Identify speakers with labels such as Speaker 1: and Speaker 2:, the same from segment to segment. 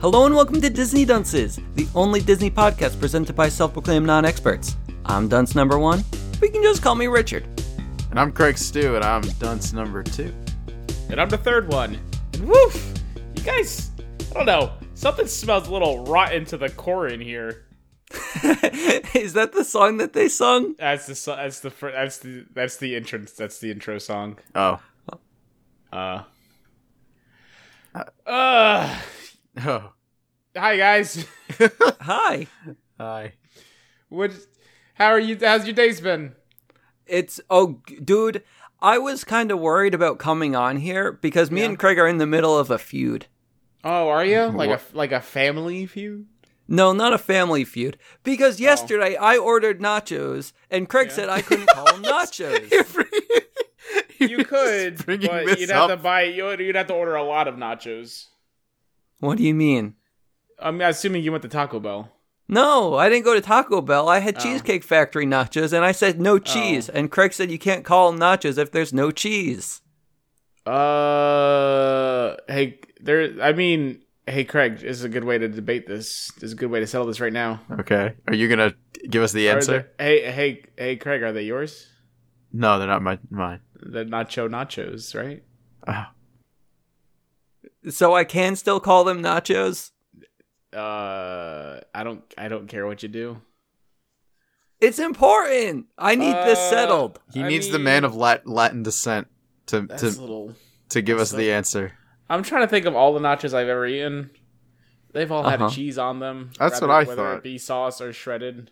Speaker 1: Hello and welcome to Disney Dunces, the only Disney podcast presented by self proclaimed non experts. I'm dunce number one, but you can just call me Richard.
Speaker 2: And I'm Craig Stew, and I'm dunce number two.
Speaker 3: And I'm the third one. And woof! You guys, I don't know. Something smells a little rotten to the core in here.
Speaker 1: Is that the song that they sung?
Speaker 3: That's the so- that's the fir- that's the that's the entrance. That's the intro song.
Speaker 2: Oh.
Speaker 3: Uh. Uh.
Speaker 2: Oh.
Speaker 3: Hi guys.
Speaker 1: Hi.
Speaker 2: Hi.
Speaker 3: What? How are you? How's your day's been?
Speaker 1: It's, oh, g- dude, I was kind of worried about coming on here because me
Speaker 3: Yeah.
Speaker 1: and Craig are in the middle of a feud.
Speaker 3: Oh, are you like a like a family feud? Oh.
Speaker 1: No, not a family feud. Because yesterday I ordered nachos and Craig said I couldn't call them nachos.
Speaker 3: You could,
Speaker 2: bringing
Speaker 3: but
Speaker 2: this
Speaker 3: you'd have to
Speaker 2: up.
Speaker 3: buy you'd, you'd have to order a lot of nachos.
Speaker 1: what do you mean?
Speaker 3: I'm assuming you went to Taco Bell. Oh.
Speaker 1: No, I didn't go to Taco Bell. I had Cheesecake Factory nachos and I said no cheese. And Craig said you can't call them nachos if there's no cheese.
Speaker 3: Uh, hey, there. I mean, hey, Craig, this is a good way to debate this. This is a good way to settle this right now.
Speaker 2: Okay. Are you gonna give us the
Speaker 3: Are
Speaker 2: answer?
Speaker 3: they- hey, hey, hey, Craig, are they yours?
Speaker 2: No, they're not my mine.
Speaker 3: The nacho nachos, right?
Speaker 2: Oh.
Speaker 1: So I can still call them nachos?
Speaker 3: Uh, I don't, I don't care what you do.
Speaker 1: It's important. I need this
Speaker 3: Uh,
Speaker 1: settled.
Speaker 2: He
Speaker 3: I
Speaker 2: needs the
Speaker 3: mean,
Speaker 2: man of Lat- Latin descent to
Speaker 3: That's
Speaker 2: to,
Speaker 3: a little.
Speaker 2: to give us
Speaker 3: that's
Speaker 2: the answer.
Speaker 3: I'm trying to think of all the nachos I've ever eaten. They've all had
Speaker 1: Uh-huh.
Speaker 3: cheese on them.
Speaker 2: That's
Speaker 3: rather-
Speaker 2: what I
Speaker 3: whether
Speaker 2: thought.
Speaker 3: it be sauce or shredded.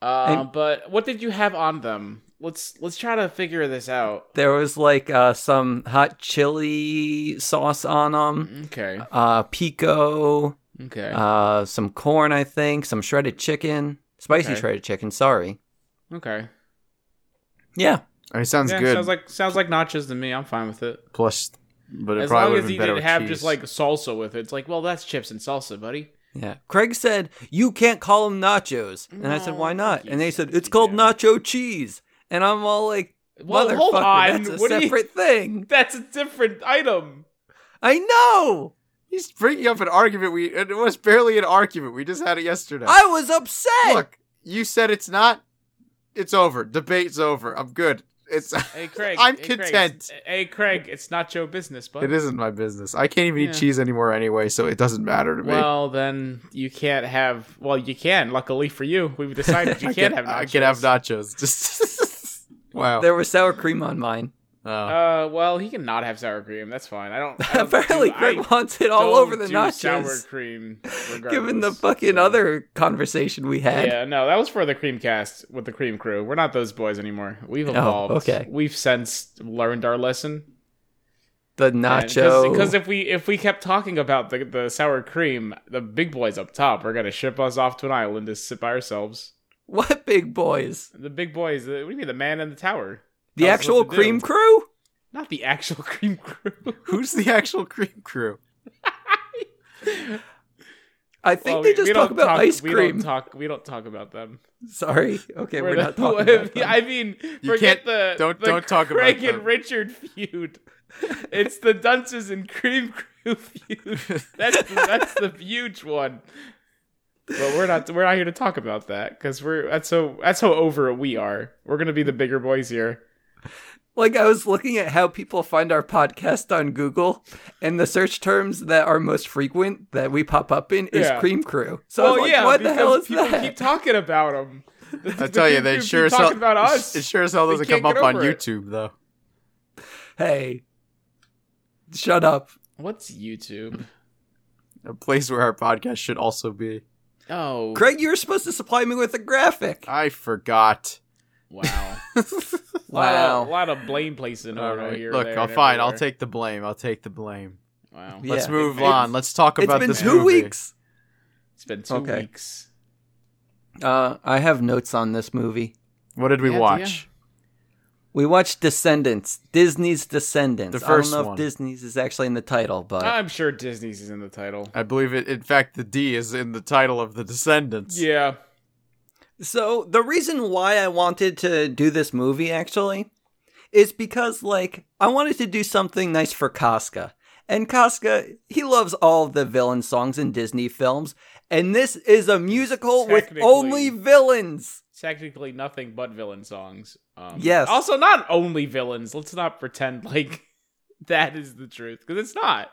Speaker 3: Um,
Speaker 1: And-
Speaker 3: but what did you have on them? Let's let's try to figure this out.
Speaker 1: There was like uh, some hot chili sauce on them,
Speaker 3: Okay.
Speaker 1: uh, pico,
Speaker 3: Okay.
Speaker 1: uh, some corn, I think, some shredded chicken, spicy
Speaker 3: Okay.
Speaker 1: shredded chicken, sorry.
Speaker 3: okay.
Speaker 1: Yeah.
Speaker 2: I mean, sounds
Speaker 3: yeah,
Speaker 2: good.
Speaker 3: Sounds like sounds like nachos to me. I'm fine with it.
Speaker 2: Plus, but it
Speaker 3: as
Speaker 2: probably
Speaker 3: long
Speaker 2: would
Speaker 3: as
Speaker 2: have
Speaker 3: you
Speaker 2: been better
Speaker 3: didn't
Speaker 2: with
Speaker 3: have
Speaker 2: cheese.
Speaker 3: just like salsa with it. It's like, well, that's chips and salsa, buddy.
Speaker 1: Yeah. Craig said, You can't call them nachos. And I said,
Speaker 3: No,
Speaker 1: Why not?
Speaker 3: you
Speaker 1: And they said,
Speaker 3: can't.
Speaker 1: It's called
Speaker 3: Yeah.
Speaker 1: nacho cheese. And I'm all like,
Speaker 3: Well,
Speaker 1: Motherfucker,
Speaker 3: hold on.
Speaker 1: that's a
Speaker 3: what do you-
Speaker 1: separate thing.
Speaker 3: That's a different item.
Speaker 1: I know.
Speaker 2: He's bringing up an argument. We and it was barely an argument. We just had it yesterday.
Speaker 1: I was upset.
Speaker 2: Look, you said it's not. It's over. Debate's over. I'm good. It's.
Speaker 3: Hey, Craig.
Speaker 2: I'm
Speaker 3: hey, Craig, it's-
Speaker 2: content.
Speaker 3: hey, Craig. It's not your business, but
Speaker 2: It isn't my business. I can't even
Speaker 3: Yeah.
Speaker 2: eat cheese anymore anyway, so it doesn't matter to me.
Speaker 3: Well, then you can't have. Well, you can. Luckily for you, we've decided you
Speaker 2: I
Speaker 3: can't
Speaker 2: can-
Speaker 3: have. Nachos.
Speaker 2: I can have nachos. Just wow.
Speaker 1: There was sour cream on mine.
Speaker 2: Oh.
Speaker 3: Uh, well, he can not have sour cream. That's fine. I don't. I don't
Speaker 1: Apparently,
Speaker 3: do,
Speaker 1: Craig
Speaker 3: I
Speaker 1: wants it all
Speaker 3: don't
Speaker 1: over the
Speaker 3: do sour
Speaker 1: nachos.
Speaker 3: cream.
Speaker 1: Given the
Speaker 3: regardless,
Speaker 1: fucking
Speaker 3: so.
Speaker 1: other conversation we had.
Speaker 3: Yeah, no, that was for the Creamcast with the Cream Crew. We're not those boys anymore. We've evolved.
Speaker 1: Oh, okay.
Speaker 3: We've since learned our lesson.
Speaker 1: The
Speaker 3: And
Speaker 1: nacho.
Speaker 3: Because if we if we kept talking about the the sour cream, the big boys up top are gonna ship us off to an island to sit by ourselves.
Speaker 1: what big boys?
Speaker 3: The big boys. uh, What do you mean, the man in the tower?
Speaker 1: The
Speaker 3: Tell us
Speaker 1: actual
Speaker 3: what to do.
Speaker 1: cream crew?
Speaker 3: Not the actual Cream Crew.
Speaker 2: Who's the actual cream crew?
Speaker 1: I think
Speaker 3: Well,
Speaker 1: they
Speaker 3: we-
Speaker 1: just
Speaker 3: we
Speaker 1: talk
Speaker 3: don't
Speaker 1: about ice
Speaker 3: we
Speaker 1: cream.
Speaker 3: Don't talk, we don't talk about them.
Speaker 1: Sorry. Okay, we're,
Speaker 3: the-
Speaker 1: not talking about them.
Speaker 3: I mean,
Speaker 2: You can't-
Speaker 3: forget the
Speaker 2: don't-
Speaker 3: the
Speaker 2: don't talk about
Speaker 3: Craig
Speaker 2: them.
Speaker 3: and Richard feud. It's the Dunces and Cream Crew feud. That's the, that's the huge one. But we're not we're not here to talk about that because we're that's so that's how over it we are. We're gonna be the bigger boys here.
Speaker 1: Like I was looking at how people find our podcast on Google, and the search terms that are most frequent that we pop up in is
Speaker 3: Yeah.
Speaker 1: cream crew. So I was like, what the
Speaker 3: because
Speaker 1: hell is
Speaker 3: people
Speaker 1: that?
Speaker 3: keep talking about them.
Speaker 2: I tell you, they sure as hell.
Speaker 3: talking about us.
Speaker 2: It sure as hell
Speaker 3: We
Speaker 2: doesn't
Speaker 3: can't
Speaker 2: come up
Speaker 3: get
Speaker 2: on
Speaker 3: over it.
Speaker 2: YouTube though.
Speaker 1: hey, shut up!
Speaker 3: What's YouTube?
Speaker 2: A place where our podcast should also be.
Speaker 3: Oh,
Speaker 1: Craig, you were supposed to supply me with a graphic.
Speaker 2: I forgot.
Speaker 3: wow.
Speaker 1: Wow.
Speaker 3: A lot of blame placing
Speaker 2: All
Speaker 3: over
Speaker 2: right.
Speaker 3: here.
Speaker 2: Look,
Speaker 3: there,
Speaker 2: I'll
Speaker 3: and
Speaker 2: fine. I'll
Speaker 3: everywhere.
Speaker 2: take the blame. I'll take the blame.
Speaker 3: Wow.
Speaker 1: Yeah.
Speaker 2: Let's move
Speaker 3: It's-
Speaker 2: on. Let's talk
Speaker 1: it's
Speaker 2: about
Speaker 1: been
Speaker 2: this
Speaker 1: two
Speaker 2: movie.
Speaker 1: weeks.
Speaker 3: It's been two
Speaker 1: Okay.
Speaker 3: weeks.
Speaker 1: Uh, I have notes on this movie.
Speaker 2: What did we
Speaker 3: Yeah,
Speaker 2: watch?
Speaker 1: We watched Descendants, Disney's Descendants.
Speaker 2: The first
Speaker 1: I don't know
Speaker 2: one. Ah,
Speaker 1: if Disney's is actually in the title, but
Speaker 3: I'm sure Disney's is in the title.
Speaker 2: I believe it. In fact, the D is in the title of the Descendants.
Speaker 3: Yeah.
Speaker 1: So the reason why I wanted to do this movie actually is because like I wanted to do something nice for Casca. And Casca, he loves all the villain songs in Disney films, and this is a musical with
Speaker 3: Technically.
Speaker 1: only villains.
Speaker 3: Technically nothing but villain songs. Um,
Speaker 1: Yes.
Speaker 3: Also, not only villains. Let's not pretend like that is the truth because it's not.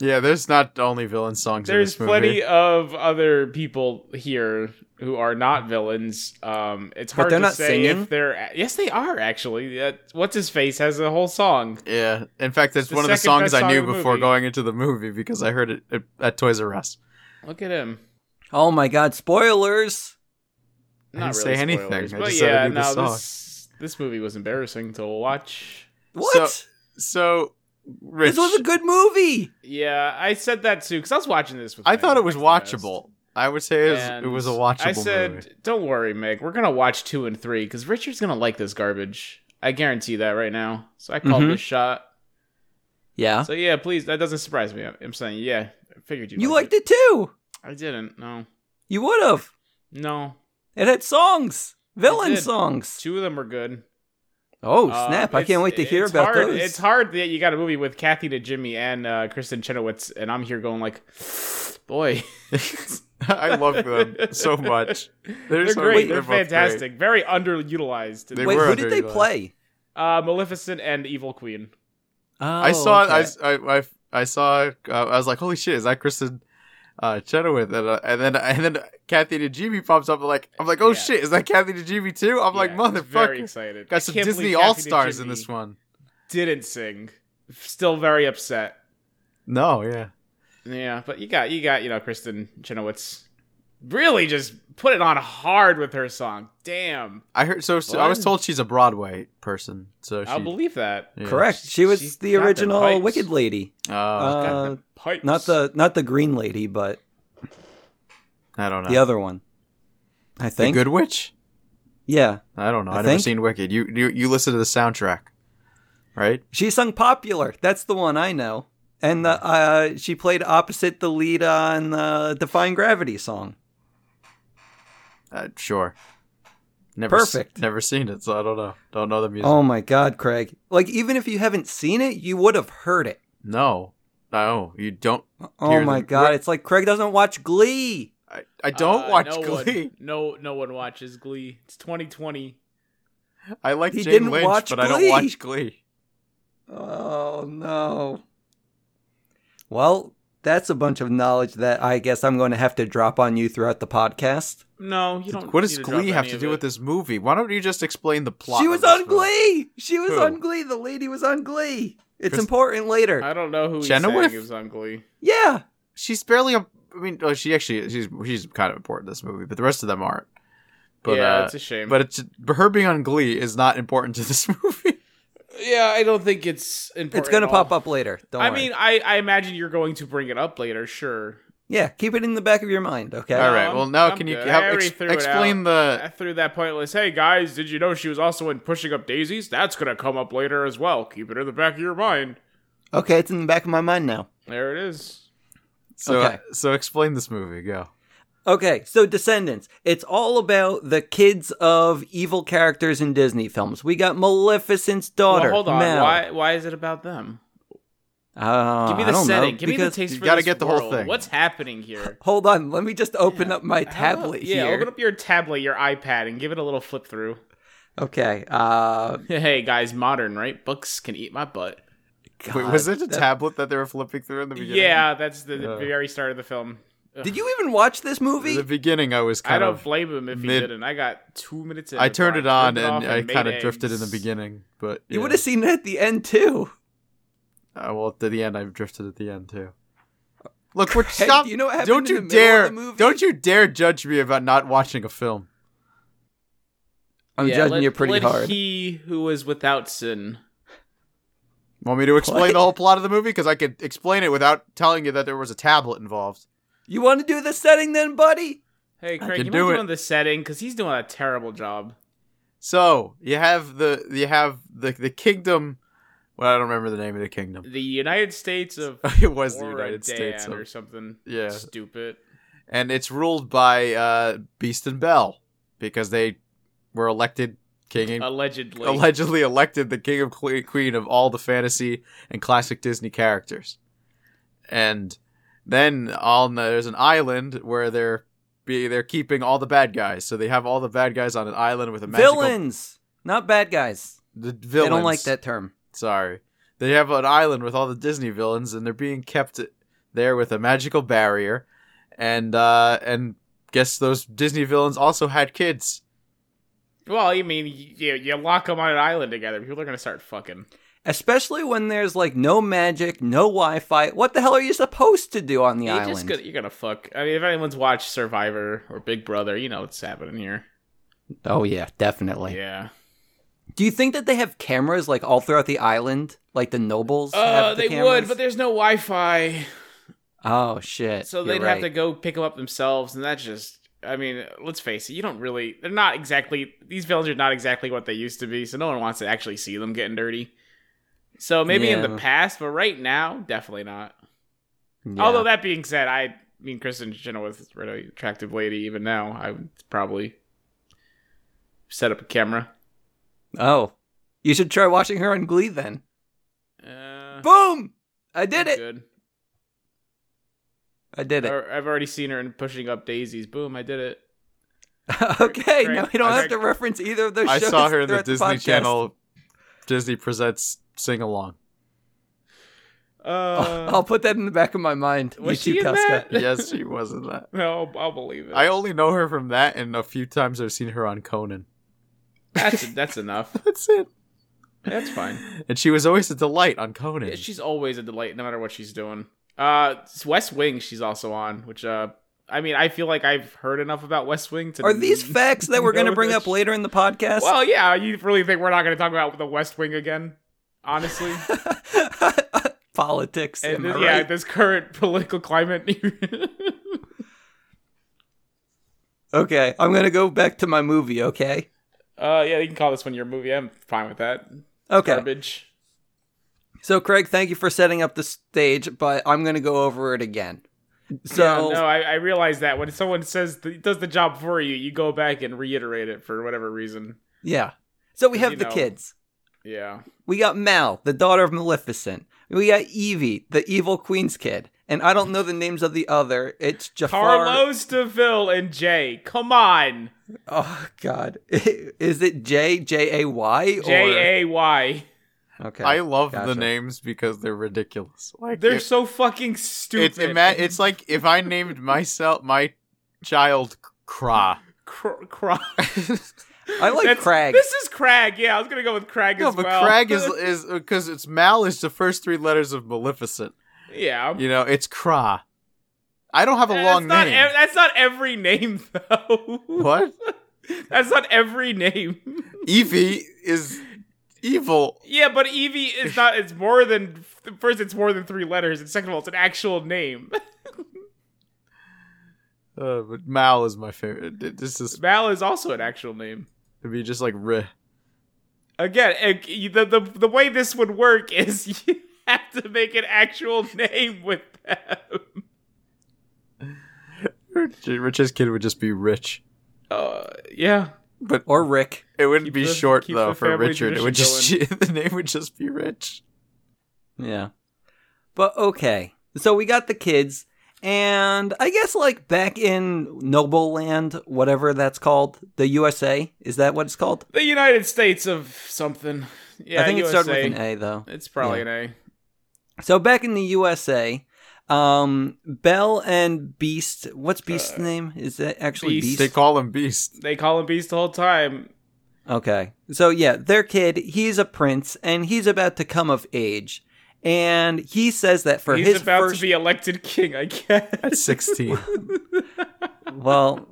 Speaker 2: Yeah, there's not only villain songs.
Speaker 3: There's
Speaker 2: in this movie.
Speaker 3: plenty of other people here who are not villains. Um, it's
Speaker 1: But
Speaker 3: hard
Speaker 1: they're
Speaker 3: to
Speaker 1: not
Speaker 3: say
Speaker 1: singing?
Speaker 3: if they're. Yes, they are actually. Uh, What's his face has a whole song.
Speaker 2: Yeah. In fact, that's
Speaker 3: the
Speaker 2: one of the
Speaker 3: second
Speaker 2: songs
Speaker 3: best
Speaker 2: I
Speaker 3: song
Speaker 2: knew
Speaker 3: of the
Speaker 2: before
Speaker 3: movie.
Speaker 2: going into the movie because I heard it at, at Toys R Us.
Speaker 3: Look at him.
Speaker 1: Oh my god, spoilers.
Speaker 2: I
Speaker 3: Not
Speaker 2: didn't
Speaker 3: really
Speaker 2: say anything.
Speaker 3: spoilers,
Speaker 2: I
Speaker 3: but
Speaker 2: just
Speaker 3: yeah,
Speaker 2: said I knew the
Speaker 3: no,
Speaker 2: song.
Speaker 3: this this movie was embarrassing to watch.
Speaker 1: What?
Speaker 2: So, Rich,
Speaker 1: this was a good movie.
Speaker 3: Yeah, I said that too because I was watching this with.
Speaker 2: I
Speaker 3: my
Speaker 2: thought it was
Speaker 3: next to
Speaker 2: watchable. I would say it was,
Speaker 3: best,
Speaker 2: it was a
Speaker 3: and
Speaker 2: watchable
Speaker 3: I said,
Speaker 2: movie.
Speaker 3: "Don't worry, Mick. We're gonna watch two and three because Richard's gonna like this garbage. I guarantee that right now." So I called
Speaker 2: Mm-hmm.
Speaker 1: Mhm.
Speaker 3: this shot.
Speaker 1: Yeah.
Speaker 3: So yeah, please. That doesn't surprise me. I'm saying yeah. I figured you.
Speaker 1: You liked it too.
Speaker 3: I didn't. No.
Speaker 1: You would have.
Speaker 3: No.
Speaker 1: It had songs. Villain
Speaker 3: It did.
Speaker 1: songs.
Speaker 3: Two of them are good.
Speaker 1: Oh,
Speaker 3: Uh,
Speaker 1: snap. I
Speaker 3: it's-
Speaker 1: can't wait to hear
Speaker 3: it's
Speaker 1: about
Speaker 3: hard,
Speaker 1: those.
Speaker 3: It's hard that you got a movie with Kathy to Jimmy and uh, Kristen Chenoweth, and I'm here going like, boy,
Speaker 2: I love them so much.
Speaker 3: They're,
Speaker 2: so-
Speaker 3: great.
Speaker 2: they're
Speaker 3: They're,
Speaker 2: both great.
Speaker 3: fantastic. Very underutilized. in
Speaker 2: They
Speaker 3: this.
Speaker 1: Wait,
Speaker 2: were
Speaker 1: who did they
Speaker 2: underutilized.
Speaker 1: play?
Speaker 3: Uh, Maleficent and Evil Queen.
Speaker 2: I
Speaker 1: Oh,
Speaker 2: saw.
Speaker 1: okay.
Speaker 2: I, I, I, I saw. Uh, I was like, "Holy shit! Is that Kristen uh, Chenoweth?" And, uh, and then and then Kathy DeGimi pops up. Like I'm like, "Oh
Speaker 3: Yeah.
Speaker 2: shit! Is that Kathy DeGimi too?" I'm like,
Speaker 3: Yeah, I was Very
Speaker 2: "Motherfucker!"
Speaker 3: excited. I
Speaker 2: Got some
Speaker 3: can't believe
Speaker 2: Disney
Speaker 3: Kathy
Speaker 2: All Stars in
Speaker 3: DeJimmy
Speaker 2: this one.
Speaker 3: Didn't sing. Still very upset.
Speaker 2: No, yeah.
Speaker 3: Yeah, but you got you got you know Kristen Chenoweth really just put it on hard with her song. Damn,
Speaker 2: I heard. So, so I was
Speaker 3: What?
Speaker 2: told she's a Broadway person. So she,
Speaker 3: I'll believe that.
Speaker 2: yeah.
Speaker 1: Correct. She was
Speaker 3: She's
Speaker 1: the
Speaker 3: got them
Speaker 1: original
Speaker 3: pipes.
Speaker 1: Wicked Lady.
Speaker 2: Oh,
Speaker 1: Uh,
Speaker 2: okay.
Speaker 3: Pipes.
Speaker 1: Not the not the Green Lady, but
Speaker 2: I don't know.
Speaker 1: the other one. I
Speaker 2: the
Speaker 1: think.
Speaker 2: Good Witch.
Speaker 1: Yeah,
Speaker 2: I don't know.
Speaker 1: I
Speaker 2: I've never
Speaker 1: think-
Speaker 2: seen Wicked. You you you listen to the soundtrack, right?
Speaker 1: she sung "Popular." That's the one I know. And the, uh, she played opposite the lead on the "Define Gravity" song.
Speaker 2: Uh, sure. Never s-
Speaker 1: Perfect.
Speaker 2: never seen it, so I don't know. Don't know the music.
Speaker 1: Oh my God, Craig! Like even if you haven't seen it, you would have heard it.
Speaker 2: No, no, you don't.
Speaker 1: Oh
Speaker 2: Hear
Speaker 1: my
Speaker 2: the-
Speaker 1: God! It's like Craig doesn't watch Glee.
Speaker 2: I, I don't
Speaker 3: Uh,
Speaker 2: watch
Speaker 3: no
Speaker 2: Glee.
Speaker 3: One, no, no one watches Glee. It's 2020.
Speaker 2: I like
Speaker 1: He
Speaker 2: Jane
Speaker 1: didn't
Speaker 2: Lynch,
Speaker 1: watch
Speaker 2: but I don't
Speaker 1: Glee.
Speaker 2: watch Glee.
Speaker 1: Oh no. Well, that's a bunch of knowledge that I guess I'm going to have to drop on you throughout the podcast.
Speaker 3: No, you don't.
Speaker 2: what does
Speaker 3: need to drop
Speaker 2: Glee have
Speaker 3: any
Speaker 2: to
Speaker 3: of
Speaker 2: do
Speaker 3: it.
Speaker 2: with this movie? Why don't you just explain the plot?
Speaker 1: She
Speaker 2: of
Speaker 1: was
Speaker 2: this
Speaker 1: on
Speaker 2: film?
Speaker 1: Glee. She was
Speaker 2: Who?
Speaker 1: on Glee. The lady was on Glee. It's
Speaker 2: Chris-
Speaker 1: important later.
Speaker 3: I don't know who he's
Speaker 2: Chenoweth?
Speaker 3: saying he was on Glee.
Speaker 1: yeah.
Speaker 2: She's barely. A, I mean, oh, she actually she's she's kind of important in this movie, but the rest of them aren't. But
Speaker 3: yeah,
Speaker 2: uh,
Speaker 3: it's a shame.
Speaker 2: but it's but her being on Glee is not important to this movie.
Speaker 3: yeah, I don't think it's important.
Speaker 1: It's going to
Speaker 3: at all.
Speaker 1: pop up later. Don't
Speaker 3: I
Speaker 1: worry.
Speaker 3: mean, I, I imagine you're going to bring it up later, sure.
Speaker 1: yeah, keep it in the back of your mind, okay?
Speaker 2: All right.
Speaker 3: I'm-
Speaker 2: Well, now
Speaker 3: I'm
Speaker 2: can you
Speaker 3: good.
Speaker 2: how-
Speaker 3: I already
Speaker 2: ex-
Speaker 3: threw it
Speaker 2: explain
Speaker 3: out.
Speaker 2: the?
Speaker 3: I threw that pointless. Hey guys, did you know she was also in Pushing Up Daisies? That's gonna come up later as well. Keep it in the back of your mind.
Speaker 1: Okay, it's in the back of my mind now.
Speaker 3: There it is.
Speaker 2: So
Speaker 1: Okay.
Speaker 2: so explain this movie. Go.
Speaker 1: Okay, so Descendants. It's all about the kids of evil characters in Disney films. We got Maleficent's
Speaker 3: Well,
Speaker 1: daughter.
Speaker 3: hold on.
Speaker 1: Mel.
Speaker 3: Why why is it about them?
Speaker 1: Uh,
Speaker 3: Give me
Speaker 1: I
Speaker 3: the
Speaker 1: don't know,
Speaker 3: setting. Give me the
Speaker 1: because-
Speaker 3: taste
Speaker 2: you
Speaker 3: for
Speaker 2: gotta
Speaker 3: this
Speaker 2: get the whole
Speaker 3: world.
Speaker 2: thing.
Speaker 3: What's happening here?
Speaker 1: Hold on, let me just open
Speaker 3: Yeah.
Speaker 1: up my
Speaker 3: How about-
Speaker 1: tablet
Speaker 3: yeah,
Speaker 1: here.
Speaker 3: open up your tablet, your iPad, and give it a little flip through.
Speaker 1: Okay. Uh,
Speaker 3: Hey guys, modern, right? Books can eat my butt.
Speaker 2: Wait,
Speaker 1: God,
Speaker 2: was it a
Speaker 1: that-
Speaker 2: tablet that they were flipping through in the beginning?
Speaker 3: Yeah, that's the
Speaker 2: Yeah.
Speaker 3: very start of the film.
Speaker 1: Did you even watch this
Speaker 2: In
Speaker 1: movie?
Speaker 2: the beginning, I was
Speaker 3: I
Speaker 2: kind
Speaker 3: don't
Speaker 2: of.
Speaker 3: blame him if he
Speaker 2: mid-
Speaker 3: didn't. I got two minutes. in
Speaker 2: I
Speaker 3: before
Speaker 2: turned it on and,
Speaker 3: off
Speaker 2: I
Speaker 3: made
Speaker 2: kind of drifted in the
Speaker 3: eggs.
Speaker 2: beginning, but
Speaker 1: You
Speaker 2: yeah.
Speaker 1: would have seen it at the end too.
Speaker 2: Uh, well, to the end, I've drifted at the end too. Look, we're
Speaker 1: Hey,
Speaker 2: stop.
Speaker 1: do you know what happened
Speaker 2: don't
Speaker 1: in the
Speaker 2: you
Speaker 1: middle of
Speaker 2: dare!
Speaker 1: the movie?
Speaker 2: Don't you dare judge me about not watching a film.
Speaker 1: I'm
Speaker 3: Yeah,
Speaker 1: judging
Speaker 3: let-
Speaker 1: you pretty
Speaker 3: let
Speaker 1: hard.
Speaker 3: He who was without sin.
Speaker 2: Want me to explain
Speaker 1: What?
Speaker 2: the whole plot of the movie? Because I could explain it without telling you that there was a tablet involved.
Speaker 1: You want to do the setting then, buddy?
Speaker 3: Hey,
Speaker 2: I
Speaker 3: Craig,
Speaker 2: can
Speaker 3: you
Speaker 2: do
Speaker 3: mind
Speaker 2: it.
Speaker 3: doing the setting because he's doing a terrible job.
Speaker 2: So you have the you have the the kingdom. Well, I don't remember the name of the kingdom.
Speaker 3: The United States of
Speaker 2: it was the United
Speaker 3: Oradan
Speaker 2: States,
Speaker 3: or
Speaker 2: of,
Speaker 3: something.
Speaker 2: Yeah.
Speaker 3: stupid.
Speaker 2: and it's ruled by uh, Beast and Bell because they were elected king and
Speaker 3: Allegedly,
Speaker 2: allegedly elected the king of cle- queen of all the fantasy and classic Disney characters. And then on the, there's an island where they're be, they're keeping all the bad guys. So they have all the bad guys on an island with a magical
Speaker 1: Villains, not bad guys.
Speaker 2: The
Speaker 1: I
Speaker 2: villains.
Speaker 1: They don't like that term.
Speaker 2: Sorry. They have an island with all the Disney villains, and they're being kept there with a magical barrier. And uh, and guess those Disney villains also had kids.
Speaker 3: well, I mean, you, you lock them on an island together, people are gonna start fucking.
Speaker 1: Especially when there's like no magic, no Wi-Fi. What the hell are you supposed to do on the
Speaker 3: You
Speaker 1: island?
Speaker 3: just gonna, you're gonna fuck. I mean, if anyone's watched Survivor or Big Brother, you know what's happening here.
Speaker 1: Oh yeah, definitely.
Speaker 3: Yeah.
Speaker 1: Do you think that they have cameras like all throughout the island, like the nobles?
Speaker 3: Oh,
Speaker 1: have the
Speaker 3: they would,
Speaker 1: cameras?
Speaker 3: but there's no Wi-Fi,
Speaker 1: oh shit.
Speaker 3: so
Speaker 1: You're
Speaker 3: they'd have
Speaker 1: right.
Speaker 3: to go pick them up themselves, and that's just. I mean, let's face it. You don't really. They're not exactly. These villains are not exactly what they used to be, so no one wants to actually see them getting dirty. So maybe in
Speaker 1: Yeah.
Speaker 3: the past, but right now, definitely not.
Speaker 1: Yeah.
Speaker 3: Although that being said, I mean Kristen Chenoweth is a really attractive lady. Even now, I would probably set up a camera.
Speaker 1: oh, you should try watching her on Glee then.
Speaker 3: Uh,
Speaker 1: Boom! I did it.
Speaker 3: Good.
Speaker 1: I did it.
Speaker 3: Or- I've already seen her in pushing up daisies. Boom! I did it.
Speaker 1: okay,
Speaker 3: Craig,
Speaker 1: now we don't
Speaker 3: I-
Speaker 1: have to reference either of those.
Speaker 2: I
Speaker 1: shows
Speaker 2: saw her in the
Speaker 1: throughout
Speaker 2: Disney
Speaker 1: podcast.
Speaker 2: Channel Disney Presents Sing Along.
Speaker 3: Uh,
Speaker 1: I'll put that in the back of my mind.
Speaker 3: was
Speaker 1: Oh, you
Speaker 3: she
Speaker 1: too,
Speaker 3: in
Speaker 1: Casca.
Speaker 3: that?
Speaker 2: Yes, she was in that.
Speaker 3: No, I'll believe it.
Speaker 2: I only know her from that, and a few times I've seen her on Conan.
Speaker 3: that's that's enough.
Speaker 2: That's it.
Speaker 3: That's fine.
Speaker 2: And she was always a delight on Conan.
Speaker 3: Yeah, She's always a delight, no matter what she's doing. Uh, West Wing, she's also on. Which, uh, I mean, I feel like I've heard enough about West Wing to.
Speaker 1: Are these facts that we're going to
Speaker 3: know
Speaker 1: bring
Speaker 3: that
Speaker 1: up
Speaker 3: she-
Speaker 1: later in the podcast?
Speaker 3: Well, yeah. You really think we're not going to talk about the West Wing again? Honestly,
Speaker 1: Politics.
Speaker 3: And
Speaker 1: am
Speaker 3: this-
Speaker 1: I
Speaker 3: yeah,
Speaker 1: right?
Speaker 3: this current political climate.
Speaker 1: Okay, I'm going to go back to my movie, okay?
Speaker 3: uh, yeah, you can call this one your movie. I'm fine with that.
Speaker 1: Okay.
Speaker 3: Garbage.
Speaker 1: So, Craig, thank you for setting up the stage, but I'm going to go over it again.
Speaker 3: Yeah,
Speaker 1: So,
Speaker 3: no, I, I realize that when someone says the, does the job for you, you go back and reiterate it for whatever reason.
Speaker 1: yeah. So, we have
Speaker 3: You
Speaker 1: the
Speaker 3: know.
Speaker 1: kids.
Speaker 3: Yeah.
Speaker 1: We got Mal, the daughter of Maleficent. We got Evie, the evil queen's kid. And I don't know the names of the other. It's Jafar.
Speaker 3: Carlos DeVille and Jay. Come on.
Speaker 1: Oh, God. Is it J? J A Y? or-
Speaker 3: J A Y.
Speaker 1: Okay.
Speaker 2: I love the
Speaker 1: Gotcha.
Speaker 2: names because they're ridiculous. Like
Speaker 3: They're
Speaker 2: it-
Speaker 3: so fucking stupid.
Speaker 2: it's ima- it's like if I named myself my child Cra.
Speaker 3: Cr- Crag.
Speaker 1: I like Craig.
Speaker 3: This is Crag. Yeah, I was gonna go with Crag
Speaker 2: No,
Speaker 3: as
Speaker 2: but
Speaker 3: well.
Speaker 2: Crag is is because it's Mal is the first three letters of Maleficent.
Speaker 3: yeah.
Speaker 2: You know, it's Cra. I don't have a
Speaker 3: That's
Speaker 2: long
Speaker 3: not
Speaker 2: name.
Speaker 3: ev- that's not every name though.
Speaker 2: what
Speaker 3: That's not every name.
Speaker 2: Evie is evil.
Speaker 3: Yeah, but Evie is not. It's more than first. It's more than three letters, and second of all, it's an actual name.
Speaker 2: Uh, but Mal is my favorite. Th- This is
Speaker 3: Mal is also an actual name.
Speaker 2: it'd be just like Reh.
Speaker 3: Again, eh, you- the the the way this would work is you have to make an actual name with them.
Speaker 2: Rich- Rich's kid would just be rich,
Speaker 3: Uh, yeah.
Speaker 2: but
Speaker 1: or Rick.
Speaker 2: it wouldn't
Speaker 3: Keep
Speaker 2: be
Speaker 3: the-
Speaker 2: short
Speaker 3: keep
Speaker 2: though
Speaker 3: the
Speaker 2: for
Speaker 3: family
Speaker 2: Richard. It would just
Speaker 3: tradition
Speaker 2: the name would just be Rich.
Speaker 1: Yeah. But okay. So we got the kids and I guess like back in Noble Land, whatever that's called, the USA, is that what it's called?
Speaker 3: The United States of something. Yeah,
Speaker 1: I think it
Speaker 3: USA.
Speaker 1: started with an A though.
Speaker 3: It's probably
Speaker 1: Yeah.
Speaker 3: an
Speaker 1: So back in the USA, um Bell and Beast, what's Beast's name? Is that actually
Speaker 3: Uh, Beast.
Speaker 1: Beast?
Speaker 2: They call him Beast.
Speaker 3: A. They call him Beast the whole time.
Speaker 1: Okay. So yeah, their kid, he's a prince and he's about to come of age. and he says that for
Speaker 3: He's
Speaker 1: his
Speaker 3: about
Speaker 1: first
Speaker 3: to be elected king, I guess.
Speaker 2: At 16.
Speaker 1: well,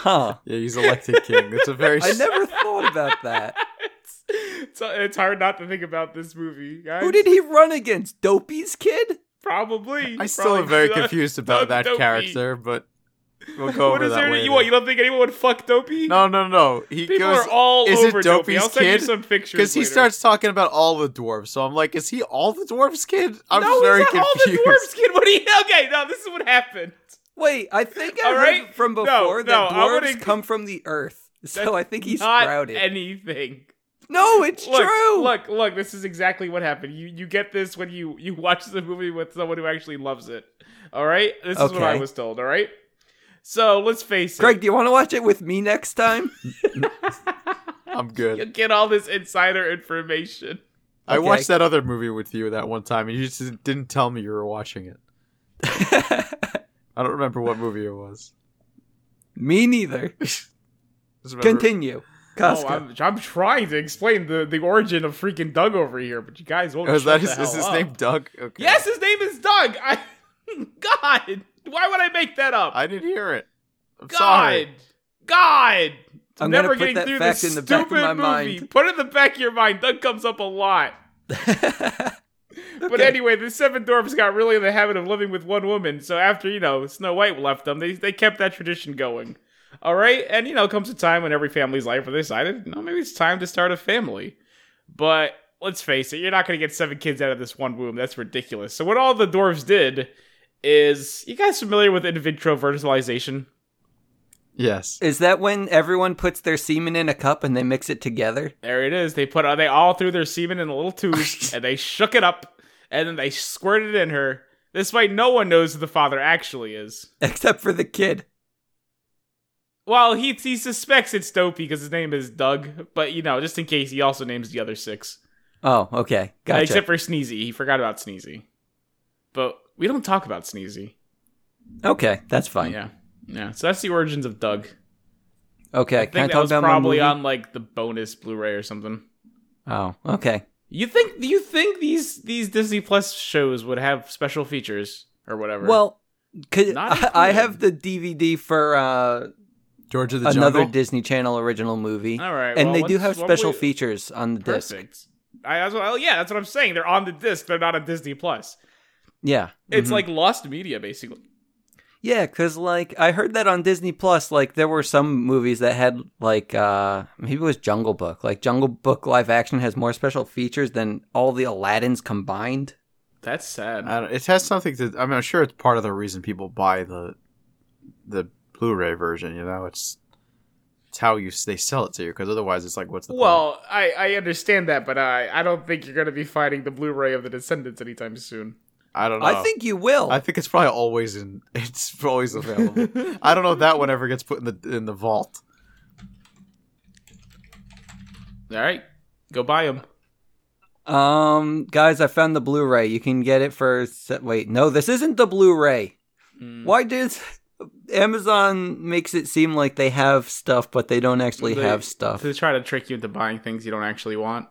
Speaker 1: huh?
Speaker 2: yeah, he's elected king. It's a very.
Speaker 1: I never thought about that.
Speaker 3: it's, it's, it's hard not to think about this movie, guys.
Speaker 1: Who did he run against? Dopey's kid?
Speaker 3: Probably.
Speaker 2: I still am very
Speaker 3: Probably-
Speaker 2: confused about
Speaker 3: Don't-
Speaker 2: that
Speaker 3: don't
Speaker 2: character, but we'll go
Speaker 3: What
Speaker 2: over
Speaker 3: is
Speaker 2: that later.
Speaker 3: there that you want? You don't think anyone would fuck Dopey?
Speaker 2: no, no, no. He
Speaker 3: People
Speaker 2: goes.
Speaker 3: are all
Speaker 2: is it
Speaker 3: over Dopey. I'll
Speaker 2: Dopey's
Speaker 3: send you
Speaker 2: kid?
Speaker 3: some pictures.
Speaker 2: because he
Speaker 3: later.
Speaker 2: starts talking about all the dwarves, so I'm like, is he all the dwarves kid? I'm
Speaker 3: no,
Speaker 2: very
Speaker 3: he's not
Speaker 2: confused.
Speaker 3: all the dwarves kid. What do you? Okay, no, this is what happened.
Speaker 1: Wait, I think I
Speaker 3: All
Speaker 1: heard
Speaker 3: right.
Speaker 1: from
Speaker 3: No,
Speaker 1: before
Speaker 3: no,
Speaker 1: that
Speaker 3: I
Speaker 1: dwarves
Speaker 3: wanna-
Speaker 1: come from the earth, so I think he
Speaker 3: Not
Speaker 1: sprouted.
Speaker 3: anything.
Speaker 1: no, it's
Speaker 3: Look,
Speaker 1: true.
Speaker 3: look, look. This is exactly what happened. You you get this when you you watch the movie with someone who actually loves it. All right, this is what I
Speaker 1: Okay.
Speaker 3: was told. All right. So let's face it,
Speaker 1: Greg, do you want to watch it with me next time?
Speaker 2: I'm good.
Speaker 3: You get all this insider information.
Speaker 2: I
Speaker 1: Okay.
Speaker 2: watched that other movie with you that one time, and you just didn't tell me you were watching it. I don't remember what movie it was.
Speaker 1: me neither.
Speaker 2: Just remember-
Speaker 1: Continue,
Speaker 3: Oh,
Speaker 1: Costco.
Speaker 3: I'm, I'm trying to explain the, the origin of freaking Doug over here, but you guys won't.
Speaker 2: Oh, is that his,
Speaker 3: shut the
Speaker 2: is
Speaker 3: hell
Speaker 2: his
Speaker 3: up.
Speaker 2: name Doug? Okay.
Speaker 3: Yes, his name is Doug. I, God, why would I make that up?
Speaker 2: I didn't hear it. I'm
Speaker 3: God,
Speaker 2: sorry.
Speaker 3: God, It's
Speaker 1: I'm gonna
Speaker 3: never
Speaker 1: put
Speaker 3: getting
Speaker 1: that
Speaker 3: through
Speaker 1: fact
Speaker 3: this
Speaker 1: in the
Speaker 3: stupid
Speaker 1: back of my
Speaker 3: movie.
Speaker 1: mind.
Speaker 3: Put it in the back of your mind. Doug comes up a lot. But anyway, the Seven Dwarfs got really in the habit of living with one woman. So after you know Snow White left them, they they kept that tradition going. All right, and you know comes a time in every family's life where they decided, no, maybe it's time to start a family. But let's face it, you're not going to get seven kids out of this one womb. That's ridiculous. So what all the dwarves did is, you guys familiar with in vitro fertilization?
Speaker 2: Yes.
Speaker 1: Is that when everyone puts their semen in a cup and they mix it together?
Speaker 3: There it is. They put uh, they all threw their semen in a little tube and they shook it up and then they squirted it in her. This way, no one knows who the father actually is.
Speaker 1: Except for the kid.
Speaker 3: Well, he he suspects it's Dopey because his name is Doug, but you know, just in case, he also names the other six.
Speaker 1: Oh, okay. Gotcha.
Speaker 3: Except for Sneezy, he forgot about Sneezy. But we don't talk about Sneezy.
Speaker 1: okay, that's fine.
Speaker 3: Yeah, yeah. So that's the origins of Doug.
Speaker 1: Okay,
Speaker 3: I
Speaker 1: can I
Speaker 3: think
Speaker 1: talk
Speaker 3: that was
Speaker 1: about my
Speaker 3: probably
Speaker 1: movie?
Speaker 3: on like the bonus Blu-ray or something.
Speaker 1: Oh, okay.
Speaker 3: You think you think these these Disney Plus shows would have special features or whatever?
Speaker 1: Well, could,
Speaker 3: Not
Speaker 1: I, I
Speaker 3: included.
Speaker 1: have the DVD for uh,
Speaker 2: George of the
Speaker 1: another
Speaker 2: Jungle.
Speaker 1: Disney Channel original movie,
Speaker 3: all right,
Speaker 1: and
Speaker 3: well,
Speaker 1: they do
Speaker 3: let's-
Speaker 1: have
Speaker 3: what
Speaker 1: special
Speaker 3: we-
Speaker 1: features on the disc.
Speaker 3: Perfect. I, that's what, oh, yeah, that's what I'm saying. They're on the disc. They're not on Disney Plus.
Speaker 1: Yeah,
Speaker 3: It's
Speaker 1: Mhm.
Speaker 3: like lost media, basically.
Speaker 1: yeah, because like I heard that on Disney Plus, like there were some movies that had like uh maybe it was Jungle Book, like Jungle Book live action has more special features than all the Aladdins combined.
Speaker 3: That's sad.
Speaker 2: I don't, it has something to. I mean, I'm sure it's part of the reason people buy the the Blu-ray version. You know, it's it's how you s- they sell it to you. Because otherwise, it's like, what's the point?
Speaker 3: well, I, I understand that, but I I don't think you're going to be finding the Blu-ray of The Descendants anytime soon.
Speaker 2: I don't know.
Speaker 1: I think you will.
Speaker 2: I think it's probably always in. It's always available. I don't know if that one ever gets put in the in the vault.
Speaker 3: All right, go buy them.
Speaker 1: Um, guys, I found the Blu-ray. You can get it for. se- Wait, no, this isn't the Blu-ray.
Speaker 3: Mm.
Speaker 1: Why does Amazon makes it seem like they have stuff, but they don't actually
Speaker 3: They-
Speaker 1: have stuff?
Speaker 3: To try to trick you into buying things you don't actually want.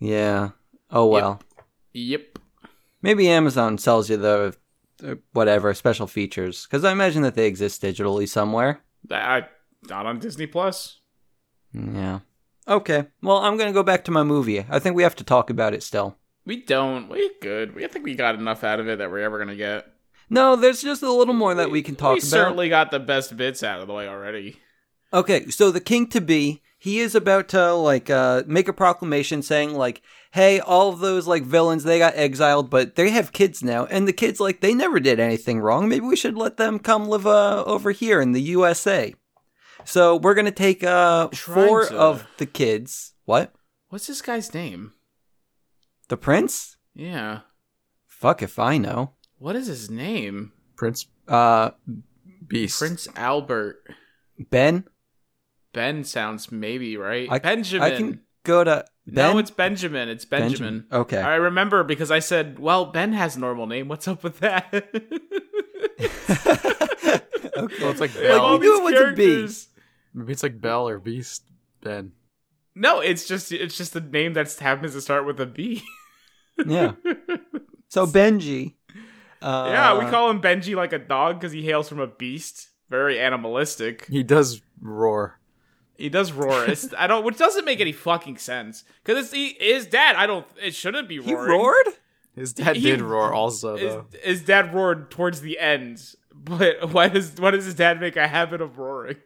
Speaker 1: Yeah. Oh well.
Speaker 3: Yep.
Speaker 1: Maybe Amazon sells you the the whatever special features because I imagine that they exist digitally somewhere.
Speaker 3: I, I- not on Disney Plus.
Speaker 1: Yeah. Okay. Well, I'm gonna go back to my movie. I think we have to talk about it still.
Speaker 3: We don't. We good. We I think we got enough out of it that we're ever going to get.
Speaker 1: No, there's just a little more that we can talk
Speaker 3: We
Speaker 1: about.
Speaker 3: certainly got the best bits out of the way already.
Speaker 1: Okay, so the king to be, he is about to like uh make a proclamation saying like, "Hey, all of those like villains, they got exiled, but they have kids now, and the kids like they never did anything wrong. Maybe we should let them come live uh, over here in the USA." So we're gonna take uh
Speaker 3: Trying
Speaker 1: four
Speaker 3: to-
Speaker 1: of the kids. What
Speaker 3: What's this guy's name?
Speaker 1: the prince?
Speaker 3: Yeah.
Speaker 1: Fuck if I know.
Speaker 3: What is his name?
Speaker 2: Prince
Speaker 1: Uh,
Speaker 2: Beast.
Speaker 3: Prince Albert.
Speaker 1: Ben.
Speaker 3: Ben sounds maybe right.
Speaker 1: I-
Speaker 3: Benjamin.
Speaker 1: I can go to Ben.
Speaker 3: No, it's Benjamin. It's Benjamin.
Speaker 1: Okay.
Speaker 3: I remember because I said, "Well, Ben has a normal name. What's up with that?"
Speaker 1: okay.
Speaker 2: Well, it's like
Speaker 3: Like,
Speaker 2: Bell.
Speaker 3: all
Speaker 1: you knew it
Speaker 3: these
Speaker 1: was a B.
Speaker 3: characters-
Speaker 2: Maybe it's like Bell or Beast. Ben.
Speaker 3: No, it's just it's just the name that's happens to start with a B.
Speaker 1: Yeah. So Benji. Uh,
Speaker 3: yeah, we call him Benji like a dog because he hails from a beast. Very animalistic.
Speaker 2: He does roar.
Speaker 3: He does roar. It's, I don't, which doesn't make any fucking sense because it's he, his dad. I don't. It shouldn't be
Speaker 1: He
Speaker 3: roaring.
Speaker 1: roared?
Speaker 2: His dad
Speaker 3: He-
Speaker 2: did roar also
Speaker 3: His,
Speaker 2: though.
Speaker 3: his dad roared towards the end, but why does why does his dad make a habit of roaring?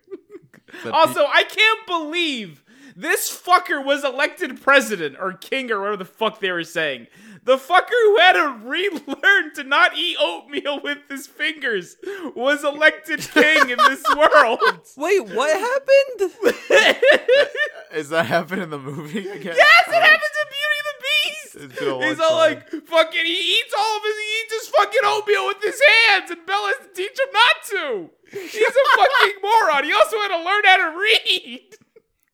Speaker 2: But
Speaker 3: Also, I can't believe this fucker was elected president or king or whatever the fuck they were saying. The fucker who had to relearn to not eat oatmeal with his fingers was elected king in this world.
Speaker 1: Wait, what happened?
Speaker 2: he- is that happen in the movie again?
Speaker 3: Yes, it happens in Beauty and the Beast.
Speaker 2: It's been a long
Speaker 3: He's all
Speaker 2: time.
Speaker 3: like, fucking, he eats all of his, he eats his fucking oatmeal with his hands, and Bella has to teach him not to. He's a fucking moron. He also had to learn how to read.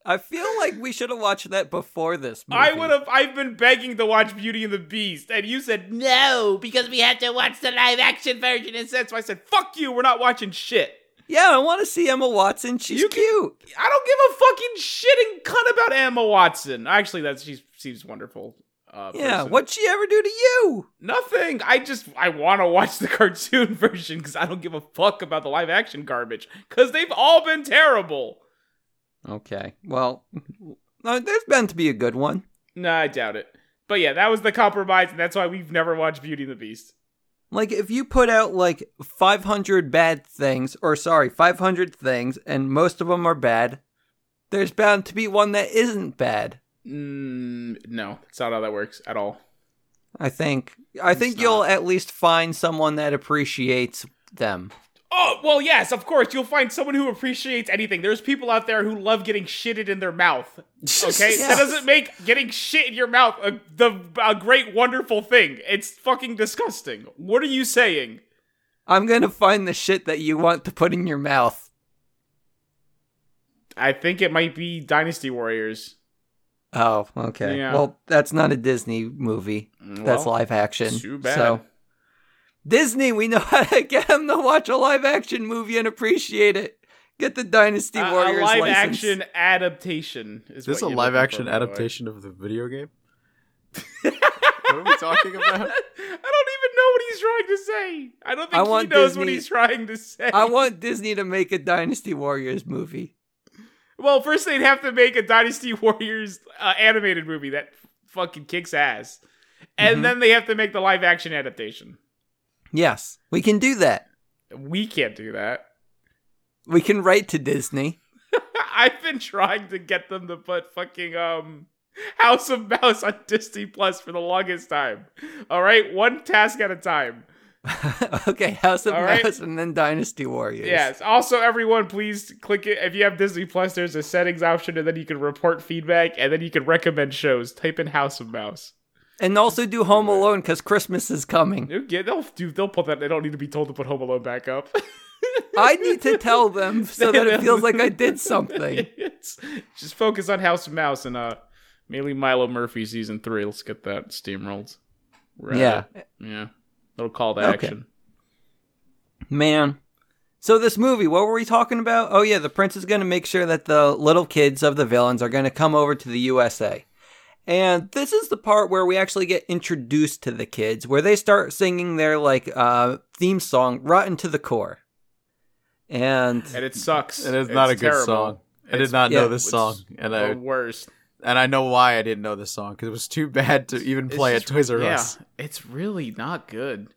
Speaker 1: I feel like we should have watched that before this movie.
Speaker 3: I would have. I've been begging to watch Beauty and the Beast, and you said no because we have to watch the live action version instead. So I said, "Fuck you, we're not watching shit."
Speaker 1: Yeah, I want to see Emma Watson. She's
Speaker 3: You can-
Speaker 1: cute.
Speaker 3: I don't give a fucking shit and cunt about Emma Watson. Actually, that she seems wonderful. Uh,
Speaker 1: Yeah,
Speaker 3: person.
Speaker 1: what'd she ever do to you?
Speaker 3: Nothing. I just I want to watch the cartoon version because I don't give a fuck about the live action garbage because they've all been terrible.
Speaker 1: Okay, well, no, there's bound to be a good one.
Speaker 3: Nah, I doubt it. But yeah, that was the compromise, and that's why we've never watched Beauty and the Beast.
Speaker 1: Like, if you put out like 500 bad things, or sorry, 500 things, and most of them are bad, there's bound to be one that isn't bad.
Speaker 3: Mm, no, that's not how that works at all.
Speaker 1: I think. I think you'll at least find someone that appreciates them.
Speaker 3: Oh, well, yes, of course. You'll find someone who appreciates anything. There's people out there who love getting shitted in their mouth. Okay?
Speaker 1: Yeah.
Speaker 3: That doesn't make getting shit in your mouth a, the, a great, wonderful thing. It's fucking disgusting. What are you saying?
Speaker 1: I'm gonna find the shit that you want to put in your mouth.
Speaker 3: I think it might be Dynasty Warriors.
Speaker 1: Oh, okay.
Speaker 3: Yeah.
Speaker 1: Well, that's not a Disney movie.
Speaker 2: Mm,
Speaker 1: that's
Speaker 3: well,
Speaker 1: live action.
Speaker 3: too bad.
Speaker 1: So Disney, we know how to get them to watch a live action movie and appreciate it. Get the Dynasty
Speaker 3: A- a
Speaker 1: Warriors
Speaker 3: live
Speaker 1: license.
Speaker 3: action adaptation is
Speaker 2: Is this a
Speaker 3: what you're
Speaker 2: live
Speaker 3: looking
Speaker 2: action
Speaker 3: for, by the way.
Speaker 2: adaptation of the video game? what are we talking about?
Speaker 3: I don't even know what he's trying to say. I don't
Speaker 1: I
Speaker 3: think he
Speaker 1: want
Speaker 3: knows what
Speaker 1: Disney-
Speaker 3: he's trying to say.
Speaker 1: I want Disney to make a Dynasty Warriors movie.
Speaker 3: Well, first they'd have to make a Dynasty Warriors uh, animated movie that f- fucking kicks ass, and
Speaker 1: Mhm.
Speaker 3: then they have to make the live action adaptation.
Speaker 1: Yes, we can do that.
Speaker 3: We can't do that.
Speaker 1: We can write to Disney.
Speaker 3: I've been trying to get them to put fucking um House of Mouse on Disney Plus for the longest time. All right, one task at a time.
Speaker 1: okay, House of
Speaker 3: All right.
Speaker 1: Mouse and then Dynasty Warriors.
Speaker 3: Yes. Also, everyone, please click it. If you have Disney Plus, there's a settings option, and then you can report feedback, and then you can recommend shows. Type in House of Mouse.
Speaker 1: And also do Home Alone because Christmas is coming.
Speaker 3: They'll get- they'll do. They'll put that. They don't need to be told to put Home Alone back up.
Speaker 1: I need to tell them so that it feels like I did something.
Speaker 3: It's- just focus on House of Mouse and uh, mainly Milo Murphy season three. Let's get that steamrolled. We're at
Speaker 1: Yeah.
Speaker 3: it. yeah. Little call to
Speaker 1: Okay.
Speaker 3: action.
Speaker 1: Man. So this movie, what were we talking about? Oh yeah, the prince is going to make sure that the little kids of the villains are going to come over to the USA. And this is the part where we actually get introduced to the kids, where they start singing their like uh theme song Rotten to the Core. And
Speaker 3: And it sucks.
Speaker 2: It is not a good
Speaker 3: terrible.
Speaker 2: song. I
Speaker 3: It's
Speaker 2: did not
Speaker 1: yeah,
Speaker 2: know this
Speaker 3: it's
Speaker 2: song, and I
Speaker 3: The worst.
Speaker 2: and I know why I didn't know this song because it was too bad to even
Speaker 3: It's
Speaker 2: play at
Speaker 3: just-
Speaker 2: Toys R
Speaker 3: yeah,
Speaker 2: Us.
Speaker 3: It's really not good.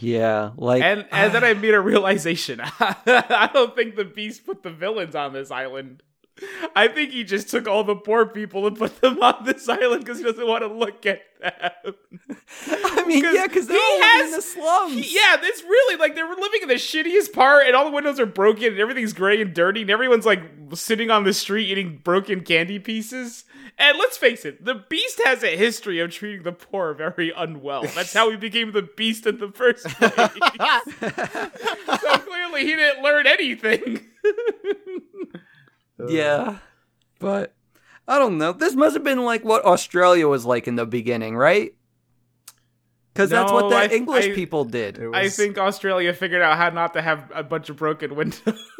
Speaker 1: yeah, like
Speaker 3: And and then I made a realization. I don't think the beast put the villains on this island. I think he just took all the poor people and put them on this island because he doesn't want to look at them.
Speaker 1: I mean,
Speaker 3: 'cause
Speaker 1: yeah, cuz they're
Speaker 3: he
Speaker 1: all
Speaker 3: has-
Speaker 1: in the slums.
Speaker 3: He- yeah, it's really like they were living in the shittiest part, and all the windows are broken, and everything's gray and dirty, and everyone's like sitting on the street eating broken candy pieces. And let's face it, the Beast has a history of treating the poor very unwell. That's how he became the Beast in the first place. so clearly, he didn't learn anything.
Speaker 1: Yeah. But I don't know. This must have been like what Australia was like in the beginning, right? Because that's
Speaker 3: No,
Speaker 1: what the
Speaker 3: I-
Speaker 1: English
Speaker 3: I-
Speaker 1: people
Speaker 2: Uh, It
Speaker 1: did,
Speaker 3: I
Speaker 2: was-
Speaker 3: think Australia figured out how not to have a bunch of broken windows.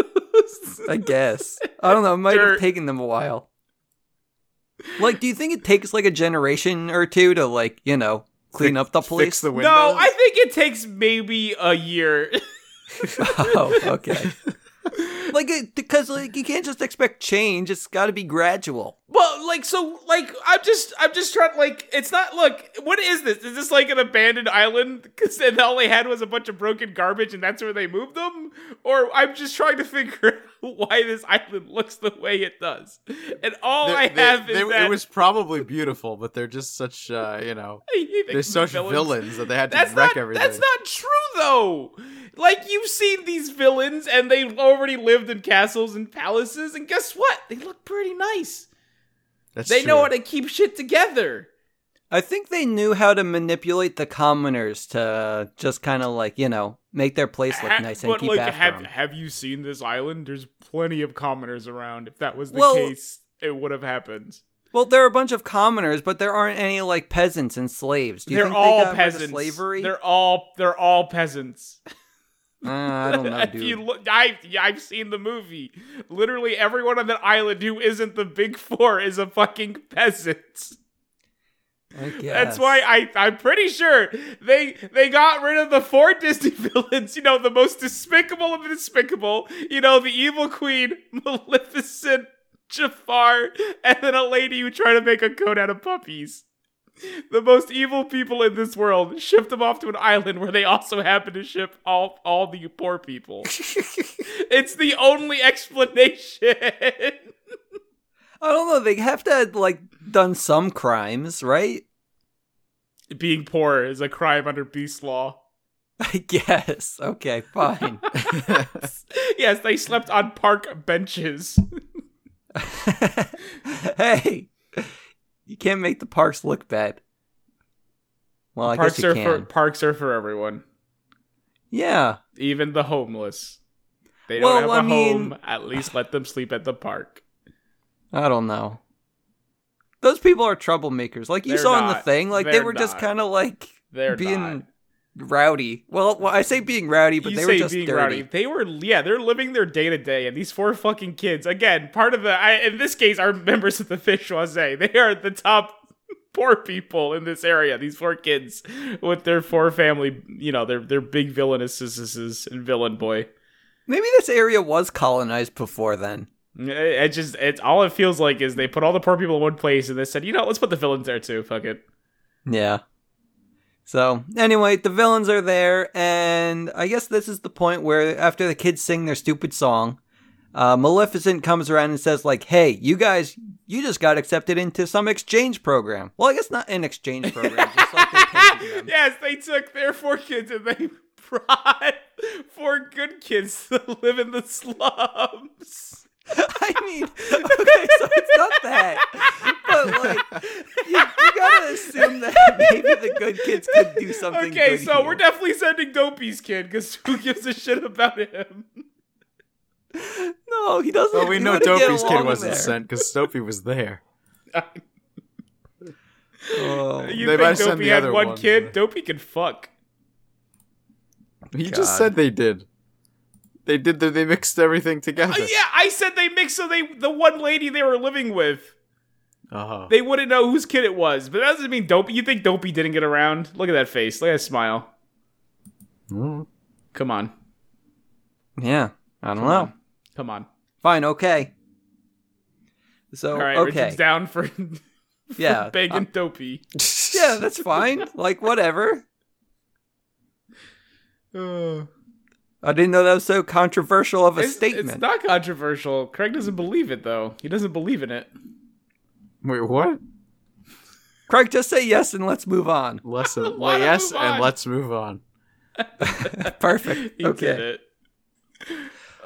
Speaker 1: I guess. I don't know. It might
Speaker 3: Dirt.
Speaker 1: have taken them a while. Like, do you think it takes like a generation or two to, like, you know, clean up the police?
Speaker 2: Fix the windows.
Speaker 3: No, I think it takes maybe a year.
Speaker 1: oh, okay. like, it, because like you can't just expect change. It's got to be gradual.
Speaker 3: Well, like so, like I'm just, I'm just trying. Like it's not. Look, what is this? Is this like an abandoned island? Because then all they had was a bunch of broken garbage, and that's where they moved them. Or I'm just trying to figure out why this island looks the way it does. And all
Speaker 2: They-
Speaker 3: I
Speaker 2: they-
Speaker 3: have is
Speaker 2: they-
Speaker 3: that
Speaker 2: it was probably beautiful, but they're just such uh, you know they're such villains, that they had to
Speaker 3: That's
Speaker 2: wreck
Speaker 3: not,
Speaker 2: everything.
Speaker 3: that's not true though. Like you've seen these villains, and they already lived in castles and palaces, and guess what? They look pretty nice.
Speaker 2: That's
Speaker 3: they know
Speaker 2: true.
Speaker 3: how to keep shit together.
Speaker 1: I think they knew how to manipulate the commoners to just kind of like you know make their place look
Speaker 3: Ha-
Speaker 1: nice and
Speaker 3: but,
Speaker 1: keep
Speaker 3: like,
Speaker 1: after
Speaker 3: have,
Speaker 1: 'em.
Speaker 3: Have you seen this island? There's plenty of commoners around. If that was the
Speaker 1: Well-
Speaker 3: case, it would have happened.
Speaker 1: Well, there are a bunch of commoners, but there aren't any like peasants and slaves. Do you
Speaker 3: They're
Speaker 1: think
Speaker 3: all
Speaker 1: they got rid of
Speaker 3: peasants.
Speaker 1: slavery.
Speaker 3: They're all they're all peasants.
Speaker 1: Uh, I don't know,
Speaker 3: if you
Speaker 1: dude.
Speaker 3: look, I I've seen the movie. Literally everyone on that island who isn't the big four is a fucking peasant.
Speaker 1: I
Speaker 3: That's
Speaker 1: guess.
Speaker 3: why I I'm pretty sure they they got rid of the four Disney villains. You know, the most despicable of the despicable. You know, the evil queen, Maleficent, Jafar, and then a lady who tried to make a coat out of puppies. The most evil people in this world shipped them off to an island where they also happen to ship all all the poor people. it's the only explanation.
Speaker 1: I don't know. They have to like done some crimes, right?
Speaker 3: Being poor is a crime under beast law.
Speaker 1: I guess. Okay, fine.
Speaker 3: yes, they slept on park benches.
Speaker 1: hey, you can't make the parks look bad. Well, I
Speaker 3: parks
Speaker 1: guess you
Speaker 3: are
Speaker 1: can.
Speaker 3: for parks are for everyone,
Speaker 1: yeah.
Speaker 3: even the homeless. They
Speaker 1: Well,
Speaker 3: don't have a
Speaker 1: I mean-
Speaker 3: home. At least let them sleep at the park.
Speaker 1: I don't know. Those people are troublemakers. Like you
Speaker 3: They're
Speaker 1: saw in the
Speaker 3: not.
Speaker 1: thing, like they
Speaker 3: They're
Speaker 1: were just
Speaker 3: not.
Speaker 1: kind of like
Speaker 3: They're
Speaker 1: being
Speaker 3: not.
Speaker 1: rowdy. Well, well, I say being rowdy, but
Speaker 3: you
Speaker 1: they
Speaker 3: say
Speaker 1: were just
Speaker 3: being
Speaker 1: dirty.
Speaker 3: rowdy. They were, yeah, they're living their day to day, and these four fucking kids, again, part of the, I, in this case, are members of the Fishwaze. They are the top poor people in this area. These four kids with their four family, you know, their their big villainous sisters and villain boy.
Speaker 1: Maybe this area was colonized before then.
Speaker 3: It, it just, it's all it feels like is they put all the poor people in one place, and they said, you know, let's put the villains there too. Fuck it.
Speaker 1: Yeah. So, anyway, the villains are there, and I guess this is the point where after the kids sing their stupid song, uh, Maleficent comes around and says, like, hey, you guys, you just got accepted into some exchange program. Well, I guess not an exchange program, just like they're taking them.
Speaker 3: yes, they took their four kids and they brought four good kids to live in the slums.
Speaker 1: I mean, okay, so it's not that. But, like, you, you gotta assume that maybe the good kids could do something
Speaker 3: Okay,
Speaker 1: good
Speaker 3: so
Speaker 1: here.
Speaker 3: we're definitely sending Dopey's kid because who gives a shit about him?
Speaker 1: No, he doesn't.
Speaker 2: well, we
Speaker 1: he
Speaker 2: know
Speaker 1: wouldn't get
Speaker 2: Dopey's kid
Speaker 1: along
Speaker 2: wasn't
Speaker 1: there.
Speaker 2: sent because Dopey was there.
Speaker 1: Oh.
Speaker 3: You
Speaker 2: They
Speaker 3: think
Speaker 2: might've sent
Speaker 3: Dopey
Speaker 2: the
Speaker 3: had
Speaker 2: other
Speaker 3: one
Speaker 2: one,
Speaker 3: kid?
Speaker 2: but-
Speaker 3: Dopey can fuck.
Speaker 2: You
Speaker 1: God.
Speaker 2: just said they did. They did. The, they mixed everything together.
Speaker 3: Uh, yeah, I said they mixed so they the one lady they were living with
Speaker 2: Uh-huh.
Speaker 3: they wouldn't know whose kid it was, but that doesn't mean Dopey. You think Dopey didn't get around? Look at that face. Look at that smile.
Speaker 2: Mm.
Speaker 3: Come on,
Speaker 1: Yeah, I don't
Speaker 3: Come
Speaker 1: know.
Speaker 3: on. come on.
Speaker 1: Fine, okay. So
Speaker 3: All right,
Speaker 1: Oh, okay,
Speaker 3: Richard's down for
Speaker 1: yeah,
Speaker 3: big
Speaker 1: uh,
Speaker 3: and Dopey.
Speaker 1: yeah, that's fine. like whatever. I didn't know that was so controversial of a
Speaker 3: Uh, It's-
Speaker 1: statement.
Speaker 3: It's not controversial. Craig doesn't believe it though. He doesn't believe in it.
Speaker 2: Wait, what?
Speaker 1: Craig, just say yes and let's move on.
Speaker 2: Let's
Speaker 3: wanna
Speaker 2: well, yes,
Speaker 3: move on.
Speaker 2: and let's move on.
Speaker 1: Perfect.
Speaker 3: He
Speaker 1: okay.
Speaker 3: did it.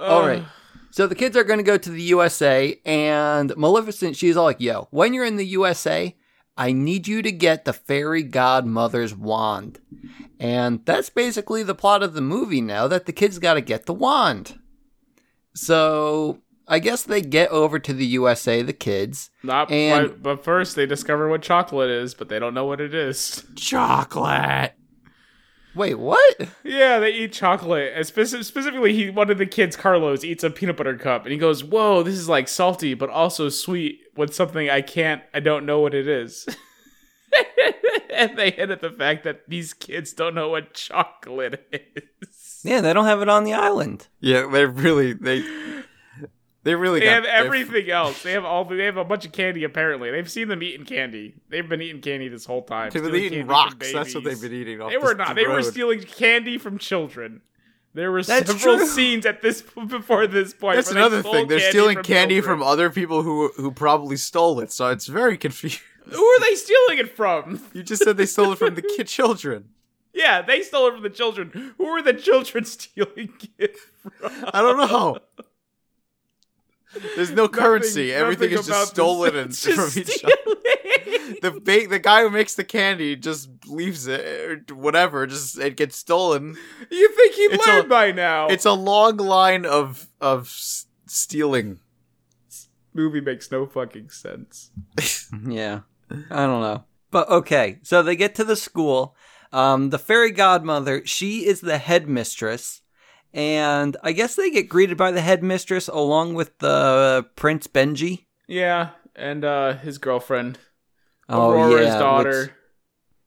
Speaker 3: Uh,
Speaker 1: All right.
Speaker 3: Ugh.
Speaker 1: So the kids are going to go to the USA, and Maleficent, she's all like, yo, when you're in the USA, I need you to get the fairy godmother's wand. And that's basically the plot of the movie now that the kids got to get the wand. So I guess they get over to the USA, the kids.
Speaker 3: Not,
Speaker 1: And-
Speaker 3: but, but first they discover what chocolate is, but they don't know what it is.
Speaker 2: Chocolate.
Speaker 1: Wait, what?
Speaker 3: Yeah, they eat chocolate. And speci- specifically, he one of the kids, Carlos, eats a peanut butter cup, and he goes, "Whoa, this is like salty, but also sweet with something I can't, I don't know what it is." and they hit at the fact that these kids don't know what chocolate is.
Speaker 1: Yeah, they don't have it on the island.
Speaker 2: Yeah, they really they they really
Speaker 3: They
Speaker 2: got
Speaker 3: have
Speaker 2: their-
Speaker 3: everything else. They have all. They have a bunch of candy. Apparently, they've seen them eating candy. They've been eating candy this whole time.
Speaker 2: They've been
Speaker 3: stealing
Speaker 2: eating
Speaker 3: candy from
Speaker 2: rocks. That's what
Speaker 3: babies.
Speaker 2: they've been eating. Off
Speaker 3: They were
Speaker 2: this
Speaker 3: not. They were
Speaker 2: road.
Speaker 3: stealing candy from children. There were
Speaker 1: That's
Speaker 3: several
Speaker 1: true.
Speaker 3: scenes at this before this point.
Speaker 2: That's
Speaker 3: where they
Speaker 2: another
Speaker 3: stole
Speaker 2: thing. They're stealing candy
Speaker 3: children.
Speaker 2: from other people who who probably stole it. So it's very confusing.
Speaker 3: Who are they stealing it from?
Speaker 2: You just said they stole it from the kid children.
Speaker 3: Yeah, they stole it from the children. Who are the children stealing it from?
Speaker 2: I don't know. There's no currency. Everything is just stolen and from each other.
Speaker 3: other.
Speaker 2: The ba- the guy who makes the candy just leaves it or whatever. Just it gets stolen.
Speaker 3: You think he
Speaker 2: It's
Speaker 3: learned
Speaker 2: a-
Speaker 3: by now?
Speaker 2: It's a long line of of s- stealing.
Speaker 3: movie makes no fucking sense.
Speaker 1: Yeah. I don't know. But okay, so they get to the school. Um, the fairy godmother, she is the headmistress. And I guess they get greeted by the headmistress along with the Prince Benji.
Speaker 3: Yeah, and uh his girlfriend,
Speaker 1: Oh,
Speaker 3: Aurora's
Speaker 1: yeah,
Speaker 3: daughter.
Speaker 1: which-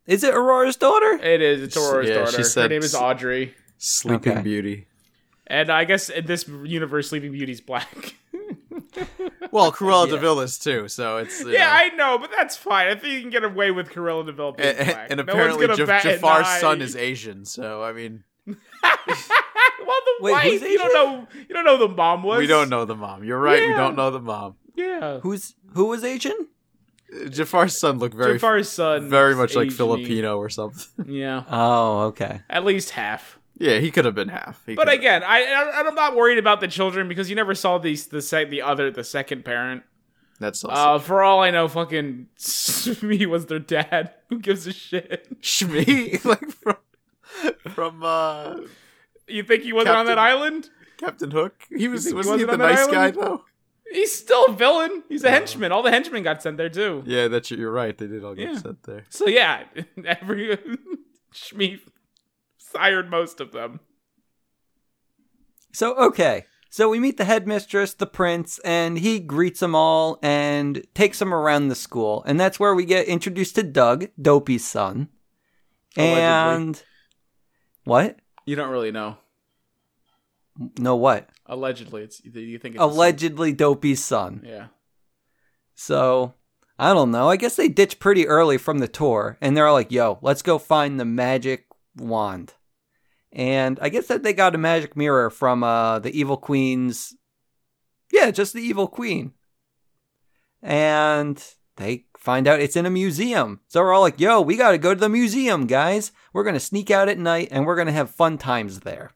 Speaker 1: is it Aurora's daughter?
Speaker 3: It is. It's Aurora's
Speaker 2: Yeah, she
Speaker 3: daughter. Her
Speaker 2: said
Speaker 3: name is
Speaker 2: s-
Speaker 3: Audrey.
Speaker 2: Sleeping
Speaker 1: Okay.
Speaker 2: Beauty.
Speaker 3: And I guess in this universe, Sleeping Beauty's black.
Speaker 2: Well, Cruella
Speaker 1: Yeah.
Speaker 2: De Vil is too. So it's you
Speaker 3: yeah,
Speaker 2: know.
Speaker 3: I know, but that's fine. I think you can get away with Cruella De Vil being
Speaker 2: and,
Speaker 3: black.
Speaker 2: and
Speaker 3: No one's
Speaker 2: apparently
Speaker 3: gonna
Speaker 2: Ja-
Speaker 3: bat an
Speaker 2: Jafar's
Speaker 3: eye.
Speaker 2: son is Asian, so I mean,
Speaker 3: well, the
Speaker 1: Wait,
Speaker 3: wife.
Speaker 1: who's
Speaker 3: You don't know. You don't know the mom was.
Speaker 2: we don't know the mom. You're right, we
Speaker 3: Yeah.
Speaker 2: don't know the mom.
Speaker 3: Yeah,
Speaker 1: Who's who was Asian?
Speaker 2: Uh, Jafar's son looked very,
Speaker 3: Jafar's son.
Speaker 2: very much like
Speaker 3: Asian-y.
Speaker 2: Filipino or something.
Speaker 3: Yeah,
Speaker 1: Oh, okay.
Speaker 3: at least half.
Speaker 2: yeah, he could have been half. He
Speaker 3: But
Speaker 2: could've-
Speaker 3: again, I and I'm not worried about the children because you never saw these the sec, the other the second parent.
Speaker 2: that's awesome.
Speaker 3: Uh, for all I know, fucking me was their dad. Who gives a shit?
Speaker 2: Shmi, like from from uh,
Speaker 3: You think he wasn't on that
Speaker 2: Captain-
Speaker 3: island?
Speaker 2: Captain Hook. He was
Speaker 3: think he
Speaker 2: was he,
Speaker 3: wasn't
Speaker 2: the
Speaker 3: on that
Speaker 2: nice guy
Speaker 3: island?
Speaker 2: though?
Speaker 3: He's still a villain. He's a henchman. All the henchmen got sent there too.
Speaker 2: Yeah, that's you're right. They did all get
Speaker 3: Yeah.
Speaker 2: sent there.
Speaker 3: So yeah, every Shmi sired most of them.
Speaker 1: So okay. So we meet the headmistress, the prince, and he greets them all and takes them around the school. And that's where we get introduced to Doug, Dopey's son.
Speaker 3: Allegedly.
Speaker 1: And what?
Speaker 3: You don't really know.
Speaker 1: No what?
Speaker 3: Allegedly, it's you think it's
Speaker 1: Allegedly Dopey's son.
Speaker 3: Yeah.
Speaker 1: So I don't know. I guess they ditched pretty early from the tour and they're like, yo, let's go find the magic wand. And I guess that they got a magic mirror from uh, the evil queen's. Yeah, just the evil queen. And they find out it's in a museum. So we're all like, yo, we got to go to the museum, guys. We're going to sneak out at night and we're going to have fun times there.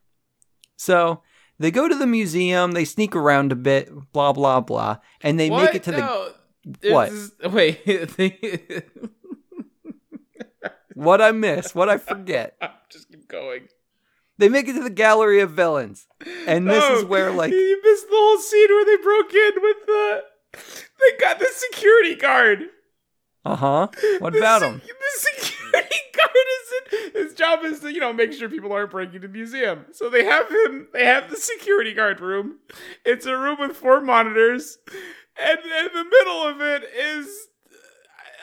Speaker 1: So they go to the museum, they sneak around a bit, blah, blah, blah. And they make it to the
Speaker 3: the
Speaker 1: What?
Speaker 3: wait.
Speaker 1: What I miss, what I forget.
Speaker 3: Just keep going.
Speaker 1: They make it to the Gallery of Villains. And this is
Speaker 3: No,
Speaker 1: where, like-
Speaker 3: you Oh, missed the whole scene where they broke in with the they got the security guard.
Speaker 1: Uh
Speaker 3: Uh-huh.
Speaker 1: huh. What
Speaker 3: The
Speaker 1: about
Speaker 3: se-
Speaker 1: them?
Speaker 3: The security guard is in, his job is to you know make sure people aren't breaking the museum. So they have him. They have the security guard room. It's a room with four monitors, and in the middle of it is.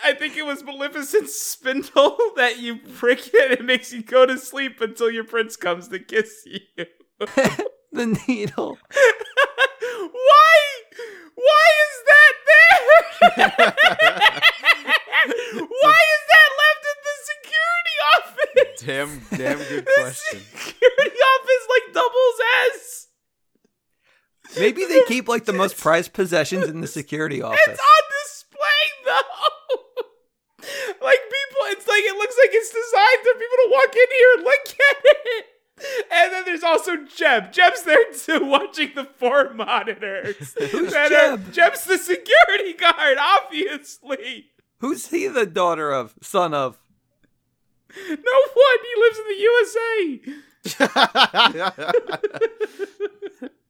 Speaker 3: I think it was Maleficent's spindle that you prick it and it makes you go to sleep until your prince comes to kiss you.
Speaker 1: The needle.
Speaker 3: Why? Why is that there? Why is that left in the security office?
Speaker 2: Damn, damn good
Speaker 3: The
Speaker 2: question.
Speaker 3: security office like doubles as.
Speaker 1: Maybe they keep like the most prized possessions in the security office.
Speaker 3: It's on display though. like people, it's like it looks like it's designed for people to walk in here and look at it. And then there's also Jeb. Jeb's there too, watching the four monitors. Who's
Speaker 1: Jeb?
Speaker 3: Jeb's the security guard, obviously.
Speaker 1: Who's he the daughter of? Son of?
Speaker 3: No one. He lives in the USA.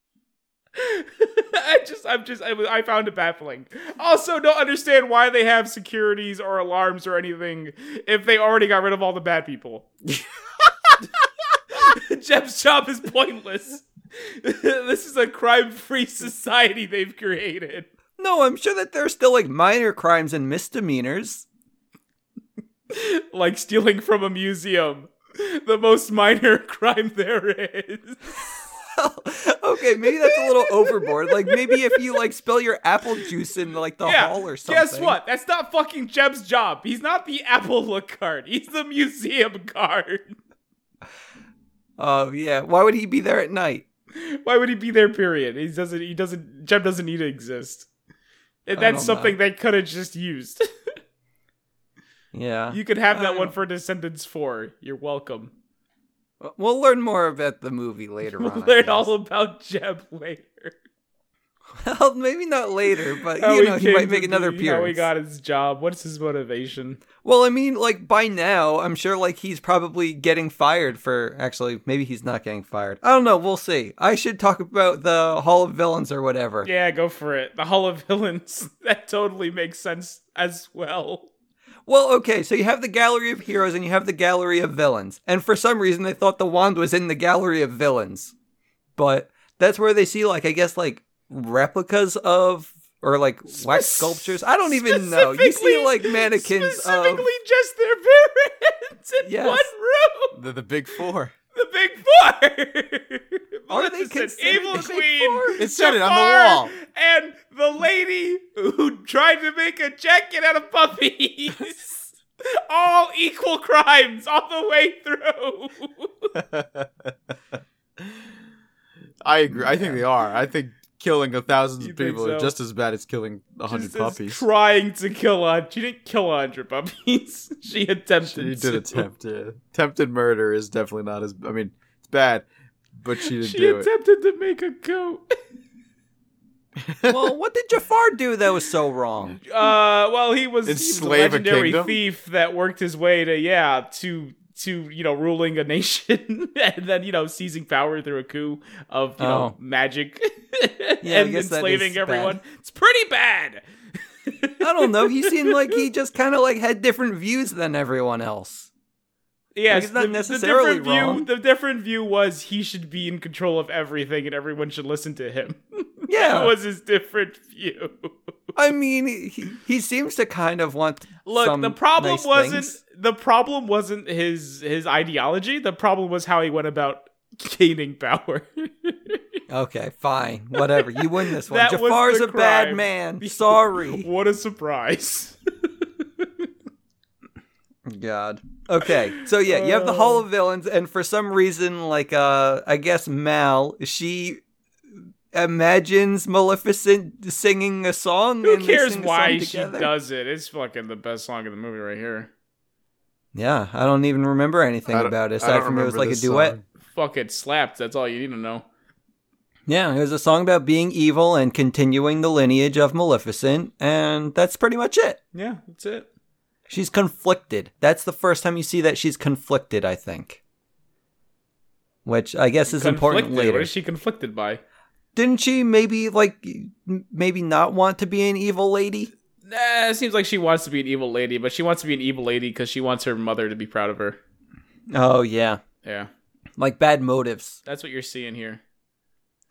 Speaker 3: I just, I'm just, I, I found it baffling. Also, don't understand why they have securities or alarms or anything if they already got rid of all the bad people. Jeb's job is pointless. this is a crime-free society they've created.
Speaker 1: No, I'm sure that there are still like minor crimes and misdemeanors.
Speaker 3: like stealing from a museum. The most minor crime there is.
Speaker 1: okay, maybe that's a little overboard. Like maybe if you like spill your apple juice in like the
Speaker 3: yeah.
Speaker 1: hall or something.
Speaker 3: Guess what? That's not fucking Jeb's job. He's not the Apple look guard. He's the museum guard.
Speaker 1: Oh yeah. Why would he be there at night?
Speaker 3: Why would he be there? Period. He doesn't. He doesn't. Jeb doesn't need to exist. And
Speaker 1: I
Speaker 3: that's
Speaker 1: don't know.
Speaker 3: something they could have just used.
Speaker 1: Yeah.
Speaker 3: you could have
Speaker 1: I
Speaker 3: that
Speaker 1: don't-
Speaker 3: one for Descendants Four. You're welcome.
Speaker 1: We'll learn more about the movie later
Speaker 3: We'll
Speaker 1: on. I
Speaker 3: learn
Speaker 1: guess.
Speaker 3: all about Jeb later.
Speaker 1: well, maybe not later, but
Speaker 3: How
Speaker 1: you know he
Speaker 3: came
Speaker 1: might
Speaker 3: to
Speaker 1: make another
Speaker 3: be, How he
Speaker 1: appearance.
Speaker 3: got his job. What's his motivation?
Speaker 1: Well, I mean, like by now, I'm sure like he's probably getting fired for actually maybe he's not getting fired. I don't know, we'll see. I should talk about the Hall of Villains or whatever.
Speaker 3: Yeah, go for it. The Hall of Villains. That totally makes sense as well.
Speaker 1: Well, okay, so you have the Gallery of Heroes and you have the Gallery of Villains. And for some reason they thought the wand was in the Gallery of Villains. But that's where they see like I guess like replicas of or like wax sculptures. I don't even know. You see
Speaker 3: Specifically-
Speaker 1: like mannequins of
Speaker 3: specifically just their parents in
Speaker 1: Yes.
Speaker 3: one room.
Speaker 2: The, the big four.
Speaker 3: The Big Four.
Speaker 1: Are they
Speaker 3: Maleficent,
Speaker 1: considered
Speaker 3: Evil
Speaker 1: the Big
Speaker 3: Queen?
Speaker 1: Four?
Speaker 2: It said it on the
Speaker 3: Jafar,
Speaker 2: wall.
Speaker 3: And the lady who tried to make a jacket out of puppies. all equal crimes all the way through.
Speaker 2: I agree. I think they are. I think killing a thousand
Speaker 3: You think
Speaker 2: people
Speaker 3: so?
Speaker 2: is just as bad as killing a hundred
Speaker 3: Just is
Speaker 2: puppies.
Speaker 3: Trying to kill a she didn't kill a hundred puppies. she attempted.
Speaker 2: she
Speaker 3: to.
Speaker 2: did attempt it. Attempted murder is definitely not as. I mean, it's bad, but she didn't
Speaker 3: She
Speaker 2: do it.
Speaker 3: attempted to make a goat.
Speaker 1: Well, what did Jafar do that was so wrong?
Speaker 3: Uh, well, he was, he was a
Speaker 2: Enslave a
Speaker 3: legendary
Speaker 2: kingdom?
Speaker 3: thief that worked his way to yeah to to you know ruling a nation and then you know seizing power through a coup of you
Speaker 1: Oh.
Speaker 3: know magic
Speaker 1: Yeah, I
Speaker 3: and
Speaker 1: guess that is
Speaker 3: enslaving
Speaker 1: bad.
Speaker 3: everyone. It's pretty bad.
Speaker 1: I don't know. He seemed like he just kind of like had different views than everyone else.
Speaker 3: Yes,
Speaker 1: it's not
Speaker 3: the,
Speaker 1: necessarily
Speaker 3: the different view.
Speaker 1: wrong.
Speaker 3: The different view was he should be in control of everything, and everyone should listen to him. that
Speaker 1: Yeah.
Speaker 3: was his different view.
Speaker 1: I mean, he, he seems to kind of want.
Speaker 3: Look,
Speaker 1: some
Speaker 3: the problem
Speaker 1: nice
Speaker 3: wasn't
Speaker 1: things.
Speaker 3: the problem wasn't his his ideology. The problem was how he went about gaining power.
Speaker 1: Okay, fine, whatever. You win this one.
Speaker 3: That was
Speaker 1: Jafar's
Speaker 3: the
Speaker 1: a bad
Speaker 3: crime.
Speaker 1: man. Sorry.
Speaker 3: what a surprise!
Speaker 1: God. Okay, so yeah, you have the Hall
Speaker 3: Uh.
Speaker 1: of Villains, and for some reason, like, uh, I guess Mal, she imagines Maleficent singing a song.
Speaker 3: Who
Speaker 1: and they
Speaker 3: cares
Speaker 1: sing a
Speaker 3: why
Speaker 1: song
Speaker 3: she
Speaker 1: together.
Speaker 3: does it? It's fucking the best song in the movie right here.
Speaker 1: Yeah, I don't even remember
Speaker 2: I
Speaker 1: anything
Speaker 2: don't-
Speaker 1: about it
Speaker 2: I
Speaker 1: aside
Speaker 2: don't
Speaker 1: from it was
Speaker 2: remember
Speaker 1: like a
Speaker 2: this
Speaker 1: duet.
Speaker 2: song.
Speaker 3: Fuck it, slapped. That's all you need to know.
Speaker 1: Yeah, it was a song about being evil and continuing the lineage of Maleficent, and that's pretty much it.
Speaker 3: Yeah, that's it.
Speaker 1: She's conflicted. That's the first time you see that she's conflicted, I think. Which I guess is important
Speaker 3: Conflicted. What
Speaker 1: later.
Speaker 3: is she conflicted by?
Speaker 1: Didn't she maybe like m- maybe not want to be an evil lady?
Speaker 3: Nah, it seems like she wants to be an evil lady, but she wants to be an evil lady because she wants her mother to be proud of her.
Speaker 1: Oh yeah,
Speaker 3: Yeah,
Speaker 1: like bad motives.
Speaker 3: that's what you're seeing here.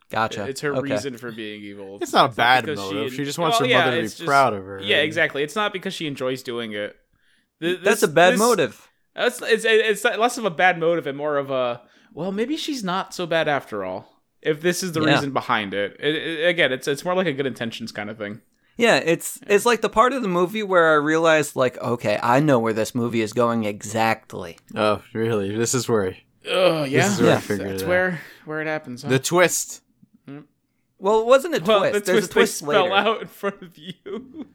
Speaker 1: Gotcha.
Speaker 3: It's her
Speaker 1: okay.
Speaker 3: reason for being evil.
Speaker 2: It's not a bad
Speaker 3: because she-
Speaker 2: motive. She, just wants
Speaker 3: well,
Speaker 2: her
Speaker 3: yeah,
Speaker 2: mother to be
Speaker 3: it's just-
Speaker 2: proud of her.
Speaker 3: Yeah, exactly. It's not because she enjoys doing it. Th- this-
Speaker 1: That's a bad
Speaker 3: this-
Speaker 1: motive.
Speaker 3: That's it's, it's less of a bad motive and more of a well, maybe she's not so bad after all. If this is the
Speaker 1: Yeah.
Speaker 3: reason behind it. It- it- again, it's it's more like a good intentions kind of thing.
Speaker 1: Yeah, it's it's like the part of the movie where I realized like, okay, I know where this movie is going exactly.
Speaker 2: Oh, really? This is where
Speaker 3: Oh yeah,
Speaker 2: is where I
Speaker 3: That's-
Speaker 2: figured
Speaker 3: that's
Speaker 2: it out.
Speaker 3: where where it happens. Huh?
Speaker 2: the twist.
Speaker 1: Well, it wasn't a
Speaker 3: well,
Speaker 1: twist.
Speaker 3: the
Speaker 1: There's
Speaker 3: twist,
Speaker 1: a twist
Speaker 3: they
Speaker 1: later.
Speaker 3: spell out in front of you.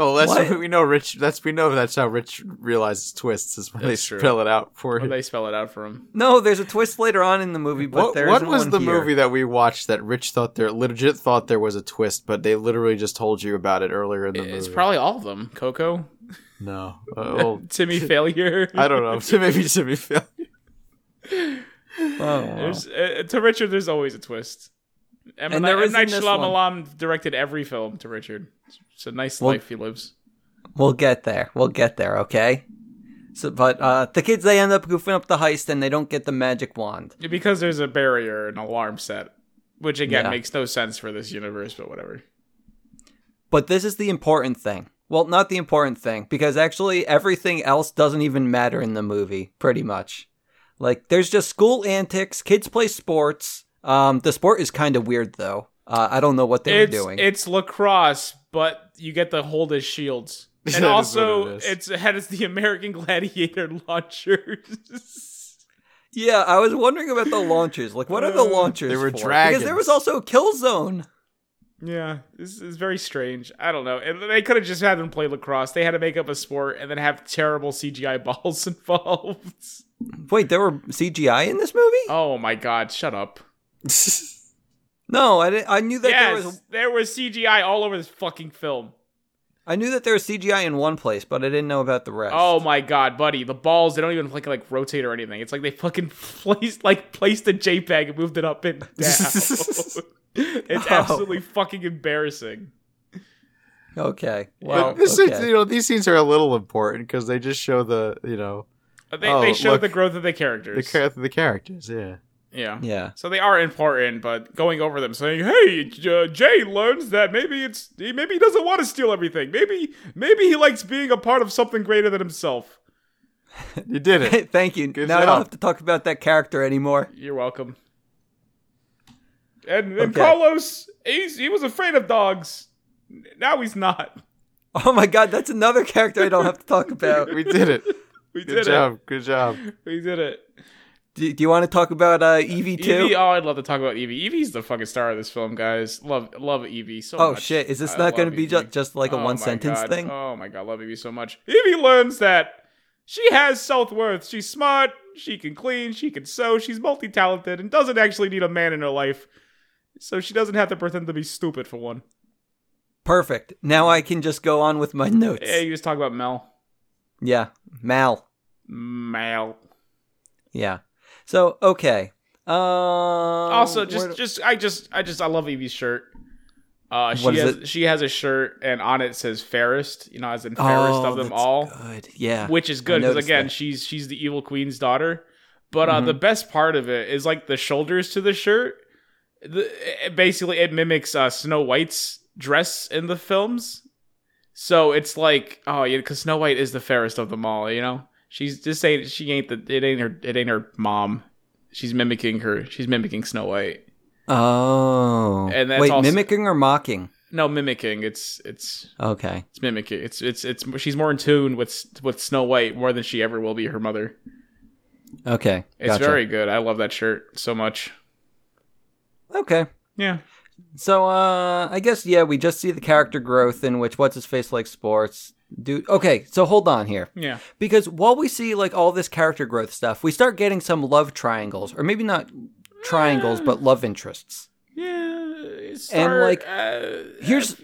Speaker 2: Oh, that's
Speaker 1: What?
Speaker 2: we know. Rich. That's we know. That's how Rich realizes twists is when
Speaker 3: That's
Speaker 2: they
Speaker 3: true.
Speaker 2: spell it out for
Speaker 3: or
Speaker 2: him.
Speaker 3: they spell it out for him.
Speaker 1: No, there's a twist later on in the movie, but
Speaker 2: what
Speaker 1: there
Speaker 2: what
Speaker 1: isn't
Speaker 2: was
Speaker 1: one
Speaker 2: the
Speaker 1: here.
Speaker 2: movie that we watched that Rich thought there legit thought there was a twist, but they literally just told you about it earlier in the movie?
Speaker 3: It's probably all of them. Coco,
Speaker 2: no. Oh,
Speaker 3: Timmy failure.
Speaker 2: I don't know. So Maybe Timmy Fail.
Speaker 1: Oh, wow.
Speaker 3: There's, uh, to Richard, there's always a twist. M.
Speaker 1: And
Speaker 3: Night,
Speaker 1: there
Speaker 3: M.
Speaker 1: is
Speaker 3: Night
Speaker 1: in this
Speaker 3: Shyamalan directed every film to Richard. It's a nice
Speaker 1: Well-
Speaker 3: life he lives.
Speaker 1: We'll get there. We'll get there. Okay. So, but uh, the kids they end up goofing up the heist and they don't get the magic wand.
Speaker 3: Because there's a barrier, an alarm set, which again
Speaker 1: Yeah.
Speaker 3: makes no sense for this universe, but whatever.
Speaker 1: But this is the important thing. Well, not the important thing, because actually everything else doesn't even matter in the movie, pretty much. Like, there's just school antics, kids play sports. Um, the sport is kind of weird, though. Uh, I don't know what they
Speaker 3: it's,
Speaker 1: were doing.
Speaker 3: It's lacrosse, but you get to hold as shields.
Speaker 2: That
Speaker 3: And
Speaker 2: is
Speaker 3: also,
Speaker 2: what it is.
Speaker 3: it's it has the American Gladiator launchers.
Speaker 1: yeah, I was wondering about the launchers. Like, what are the
Speaker 3: Uh,
Speaker 1: launchers?
Speaker 2: They were
Speaker 1: for? Because there
Speaker 2: dragons.
Speaker 1: was also Killzone.
Speaker 3: yeah, this is very strange. I don't know. And they could have just had them play lacrosse. They had to make up a sport and then have terrible CGI balls involved.
Speaker 1: Wait, there were CGI in this movie?
Speaker 3: Oh my god, shut up.
Speaker 1: No, I, didn't, I knew that
Speaker 3: yes,
Speaker 1: there was.
Speaker 3: CGI all over this fucking film.
Speaker 1: I knew that there was CGI in one place, but I didn't know about the rest.
Speaker 3: Oh my god, buddy, the balls they don't even like like rotate or anything. It's like they fucking placed like placed a JPEG and moved it up and down. it's absolutely fucking embarrassing.
Speaker 1: okay.
Speaker 2: But
Speaker 1: Well,
Speaker 2: this is,
Speaker 1: okay.
Speaker 2: you know, these scenes are a little important because they just show the, you know,
Speaker 3: But Uh, They,
Speaker 2: Oh,
Speaker 3: they showed
Speaker 2: look.
Speaker 3: the growth of the
Speaker 2: the,
Speaker 3: characters.
Speaker 2: char- the characters. Yeah.
Speaker 3: yeah.
Speaker 1: yeah.
Speaker 3: So they are important, but going over them saying, "Hey, J- uh, Jay learns that maybe it's he- maybe he doesn't want to steal everything. Maybe maybe he likes being a part of something greater than himself."
Speaker 2: You did it.
Speaker 1: Thank you.
Speaker 2: Good
Speaker 1: now I don't
Speaker 2: job.
Speaker 1: have to talk about that character anymore.
Speaker 3: You're welcome. And, and
Speaker 1: Okay.
Speaker 3: Carlos, he's, he was afraid of dogs. N- Now he's not.
Speaker 1: Oh my god, that's another character I don't have to talk about.
Speaker 2: we did it.
Speaker 3: We
Speaker 2: Good
Speaker 3: did
Speaker 2: job. Good job.
Speaker 3: it. We did it.
Speaker 1: Do, do you want to talk about uh, Evie too?
Speaker 3: Evie, oh, I'd love to talk about Evie. Evie's the fucking star of this film, guys. Love love Evie so
Speaker 1: oh
Speaker 3: much.
Speaker 1: shit, is this
Speaker 3: I
Speaker 1: not going to
Speaker 3: love
Speaker 1: be
Speaker 3: Evie.
Speaker 1: just, just like a
Speaker 3: Oh
Speaker 1: one
Speaker 3: my
Speaker 1: sentence
Speaker 3: God.
Speaker 1: thing?
Speaker 3: Oh my god, love Evie so much. Evie learns that she has self worth. She's smart. She can clean. She can sew. She's multi talented and doesn't actually need a man in her life. So she doesn't have to pretend to be stupid for one.
Speaker 1: Perfect. Now I can just go on with my notes.
Speaker 3: Yeah, you just talk about Mel.
Speaker 1: Yeah, Mal.
Speaker 3: Mel.
Speaker 1: Yeah. So okay. Um,
Speaker 3: also,
Speaker 1: where
Speaker 3: just
Speaker 1: do-
Speaker 3: just I just I just I love Evie's shirt. Uh, she
Speaker 1: What is
Speaker 3: has she has a shirt and on it says fairest, you know, as in fairest
Speaker 1: oh,
Speaker 3: of them
Speaker 1: that's
Speaker 3: all.
Speaker 1: Good. Yeah.
Speaker 3: which is good because
Speaker 1: noticed
Speaker 3: again
Speaker 1: that.
Speaker 3: she's she's the evil queen's daughter but uh
Speaker 1: Mhm.
Speaker 3: the best part of it is like the shoulders to the shirt the, it, basically it mimics uh snow white's dress in the films so it's like oh yeah because snow white is the fairest of them all you know she's just saying she ain't the it ain't her it ain't her mom she's mimicking her she's mimicking snow white
Speaker 1: Oh.
Speaker 3: And that's
Speaker 1: wait,
Speaker 3: also-
Speaker 1: mimicking or mocking?
Speaker 3: no mimicking it's it's
Speaker 1: Okay.
Speaker 3: it's mimicking it's it's it's she's more in tune with with snow white more than she ever will be her mother
Speaker 1: Okay.
Speaker 3: It's
Speaker 1: Gotcha.
Speaker 3: very good. I love that shirt so much.
Speaker 1: okay.
Speaker 3: Yeah.
Speaker 1: So uh I guess yeah, we just see the character growth in which what's his face like sports. Dude, okay, so hold on here.
Speaker 3: Yeah.
Speaker 1: Because while we see like all this character growth stuff, we start getting some love triangles or maybe not triangles but love interests.
Speaker 3: Yeah.
Speaker 1: like,
Speaker 3: uh,
Speaker 1: Here's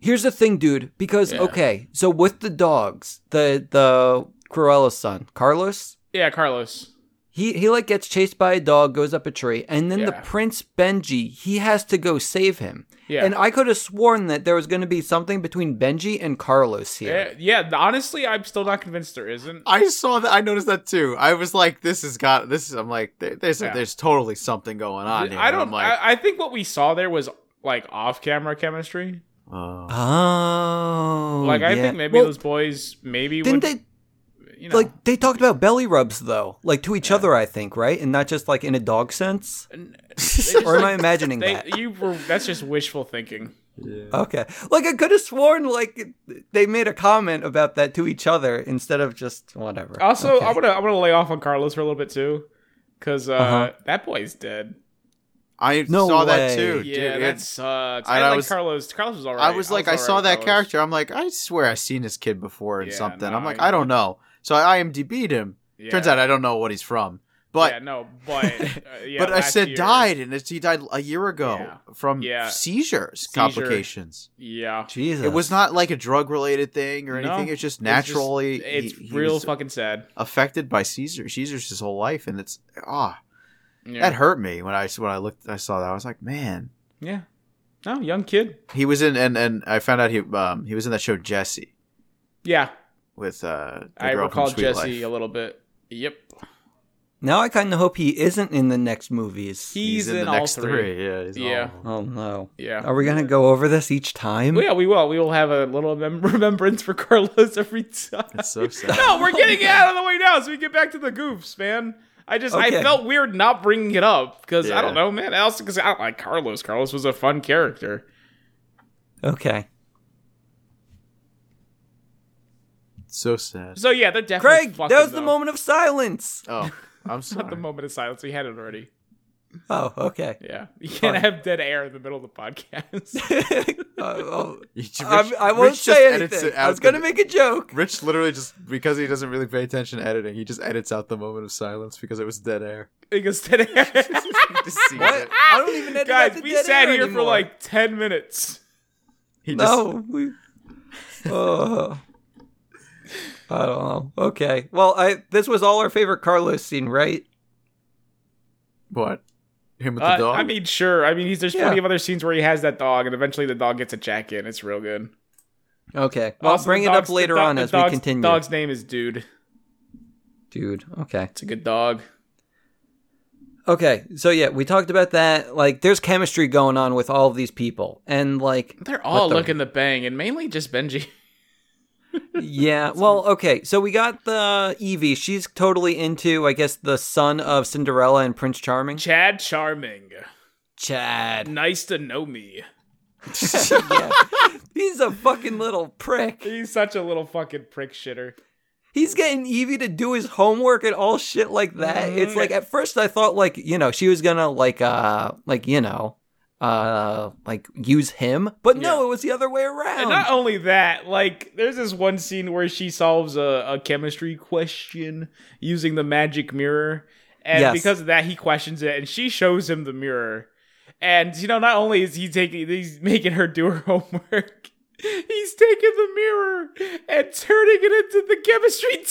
Speaker 1: Here's the thing, dude, because
Speaker 3: Yeah.
Speaker 1: okay, so with the dogs, the the Cruella's son, Carlos,
Speaker 3: Yeah, Carlos.
Speaker 1: he he like gets chased by a dog, goes up a tree, and then the
Speaker 3: Yeah.
Speaker 1: prince Benji, he has to go save him.
Speaker 3: Yeah.
Speaker 1: And I could have sworn that there was going to be something between Benji and Carlos here.
Speaker 3: yeah. Yeah. Honestly, I'm still not convinced there isn't.
Speaker 2: I saw that. I noticed that too. I was like, "This has got this." Is I'm like, there, "There's
Speaker 3: Yeah.
Speaker 2: there's totally something going on." Here.
Speaker 3: I don't.
Speaker 2: I'm like,
Speaker 3: I, I think what we saw there was like off-camera chemistry.
Speaker 2: oh.
Speaker 1: Oh,
Speaker 3: Like I
Speaker 1: yeah.
Speaker 3: think maybe
Speaker 1: Well,
Speaker 3: those boys maybe
Speaker 1: didn't
Speaker 3: would,
Speaker 1: they
Speaker 3: you know
Speaker 1: like they talked about belly rubs though, like to each other, I think, right, and not just like in a dog sense.
Speaker 3: n- they
Speaker 1: or am
Speaker 3: just,
Speaker 1: I imagining
Speaker 3: like,
Speaker 1: that?
Speaker 3: they, you were that's just wishful thinking.
Speaker 1: Okay, like I could have sworn like they made a comment about that to each other instead of just whatever.
Speaker 3: Also,
Speaker 1: Okay.
Speaker 3: I want to I want to lay off on Carlos for a little bit too, because uh,
Speaker 1: Uh-huh.
Speaker 3: that boy's dead.
Speaker 2: I
Speaker 1: No way.
Speaker 2: saw that too.
Speaker 3: Yeah,
Speaker 2: dude.
Speaker 3: that
Speaker 2: It's-
Speaker 3: sucks.
Speaker 2: and
Speaker 3: I,
Speaker 2: I
Speaker 3: like
Speaker 2: was-
Speaker 3: Carlos. Carlos was alright.
Speaker 2: I was like, I,
Speaker 3: alright
Speaker 2: saw
Speaker 3: with
Speaker 2: that
Speaker 3: Carlos.
Speaker 2: character. I'm like, I swear, I seen this kid before in
Speaker 3: Yeah,
Speaker 2: something.
Speaker 3: no,
Speaker 2: I'm like,
Speaker 3: I-
Speaker 2: I don't know. So I IMDb'd him.
Speaker 3: Yeah.
Speaker 2: Turns out I don't know what he's from, but
Speaker 3: yeah, no, but uh, yeah,
Speaker 2: but I
Speaker 3: last
Speaker 2: said
Speaker 3: year-
Speaker 2: died, and it's, he died a year ago
Speaker 3: Yeah.
Speaker 2: from
Speaker 3: Yeah.
Speaker 2: seizures
Speaker 3: Seizure.
Speaker 2: complications.
Speaker 3: Yeah,
Speaker 1: Jesus,
Speaker 2: It was not like a drug related thing or
Speaker 3: No.
Speaker 2: anything. It's just
Speaker 3: It's just-
Speaker 2: naturally
Speaker 3: it's,
Speaker 2: he- he
Speaker 3: real
Speaker 2: was
Speaker 3: fucking sad.
Speaker 2: affected by seizures, seizures his whole life, and it's ah,
Speaker 3: Yeah.
Speaker 2: that hurt me when I when I looked I saw that I was like man
Speaker 3: yeah, no, young kid.
Speaker 2: he was in and and I found out he um he was in that show Jesse
Speaker 3: Yeah,
Speaker 2: with uh the
Speaker 3: I
Speaker 2: girl from
Speaker 3: recall
Speaker 2: Sweet
Speaker 3: Jesse a
Speaker 2: Life.
Speaker 3: little bit. Yep.
Speaker 1: Now I kind of hope he isn't in the next movies.
Speaker 3: He's, in, all
Speaker 2: next
Speaker 3: three.
Speaker 2: Yeah, he's in
Speaker 3: Yeah.
Speaker 2: all of them.
Speaker 1: Oh no.
Speaker 3: Yeah.
Speaker 1: Are we gonna go over this each time?
Speaker 3: Well, yeah, we will. We will have a little mem- remembrance for Carlos every time.
Speaker 2: It's so sad.
Speaker 3: no, we're getting it out of the way now, so we get back to the goofs, man. I just I
Speaker 1: Okay.
Speaker 3: felt weird not bringing it up because I
Speaker 2: Yeah.
Speaker 3: don't know, man. I Also, because I don't like Carlos. Carlos was a fun character.
Speaker 1: Okay.
Speaker 2: so sad.
Speaker 3: So yeah, they're definitely.
Speaker 1: Craig, that
Speaker 3: fucking,
Speaker 1: was the
Speaker 3: though.
Speaker 1: moment of silence.
Speaker 2: Oh, I'm
Speaker 3: Not the
Speaker 2: sorry.
Speaker 3: moment of silence. We had it already.
Speaker 1: Oh, okay.
Speaker 3: Yeah, you can't have dead air in the middle of the podcast.
Speaker 1: Uh, oh,
Speaker 2: You ju-
Speaker 1: I'm-
Speaker 2: Rich-
Speaker 1: I won't
Speaker 2: Rich just
Speaker 1: say
Speaker 2: edits
Speaker 1: anything.
Speaker 2: it
Speaker 1: I
Speaker 2: out
Speaker 1: was gonna
Speaker 2: the-
Speaker 1: make a joke.
Speaker 2: Rich literally just because he doesn't really pay attention to editing, he just edits out the moment of silence because it was dead air.
Speaker 3: because dead air.
Speaker 2: He just sees
Speaker 1: What?
Speaker 2: it.
Speaker 1: I don't even edit out
Speaker 3: Guys,
Speaker 1: the
Speaker 3: we
Speaker 1: dead
Speaker 3: sat
Speaker 1: air
Speaker 3: here
Speaker 1: anymore.
Speaker 3: for like ten minutes.
Speaker 2: He just,
Speaker 1: no. We, oh. I don't know. Okay. Well, I this was all our favorite Carlos scene, right?
Speaker 2: What? Him with
Speaker 3: Uh,
Speaker 2: the dog?
Speaker 3: I mean, sure. I mean, he's, there's
Speaker 1: Yeah.
Speaker 3: plenty of other scenes where he has that dog, and eventually the dog gets a jack in. It's real good.
Speaker 1: Okay. Well,
Speaker 3: Also, the
Speaker 1: bring it
Speaker 3: dog's-
Speaker 1: up
Speaker 3: the
Speaker 1: later
Speaker 3: do-
Speaker 1: on
Speaker 3: the
Speaker 1: as we
Speaker 3: dog's-
Speaker 1: continue.
Speaker 3: Dog's name is Dude.
Speaker 1: Dude. Okay.
Speaker 3: It's a good dog.
Speaker 1: Okay, so yeah, we talked about that. Like, there's chemistry going on with all of these people, and like,
Speaker 3: They're all
Speaker 1: the-
Speaker 3: looking to bang, and mainly just Benji.
Speaker 1: yeah, well, okay, so we got the Evie. She's totally into, I guess, the son of Cinderella and Prince Charming,
Speaker 3: Chad Charming.
Speaker 1: Chad.
Speaker 3: Nice to know me.
Speaker 1: yeah, he's a fucking little prick.
Speaker 3: He's such a little fucking prick shitter.
Speaker 1: He's getting Evie to do his homework and all shit like that.
Speaker 3: Mm-hmm.
Speaker 1: It's like at first I thought like you know she was gonna like uh like you know uh like use him, but no,
Speaker 3: Yeah.
Speaker 1: it was the other way around.
Speaker 3: And not only that, like, there's this one scene where she solves a, a chemistry question using the magic mirror. And
Speaker 1: Yes.
Speaker 3: because of that, he questions it, and she shows him the mirror. And, you know, not only is he taking, he's making her do her homework, he's taking the mirror and turning it into the chemistry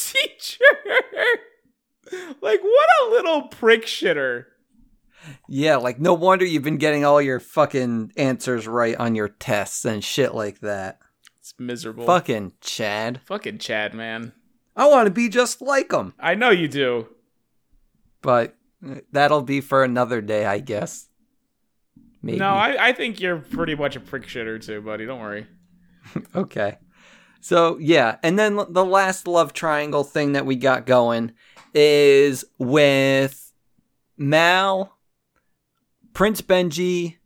Speaker 3: teacher. like, what a little prick shitter.
Speaker 1: Yeah, like no wonder you've been getting all your fucking answers right on your tests and shit like that.
Speaker 3: It's miserable.
Speaker 1: Fucking Chad.
Speaker 3: Fucking Chad, man.
Speaker 1: I want to be just like him,
Speaker 3: I know you do.
Speaker 1: but uh, that'll be for another day, I guess. Maybe.
Speaker 3: No, I, I think you're pretty much a prick shitter too, buddy. Don't worry.
Speaker 1: okay. So, yeah, and then l- the last love triangle thing that we got going is with Mal, Prince Benji,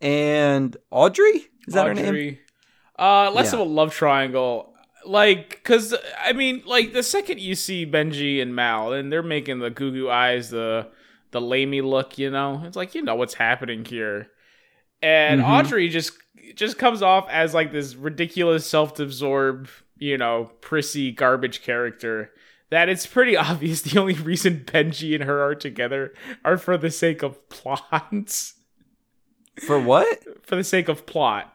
Speaker 1: and Audrey? Is that her name?
Speaker 3: Audrey. Uh, less
Speaker 1: Yeah.
Speaker 3: of a love triangle. Like, cause I mean, like the second you see Benji and Mal, and they're making the goo goo eyes, the the lamey look, you know, it's like you know what's happening here. And
Speaker 1: Mhm.
Speaker 3: Audrey just just comes off as like this ridiculous, self absorbed, you know, prissy garbage character. That it's pretty obvious the only reason Benji and her are together are for the sake of plots.
Speaker 1: For what?
Speaker 3: for the sake of plot.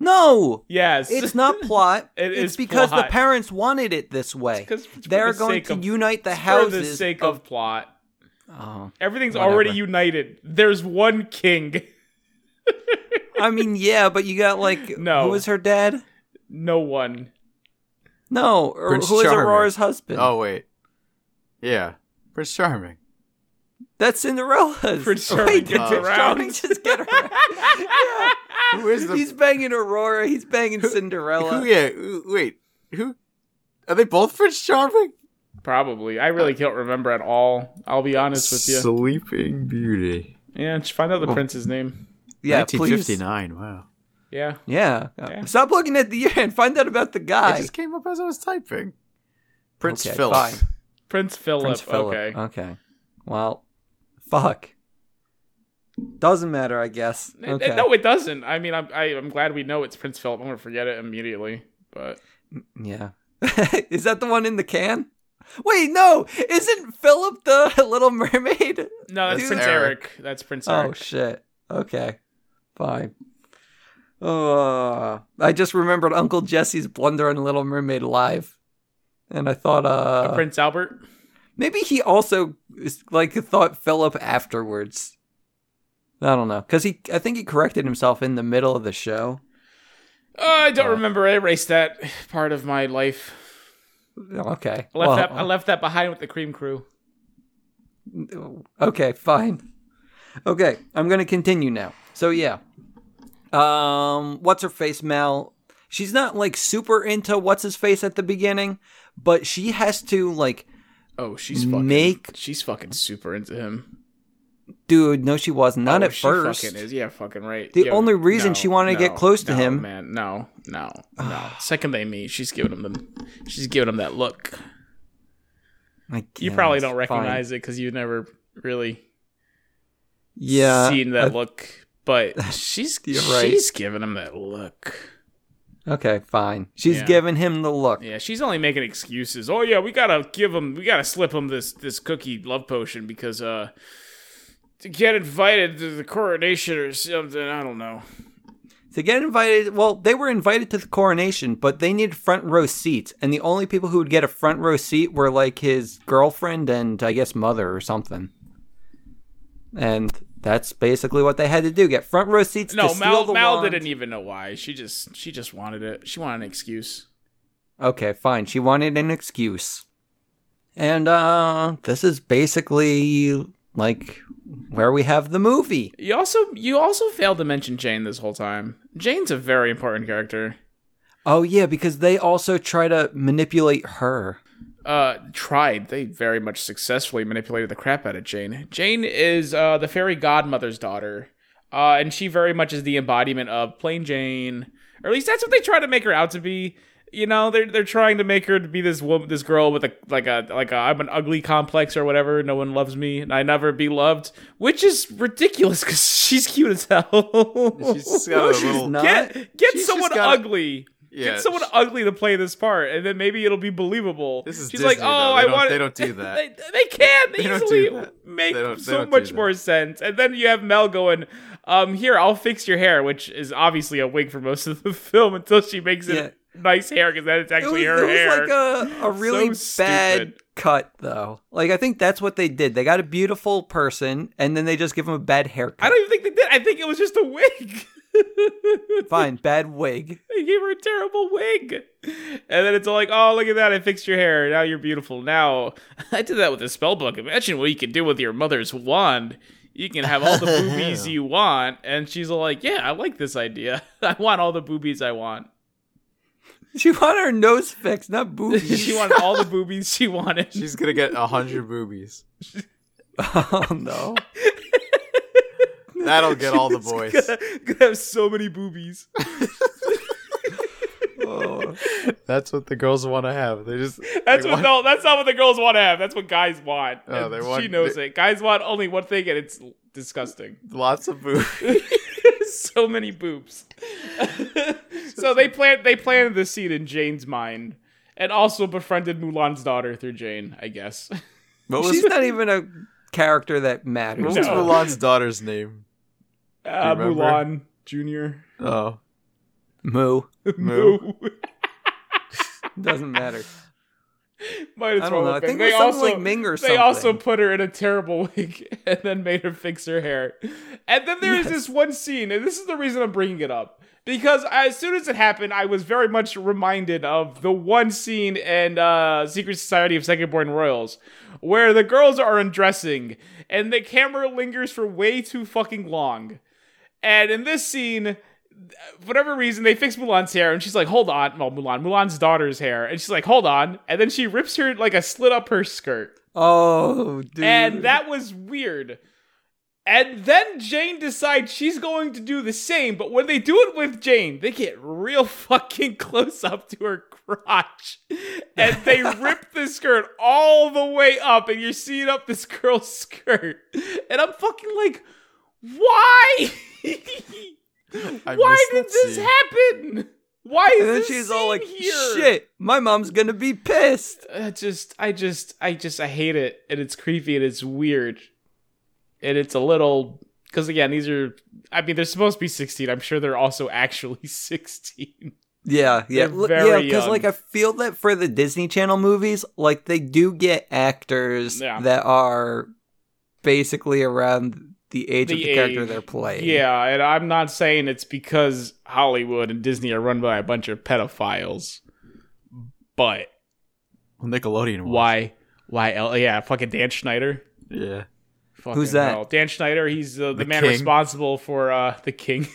Speaker 1: No!
Speaker 3: Yes.
Speaker 1: It's not plot.
Speaker 3: It
Speaker 1: it's
Speaker 3: is
Speaker 1: because
Speaker 3: plot.
Speaker 1: the parents wanted it this way.
Speaker 3: It's 'cause- it's for
Speaker 1: They're
Speaker 3: the
Speaker 1: going
Speaker 3: sake
Speaker 1: to
Speaker 3: of-
Speaker 1: unite the
Speaker 3: it's
Speaker 1: houses.
Speaker 3: For the sake of plot.
Speaker 1: Oh.
Speaker 3: Everything's
Speaker 1: Whatever.
Speaker 3: already united. There's one king.
Speaker 1: I mean, yeah, but you got like
Speaker 3: No.
Speaker 1: who was her dad?
Speaker 3: No one.
Speaker 1: No, or
Speaker 2: Prince
Speaker 1: who is
Speaker 2: Charming.
Speaker 1: Aurora's husband?
Speaker 2: oh wait, yeah, Prince Charming.
Speaker 1: that's Cinderella's.
Speaker 3: Prince
Speaker 1: Wait,
Speaker 3: Charming
Speaker 1: did
Speaker 3: gets
Speaker 1: Prince
Speaker 3: around.
Speaker 1: Charming just get around. yeah.
Speaker 2: Who is the?
Speaker 1: He's banging Aurora. He's banging
Speaker 2: Who-
Speaker 1: Cinderella.
Speaker 2: who, yeah, who- wait, who? Are they both Prince Charming?
Speaker 3: Probably. I really can't remember at all. I'll be honest with you.
Speaker 2: Sleeping Beauty.
Speaker 3: Yeah, just find out the prince's name.
Speaker 1: Yeah, please.
Speaker 2: 1959. Wow.
Speaker 3: Yeah.
Speaker 1: Yeah.
Speaker 3: Yeah.
Speaker 1: Stop looking at the year and find out about the guy.
Speaker 2: It just came up as I was typing. Prince
Speaker 1: Okay,
Speaker 2: Philip.
Speaker 1: fine.
Speaker 3: Prince Philip.
Speaker 1: Prince Philip. Uh,
Speaker 3: Okay.
Speaker 1: Okay. Well, fuck. Doesn't matter, I guess.
Speaker 3: N-
Speaker 1: Okay.
Speaker 3: No, it doesn't. I mean, I'm, I, I'm glad we know it's Prince Philip. I'm going to forget it immediately. But
Speaker 1: Yeah. Is that the one in the can? Wait, no. Isn't Philip the Little Mermaid?
Speaker 3: no, that's
Speaker 1: Dude.
Speaker 3: Prince Eric. That's Prince
Speaker 1: Oh
Speaker 3: Eric.
Speaker 1: shit. Okay. Fine. Oh, I just remembered Uncle Jesse's blunder on Little Mermaid live, and I thought, uh,
Speaker 3: Prince Albert.
Speaker 1: maybe he also is- like thought Philip afterwards. I don't know, cause he, I think he corrected himself in the middle of the show.
Speaker 3: Oh, I don't
Speaker 1: Oh.
Speaker 3: remember. I erased that part of my life.
Speaker 1: Okay.
Speaker 3: I left
Speaker 1: Well,
Speaker 3: that. I left that behind with the cream crew.
Speaker 1: Okay, fine. Okay, I'm gonna continue now. So yeah, um, what's her face, Mal? She's not like super into what's his face at the beginning, but she has to like,
Speaker 3: Oh, she's fucking.
Speaker 1: Make-
Speaker 3: she's fucking super into him.
Speaker 1: dude. No, she was not
Speaker 3: Oh,
Speaker 1: at
Speaker 3: she
Speaker 1: first.
Speaker 3: fucking is. Yeah, fucking right.
Speaker 1: The
Speaker 3: Yeah,
Speaker 1: only reason
Speaker 3: no,
Speaker 1: she wanted to get
Speaker 3: no,
Speaker 1: close to
Speaker 3: no,
Speaker 1: him-
Speaker 3: man, no, no, no. Second they meet, she's giving him the, she's giving him that look.
Speaker 1: I
Speaker 3: You probably
Speaker 1: guess,
Speaker 3: don't
Speaker 1: fine.
Speaker 3: recognize it because you've never really
Speaker 1: Yeah,
Speaker 3: seen that
Speaker 1: I-
Speaker 3: look. But she's
Speaker 1: You're right.
Speaker 3: she's giving him that look.
Speaker 1: Okay, fine. She's
Speaker 3: Yeah.
Speaker 1: giving him the look.
Speaker 3: Yeah, she's only making excuses. Oh yeah, we gotta give him, we gotta slip him this this cookie love potion because uh, to get invited to the coronation or something. I don't know.
Speaker 1: To get invited, well, they were invited to the coronation, but they needed front row seats, and the only people who would get a front row seat were like his girlfriend and I guess mother or something. And that's basically what they had to do: get front row seats.
Speaker 3: No,
Speaker 1: to steal
Speaker 3: Mal
Speaker 1: the
Speaker 3: Mal
Speaker 1: wand.
Speaker 3: didn't e- even know why. She just she just wanted it. She wanted an excuse.
Speaker 1: Okay, fine. She wanted an excuse. And uh this is basically like where we have the movie.
Speaker 3: You also you also failed to mention Jane this whole time. Jane's a very important character.
Speaker 1: Oh yeah, because they also try to manipulate her.
Speaker 3: Uh tried. They very much successfully manipulated the crap out of Jane. Jane is uh the fairy godmother's daughter. Uh and she very much is the embodiment of plain Jane. Or at least that's what they try to make her out to be. You know, they're they're trying to make her to be this woman this girl with a like a like a I'm an ugly complex or whatever, no one loves me and I never be loved, which is ridiculous cuz she's cute as hell.
Speaker 2: She's just got a
Speaker 1: she's
Speaker 2: little.
Speaker 1: not.
Speaker 3: get
Speaker 2: She's
Speaker 3: get
Speaker 2: just
Speaker 3: someone
Speaker 2: gotta-
Speaker 3: ugly.
Speaker 2: Yeah,
Speaker 3: get someone
Speaker 2: she-
Speaker 3: ugly to play this part, and then maybe it'll be believable.
Speaker 2: This is
Speaker 3: She's
Speaker 2: Disney,
Speaker 3: like, oh,
Speaker 2: though. They
Speaker 3: I
Speaker 2: don't-
Speaker 3: want.
Speaker 2: they don't do that.
Speaker 3: They, they can
Speaker 2: They don't
Speaker 3: easily
Speaker 2: do that.
Speaker 3: make
Speaker 2: They don't- they
Speaker 3: so
Speaker 2: don't do
Speaker 3: much
Speaker 2: that.
Speaker 3: more sense. And then you have Mel going, um, here, I'll fix your hair, which is obviously a wig for most of the film until she makes it nice hair because then it's
Speaker 1: It was,
Speaker 3: actually her
Speaker 1: it was
Speaker 3: hair.
Speaker 1: like a, a really
Speaker 3: So
Speaker 1: bad
Speaker 3: stupid.
Speaker 1: cut though. Like I think that's what they did. They got a beautiful person and then they just give him a bad
Speaker 3: I
Speaker 1: haircut.
Speaker 3: don't even think they did. I think it was just a wig.
Speaker 1: Fine, bad wig.
Speaker 3: They gave her a terrible wig. And then it's all like, oh, look at that. I fixed your hair. Now you're beautiful. Now, I did that with a spell book. Imagine what you can do with your mother's wand. You can have all the boobies you want. And she's all like, yeah, I like this idea. I want all the boobies I want.
Speaker 1: She wanted her nose fixed, not boobies.
Speaker 3: she wanted all the boobies she wanted.
Speaker 2: She's gonna get a hundred boobies.
Speaker 1: Oh no.
Speaker 2: That'll get all the boys.
Speaker 3: gonna, gonna have so many boobies.
Speaker 1: Oh.
Speaker 2: That's what the girls want to have. They just
Speaker 3: That's
Speaker 2: they want-
Speaker 3: what no, that's not what the girls want to have. That's what guys want.
Speaker 2: Oh,
Speaker 3: And
Speaker 2: they
Speaker 3: she
Speaker 2: want-
Speaker 3: knows
Speaker 2: they-
Speaker 3: it. Guys want only one thing, and it's disgusting.
Speaker 2: lots of boobies.
Speaker 3: so many boobs. so they plan they planted the seed in Jane's mind, and also befriended Mulan's daughter through Jane, I guess.
Speaker 2: What was,
Speaker 1: She's not even a character that
Speaker 2: what
Speaker 1: matters.
Speaker 2: was
Speaker 3: No.
Speaker 2: Mulan's daughter's name?
Speaker 3: Uh,
Speaker 2: remember?
Speaker 3: Mulan Junior.
Speaker 2: Oh,
Speaker 1: Moo.
Speaker 2: Moo.
Speaker 1: Doesn't matter.
Speaker 3: Might
Speaker 1: I
Speaker 3: as
Speaker 1: don't
Speaker 3: well.
Speaker 1: know. I
Speaker 3: have
Speaker 1: think
Speaker 3: been.
Speaker 1: it was
Speaker 3: They
Speaker 1: something
Speaker 3: also
Speaker 1: like Ming or
Speaker 3: they also
Speaker 1: something.
Speaker 3: put her in a terrible wig and then made her fix her hair. And then there is this one scene, and this is the reason I'm bringing it up because as soon as it happened, I was very much reminded of the one scene in uh, Secret Society of Secondborn Royals where the girls are undressing and the camera lingers for way too fucking long. And in this scene, whatever reason, they fix Mulan's hair, and she's like, "Hold on, well, Mulan, Mulan's daughter's hair," and she's like, "Hold on," and then she rips her like a slit up her skirt,
Speaker 1: Oh, dude.
Speaker 3: and that was weird. And then Jane decides she's going to do the same, but when they do it with Jane, they get real fucking close up to her crotch. And they rip the skirt all the way up, and you're seeing up this girl's skirt. And I'm fucking like, why?
Speaker 2: I
Speaker 3: Why
Speaker 2: missed
Speaker 3: did
Speaker 2: that
Speaker 3: this
Speaker 2: scene.
Speaker 3: happen? Why is
Speaker 1: And then
Speaker 3: this
Speaker 1: she's all
Speaker 3: scene
Speaker 1: like,
Speaker 3: here?
Speaker 1: shit, my mom's gonna be pissed.
Speaker 3: I just, I just, I just, I hate it, and it's creepy, and it's weird, and it's a little. Because again, these are, I mean, they're supposed to be sixteen. I'm sure they're also actually sixteen.
Speaker 1: Yeah, yeah.
Speaker 3: They're
Speaker 1: L-
Speaker 3: very
Speaker 1: yeah, because,
Speaker 3: young.
Speaker 1: like, I feel that for the Disney Channel movies, like, they do get actors
Speaker 3: Yeah.
Speaker 1: that are basically around the age of
Speaker 3: The
Speaker 1: the character
Speaker 3: age.
Speaker 1: they're playing.
Speaker 3: Yeah, and I'm not saying it's because Hollywood and Disney are run by a bunch of pedophiles, but
Speaker 2: Well, Nickelodeon. was.
Speaker 3: why, why? El- yeah, fucking Dan Schneider.
Speaker 2: Yeah.
Speaker 3: Fucking
Speaker 1: Who's that?
Speaker 3: hell. Dan Schneider. He's uh,
Speaker 2: The
Speaker 3: the, man
Speaker 2: king?
Speaker 3: responsible for uh, the king.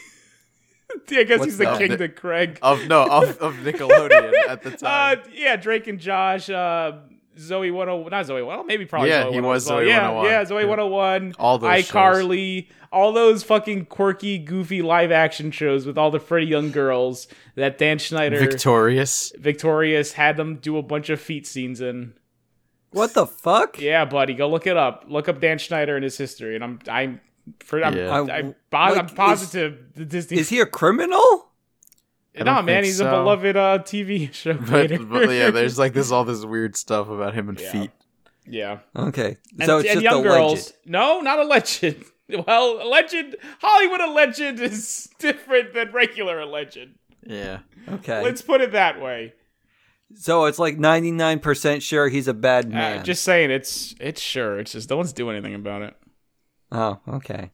Speaker 3: yeah, I guess
Speaker 1: What's
Speaker 3: he's the
Speaker 1: that?
Speaker 3: king to Craig.
Speaker 2: Of no, of, of Nickelodeon at the
Speaker 3: Uh,
Speaker 2: time.
Speaker 3: yeah, Drake and Josh. Uh, Zoe 101. Not Zoe 101. Maybe probably
Speaker 2: Yeah,
Speaker 3: Zoe
Speaker 2: he
Speaker 3: 101
Speaker 2: was
Speaker 3: as well.
Speaker 2: Zoe
Speaker 3: yeah,
Speaker 2: 101.
Speaker 3: Yeah, Zoe
Speaker 2: Yeah.
Speaker 3: 101.
Speaker 2: All those shows.
Speaker 3: iCarly. All those fucking quirky, goofy live action shows with all the pretty young girls that Dan Schneider.
Speaker 2: Victorious.
Speaker 3: Victorious had them do a bunch of feet scenes in.
Speaker 1: What the fuck?
Speaker 3: Yeah, buddy, go look it up. Look up Dan Schneider and his history, and I'm I'm for, I'm,
Speaker 2: Yeah.
Speaker 3: I'm,
Speaker 1: I-
Speaker 3: I'm,
Speaker 1: like,
Speaker 3: I'm positive the Disney.
Speaker 1: Is he a criminal?
Speaker 2: I
Speaker 3: no
Speaker 2: don't
Speaker 3: man,
Speaker 2: think
Speaker 3: he's
Speaker 2: so.
Speaker 3: a beloved uh, TV show
Speaker 2: But,
Speaker 3: creator.
Speaker 2: but yeah, there's like this all this weird stuff about him and
Speaker 3: Yeah.
Speaker 2: feet.
Speaker 3: yeah,
Speaker 1: Okay,
Speaker 3: and,
Speaker 1: so it's
Speaker 3: and
Speaker 1: just
Speaker 3: young
Speaker 1: a
Speaker 3: girls.
Speaker 1: legend.
Speaker 3: No, not a legend. Well, a legend, Hollywood a legend is different than regular a legend.
Speaker 2: Yeah.
Speaker 1: Okay,
Speaker 3: Let's put it that way.
Speaker 1: so it's like ninety nine percent sure he's a bad man.
Speaker 3: Uh, just saying, it's it's sure. It's just no one's doing anything about it.
Speaker 1: oh, okay.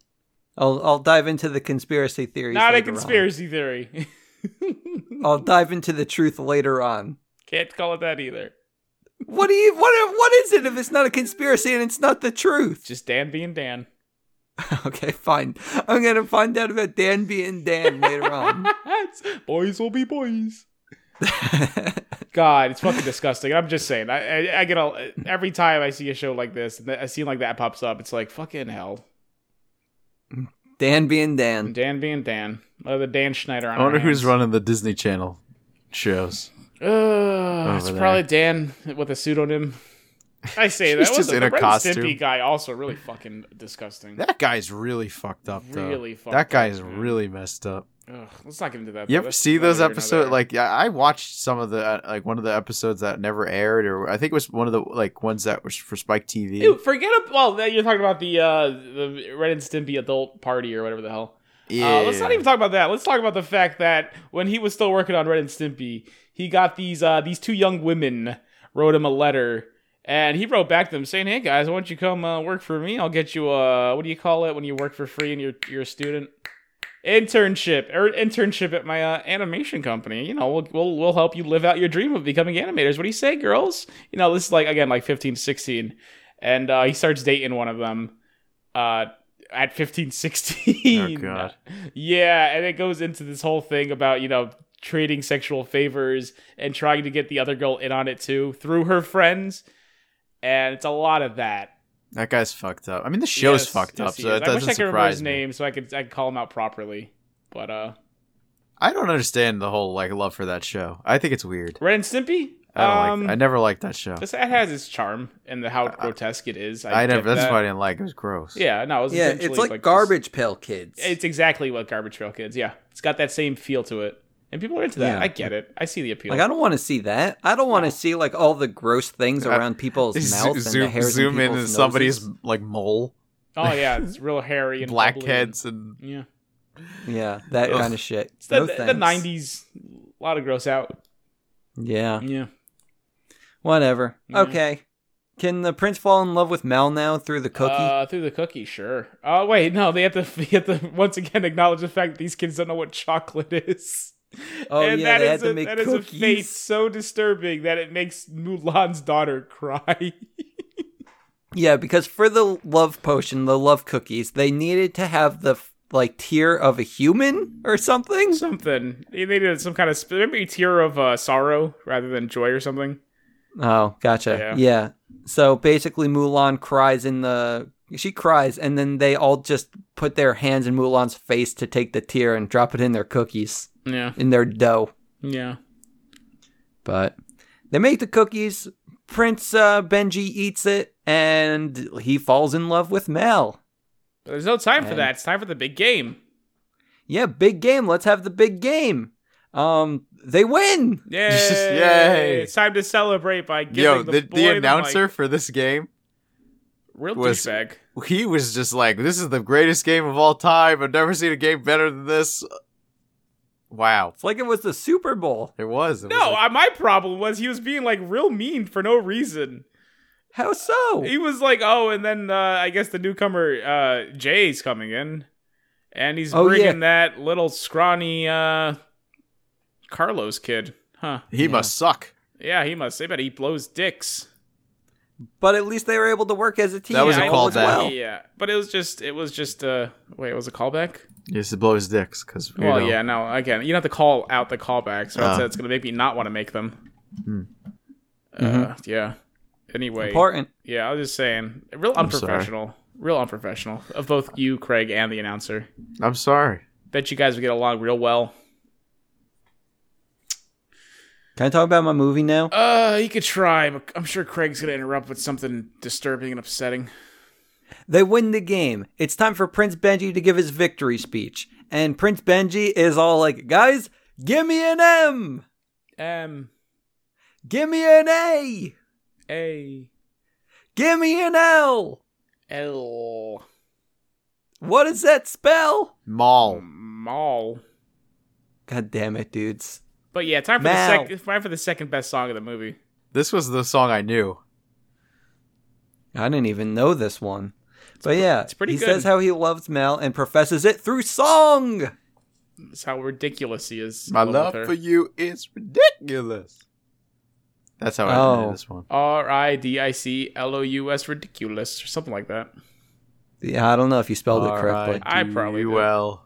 Speaker 1: I'll I'll dive into the conspiracy theories.
Speaker 3: not a
Speaker 1: later on.
Speaker 3: conspiracy theory.
Speaker 1: I'll dive into the truth later on.
Speaker 3: Can't call it that either.
Speaker 1: What do you what what is it if it's not a conspiracy and it's not the truth?
Speaker 3: Just Dan being Dan.
Speaker 1: Okay, fine. I'm gonna find out about Dan being Dan later on.
Speaker 3: boys will be boys. God, it's fucking disgusting. I'm just saying. I, I, I get all every time I see a show like this, and a scene like that pops up. It's like fucking hell.
Speaker 1: Dan being Dan.
Speaker 3: Dan being Dan, uh, the Dan Schneider. On
Speaker 2: I wonder
Speaker 3: our
Speaker 2: who's
Speaker 3: hands.
Speaker 2: running the Disney Channel shows.
Speaker 3: Uh, it's
Speaker 2: over
Speaker 3: probably Dan with a pseudonym. I say that.
Speaker 2: He's
Speaker 3: What's
Speaker 2: just
Speaker 3: the-
Speaker 2: in
Speaker 3: the
Speaker 2: a
Speaker 3: Ren
Speaker 2: costume.
Speaker 3: Stimpy guy also really fucking disgusting.
Speaker 2: That guy's really fucked up though.
Speaker 3: Really fucked
Speaker 2: That guy's
Speaker 3: up, man.
Speaker 2: really messed up.
Speaker 3: Ugh, let's not get into that.
Speaker 2: You
Speaker 3: though.
Speaker 2: ever
Speaker 3: That's
Speaker 2: see those
Speaker 3: neither here nor
Speaker 2: episodes?
Speaker 3: there.
Speaker 2: Like, yeah, I watched some of the uh, like one of the episodes that never aired, or I think it was one of the like ones that was for Spike TV.
Speaker 3: Ew, uh, forget. ab- Well, that- you're talking about the uh, the Red and Stimpy adult party or whatever the hell.
Speaker 2: yeah,
Speaker 3: Uh, let's not even talk about that. Let's talk about the fact that when he was still working on Red and Stimpy, he got these uh, these two young women wrote him a letter, and he wrote back to them saying, "Hey guys, why don't you come uh, work for me? I'll get you a what do you call it when you work for free and you're you're a student." Internship or internship at my uh, animation company. You know, we'll, we'll we'll help you live out your dream of becoming animators. What do you say, girls? You know, this is like again like 15, 16. and uh, he starts dating one of them. Uh, at fifteen, sixteen.
Speaker 2: Oh, God.
Speaker 3: Yeah, and it goes into this whole thing about, you know, trading sexual favors and trying to get the other girl in on it too through her friends. And it's a lot of that.
Speaker 2: that guy's fucked up. I mean, the show's
Speaker 3: Yes,
Speaker 2: fucked
Speaker 3: yes,
Speaker 2: up,
Speaker 3: he
Speaker 2: so
Speaker 3: is.
Speaker 2: that
Speaker 3: I wish
Speaker 2: doesn't
Speaker 3: I could remember
Speaker 2: surprise
Speaker 3: his
Speaker 2: me.
Speaker 3: name so I could I could call him out properly. But uh
Speaker 2: I don't understand the whole like love for that show. I think it's weird.
Speaker 3: Red and Stimpy?
Speaker 2: I don't
Speaker 3: um
Speaker 2: like. I never liked that show.
Speaker 3: this- it has its charm and the, how grotesque it is. I,
Speaker 2: I,
Speaker 3: get
Speaker 2: never. That's
Speaker 3: that.
Speaker 2: why I didn't like. It It was gross.
Speaker 3: Yeah, no, it was
Speaker 1: Yeah,
Speaker 3: essentially
Speaker 1: it's like,
Speaker 3: just-
Speaker 1: garbage pail kids.
Speaker 3: It's exactly what Garbage Trail Kids. Yeah, it's got that same feel to it, and people are into that.
Speaker 1: Yeah.
Speaker 3: I get it. I see the appeal.
Speaker 1: like I don't want to see that. I don't want to see like all the gross things
Speaker 2: Uh,
Speaker 1: around people's
Speaker 2: Zo-
Speaker 1: mouths and the
Speaker 2: zoom
Speaker 1: hairs in,
Speaker 2: zoom in
Speaker 1: people's
Speaker 2: and somebody's
Speaker 1: noses.
Speaker 2: like mole,
Speaker 3: oh yeah, it's real hairy and bubbly and-
Speaker 2: blackheads, and
Speaker 3: Yeah,
Speaker 1: Yeah, that
Speaker 2: Ugh.
Speaker 1: kind of shit.
Speaker 3: it's the
Speaker 1: No
Speaker 3: the
Speaker 1: thanks.
Speaker 3: nineties. A lot of gross out.
Speaker 1: Yeah,
Speaker 3: Yeah,
Speaker 1: whatever.
Speaker 3: Yeah.
Speaker 1: Okay. Can the prince fall in love with Mal now through the cookie?
Speaker 3: Uh, through the cookie, sure. Oh wait, no, they have to. They have to once again acknowledge the fact that these kids don't know what chocolate is.
Speaker 1: Oh,
Speaker 3: and
Speaker 1: yeah,
Speaker 3: that
Speaker 1: they had
Speaker 3: is
Speaker 1: to
Speaker 3: a,
Speaker 1: make
Speaker 3: that is a fate
Speaker 1: cookies.
Speaker 3: so disturbing that it makes Mulan's daughter cry.
Speaker 1: Yeah, because for the love potion, the love cookies, they needed to have the f- like tear of a human or something.
Speaker 3: something they they did some kind of sp- maybe tear of uh, sorrow rather than joy or something.
Speaker 1: Oh, gotcha.
Speaker 3: Yeah.
Speaker 1: Yeah. So basically, Mulan cries in the. She cries, and then they all just put their hands in Mulan's face to take the tear and drop it in their cookies,
Speaker 3: Yeah,
Speaker 1: in their dough.
Speaker 3: yeah.
Speaker 1: But they make the cookies. Prince uh, Benji eats it, and he falls in love with Mel.
Speaker 3: But there's no time for
Speaker 1: And-
Speaker 3: that. It's time for the big game.
Speaker 1: Yeah, big game. Let's have the big game. Um, they win.
Speaker 3: Yay!
Speaker 2: Yay.
Speaker 3: It's time to celebrate by giving
Speaker 2: yo,
Speaker 3: the,
Speaker 2: the,
Speaker 3: boy
Speaker 2: the announcer
Speaker 3: mic.
Speaker 2: for this game.
Speaker 3: real
Speaker 2: was-
Speaker 3: douchebag.
Speaker 2: he was just like, "This is the greatest game of all time. I've never seen a game better than this." Wow,
Speaker 1: It's like it was the Super Bowl.
Speaker 2: it was. It was
Speaker 3: No,
Speaker 2: like-
Speaker 3: I, my problem was he was being like real mean for no reason.
Speaker 1: How so?
Speaker 3: He was like, "Oh," and then uh, I guess the newcomer uh, Jay's coming in, and he's
Speaker 1: Oh, yeah.
Speaker 3: bringing that little scrawny uh, Carlos kid. Huh?
Speaker 2: he
Speaker 1: Yeah.
Speaker 2: must suck.
Speaker 3: Yeah, he must. They bet he blows dicks.
Speaker 1: but at least they were able to work as a team.
Speaker 2: That was a
Speaker 1: as
Speaker 2: callback.
Speaker 1: Well.
Speaker 3: Yeah, but it was just it was just uh wait, it was a callback?
Speaker 2: He used to blow his dicks because.
Speaker 3: Well, yeah, no, again, you don't have to call out the callbacks, so
Speaker 2: Oh.
Speaker 3: that's that's gonna make me not want to make them.
Speaker 2: Hmm.
Speaker 3: Uh,
Speaker 2: Mm-hmm.
Speaker 3: yeah. Anyway,
Speaker 1: Important.
Speaker 3: yeah, I was just saying, real unprofessional, real unprofessional of both you, Craig, and the announcer.
Speaker 2: I'm sorry.
Speaker 3: Bet you guys would get along real well.
Speaker 1: Can I talk about my movie now?
Speaker 3: Uh, you could try, but I'm sure Craig's gonna interrupt with something disturbing and upsetting.
Speaker 1: They win the game. It's time for Prince Benji to give his victory speech. And Prince Benji is all like, guys, give me an M!
Speaker 3: M
Speaker 1: Give me an A!
Speaker 3: A
Speaker 1: Give me an L!
Speaker 3: L
Speaker 1: What does that spell?
Speaker 2: Maul.
Speaker 3: Um, Mall.
Speaker 1: God damn it, dudes.
Speaker 3: But yeah, time for
Speaker 1: Mal.
Speaker 3: the second time for the second best song of the movie.
Speaker 2: This was the song I knew.
Speaker 1: I didn't even know this one. But yeah,
Speaker 3: it's pretty
Speaker 1: he
Speaker 3: good.
Speaker 1: says how he loves Mel and professes it through song.
Speaker 3: That's how ridiculous he is.
Speaker 2: My
Speaker 3: in
Speaker 2: love
Speaker 3: with her.
Speaker 2: for you is ridiculous. That's how I
Speaker 1: Oh.
Speaker 2: knew this one.
Speaker 3: R I D I C L O U S ridiculous or something like that.
Speaker 1: Yeah, I don't know if you spelled it correctly.
Speaker 3: I probably did.
Speaker 2: well.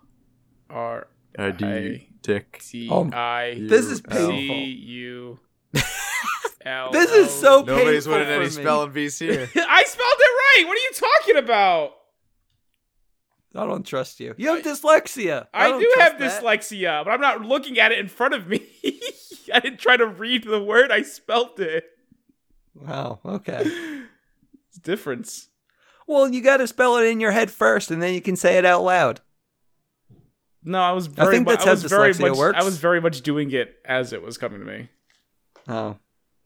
Speaker 3: R
Speaker 2: I do
Speaker 3: I-
Speaker 2: dick.
Speaker 3: T
Speaker 1: Oh,
Speaker 3: I
Speaker 1: this is
Speaker 2: U L.
Speaker 1: painful.
Speaker 3: C U L.
Speaker 1: This is so
Speaker 2: Nobody's
Speaker 1: painful
Speaker 2: winning any
Speaker 1: for me.
Speaker 2: spelling bees here.
Speaker 3: I spelled it right. What are you talking about?
Speaker 1: I don't trust you. You have dyslexia.
Speaker 3: I,
Speaker 1: don't
Speaker 3: do
Speaker 1: trust
Speaker 3: have
Speaker 1: that.
Speaker 3: dyslexia, but I'm not looking at it in front of me. I didn't try to read the word. I spelled it.
Speaker 1: Wow. Okay.
Speaker 3: It's difference.
Speaker 1: Well, you got to spell it in your head first, and then you can say it out loud.
Speaker 3: No, I was. Very
Speaker 1: think
Speaker 3: mu-
Speaker 1: that's
Speaker 3: I
Speaker 1: how
Speaker 3: was very
Speaker 1: dyslexia
Speaker 3: much,
Speaker 1: works.
Speaker 3: I was very much doing it as it was coming to me.
Speaker 1: Oh.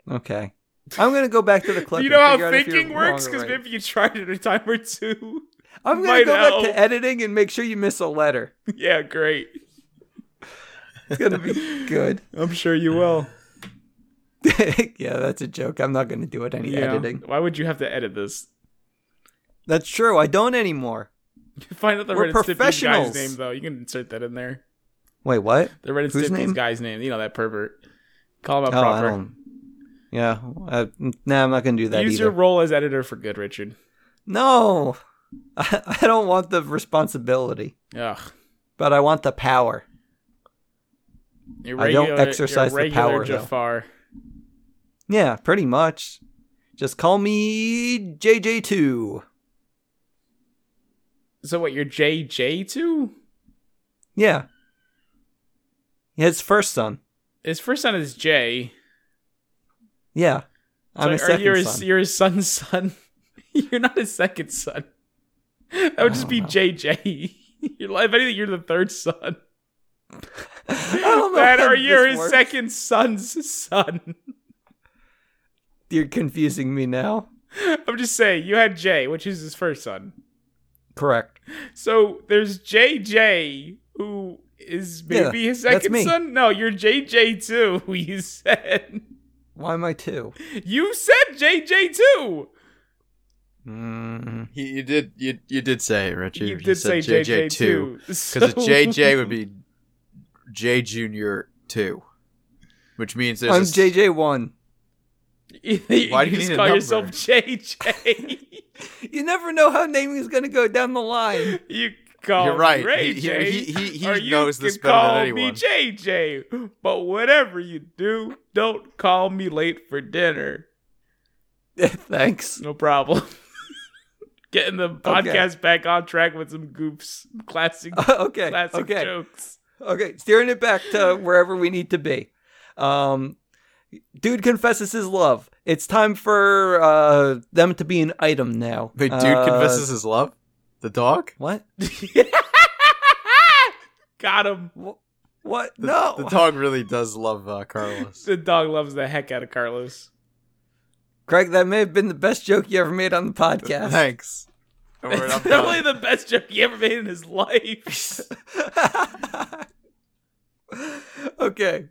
Speaker 1: Okay. I'm gonna go back to the clip.
Speaker 3: you know
Speaker 1: and
Speaker 3: how
Speaker 1: figure out if
Speaker 3: thinking
Speaker 1: you're wrong
Speaker 3: works
Speaker 1: or
Speaker 3: because
Speaker 1: right.
Speaker 3: maybe you tried it a time or two.
Speaker 1: I'm gonna
Speaker 3: might
Speaker 1: go back
Speaker 3: help.
Speaker 1: to editing and make sure you miss a letter.
Speaker 3: yeah, great.
Speaker 1: It's gonna be good.
Speaker 3: I'm sure you will.
Speaker 1: yeah, that's a joke. I'm not gonna do it any
Speaker 3: Yeah.
Speaker 1: editing.
Speaker 3: Why would you have to edit this?
Speaker 1: That's true. I don't anymore.
Speaker 3: Find out the
Speaker 1: We're
Speaker 3: Reddit Stippies guy's
Speaker 1: professionals.
Speaker 3: name though. You can insert that in there.
Speaker 1: Wait, what?
Speaker 3: The Reddit
Speaker 1: Whose name?
Speaker 3: Stippies guy's name. You know that pervert. Call him out
Speaker 1: Oh, I
Speaker 3: proper.
Speaker 1: don't. Yeah. Uh, nah, I'm not gonna do that
Speaker 3: Use
Speaker 1: either.
Speaker 3: your role as editor for good, Richard.
Speaker 1: No, I, I don't want the responsibility,
Speaker 3: Ugh.
Speaker 1: but I want the power.
Speaker 3: Your
Speaker 1: I don't
Speaker 3: regular-
Speaker 1: exercise
Speaker 3: your
Speaker 1: the
Speaker 3: regular
Speaker 1: power, though.
Speaker 3: Jafar.
Speaker 1: Yeah, pretty much. Just call me JJ2.
Speaker 3: So what? You're JJ two?
Speaker 1: Yeah. His first son.
Speaker 3: His first son is Jay.
Speaker 1: Yeah. I'm his
Speaker 3: so are you
Speaker 1: second
Speaker 3: his,
Speaker 1: son.
Speaker 3: You're his son's son. you're not his second son. That would just
Speaker 1: don't
Speaker 3: be
Speaker 1: know.
Speaker 3: JJ. You're, li- if anything, you're the third son.
Speaker 1: I don't know
Speaker 3: That
Speaker 1: how
Speaker 3: or you're
Speaker 1: this
Speaker 3: his
Speaker 1: works.
Speaker 3: second son's son.
Speaker 1: You're confusing me now.
Speaker 3: I'm just saying, you had Jay, which is his first son.
Speaker 1: Correct.
Speaker 3: So there's JJ, who is maybe
Speaker 1: Yeah,
Speaker 3: his
Speaker 1: that's
Speaker 3: second
Speaker 1: me.
Speaker 3: son. No, you're JJ too. You said
Speaker 1: Why am I two?
Speaker 3: you said JJ too.
Speaker 1: Mm.
Speaker 2: He, you did you you did say it, Richie.
Speaker 3: You, did say
Speaker 2: said
Speaker 3: JJ
Speaker 2: two
Speaker 3: too. Because
Speaker 2: because JJ would be J Junior two, which means there's
Speaker 1: I'm
Speaker 2: a s-
Speaker 1: JJ1.
Speaker 3: You,
Speaker 2: Why do you
Speaker 3: just
Speaker 2: need a
Speaker 3: call
Speaker 2: number?
Speaker 3: yourself JJ?
Speaker 1: You never know how naming is going to go down the line.
Speaker 3: you call
Speaker 2: You're right.
Speaker 3: me Ray
Speaker 2: He- he-
Speaker 3: J,
Speaker 2: he- he- he
Speaker 3: or you
Speaker 2: knows this
Speaker 3: can
Speaker 2: better than
Speaker 3: call me
Speaker 2: anyone.
Speaker 3: JJ. But whatever you do, don't call me late for dinner.
Speaker 1: Thanks.
Speaker 3: No problem. Getting the podcast back on track with some goofs, classic,
Speaker 1: okay.
Speaker 3: classic
Speaker 1: okay.
Speaker 3: jokes.
Speaker 1: Okay, steering it back to wherever we need to be. Um, dude confesses his love. It's time for uh, them to be an item now.
Speaker 2: Wait, dude
Speaker 1: Uh,
Speaker 2: confesses his love. The dog.
Speaker 1: What?
Speaker 3: Got him.
Speaker 1: Wh- What?
Speaker 2: The,
Speaker 1: no.
Speaker 2: the dog really does love uh, Carlos.
Speaker 3: The dog loves the heck out of Carlos.
Speaker 1: Craig, that may have been the best joke you ever made on the podcast.
Speaker 2: Thanks. Don't worry, I'm
Speaker 3: It's
Speaker 2: done.
Speaker 3: definitely the best joke he ever made in his life.
Speaker 1: okay.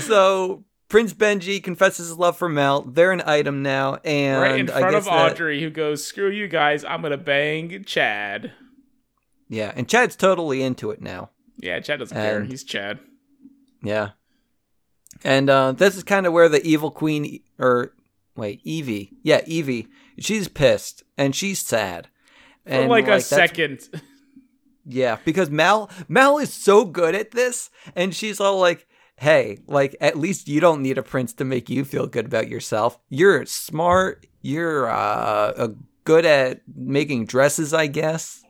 Speaker 1: So Prince Benji confesses his love for Mel. They're an item now, and
Speaker 3: right in
Speaker 1: I
Speaker 3: front
Speaker 1: guess
Speaker 3: of
Speaker 1: that-
Speaker 3: Audrey, who goes, "Screw you guys, I'm gonna bang Chad."
Speaker 1: yeah, and Chad's totally into it now.
Speaker 3: Yeah, Chad doesn't care.
Speaker 1: And-
Speaker 3: He's Chad.
Speaker 1: Yeah. And uh, this is kind of where the evil queen or wait, Evie. Yeah, Evie. She's pissed and she's sad.
Speaker 3: for like a
Speaker 1: that's-
Speaker 3: second.
Speaker 1: Yeah, because Mal Mal is so good at this, and she's all like, "Hey, like at least you don't need a prince to make you feel good about yourself. You're smart. You're uh, uh, good at making dresses, I guess."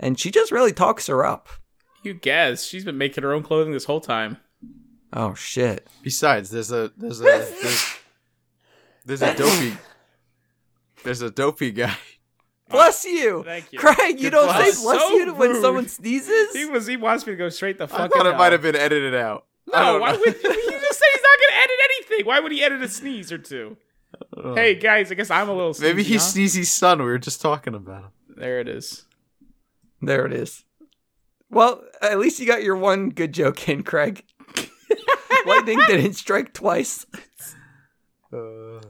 Speaker 1: And she just really talks her up.
Speaker 3: You guess she's been making her own clothing this whole time.
Speaker 1: Oh shit!
Speaker 2: Besides, there's a there's a there's, there's a dopey there's a dopey guy.
Speaker 3: Oh,
Speaker 1: Bless you,
Speaker 3: Thank you.
Speaker 1: Craig. You don't
Speaker 3: Goodbye.
Speaker 1: say bless
Speaker 3: So
Speaker 1: you when
Speaker 3: rude.
Speaker 1: someone
Speaker 3: He
Speaker 1: sneezes.
Speaker 3: was. He wants me to go straight the
Speaker 2: I
Speaker 3: fuck.
Speaker 2: thought
Speaker 3: out.
Speaker 2: it might have been edited out. I
Speaker 3: No,
Speaker 2: don't
Speaker 3: why
Speaker 2: know.
Speaker 3: would you, you just said he's not gonna edit anything? Why would he edit a sneeze or two? Hey guys, I guess I'm a little. Sneezy,
Speaker 2: Oh. Maybe he's
Speaker 3: huh?
Speaker 2: Sneezy's son. We were just talking about him.
Speaker 3: There it is.
Speaker 1: There it is. Well, at least you got your one good joke in, Craig. Lightning didn't strike twice.
Speaker 3: Uh,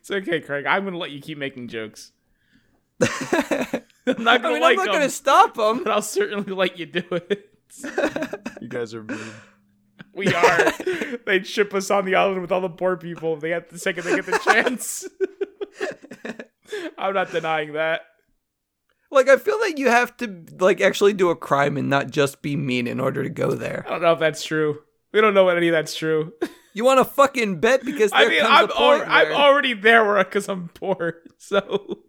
Speaker 3: It's okay, Craig. I'm gonna let you keep making jokes. I'm not
Speaker 1: I
Speaker 3: gonna
Speaker 1: mean,
Speaker 3: like
Speaker 1: I'm not
Speaker 3: them,
Speaker 1: going to stop him.
Speaker 3: but I'll certainly let you do it.
Speaker 2: you guys are mean.
Speaker 3: We are. They'd ship us on the island with all the poor people if they had the second they get the chance. I'm not denying that.
Speaker 1: Like, I feel that you have to, like, actually do a crime and not just be mean in order to go there.
Speaker 3: I don't know if that's true. We don't know what any of that's true.
Speaker 1: You want to fucking bet because there
Speaker 3: I mean,
Speaker 1: comes
Speaker 3: I'm,
Speaker 1: a
Speaker 3: al-
Speaker 1: point
Speaker 3: I'm
Speaker 1: where-
Speaker 3: already there because I'm poor. So,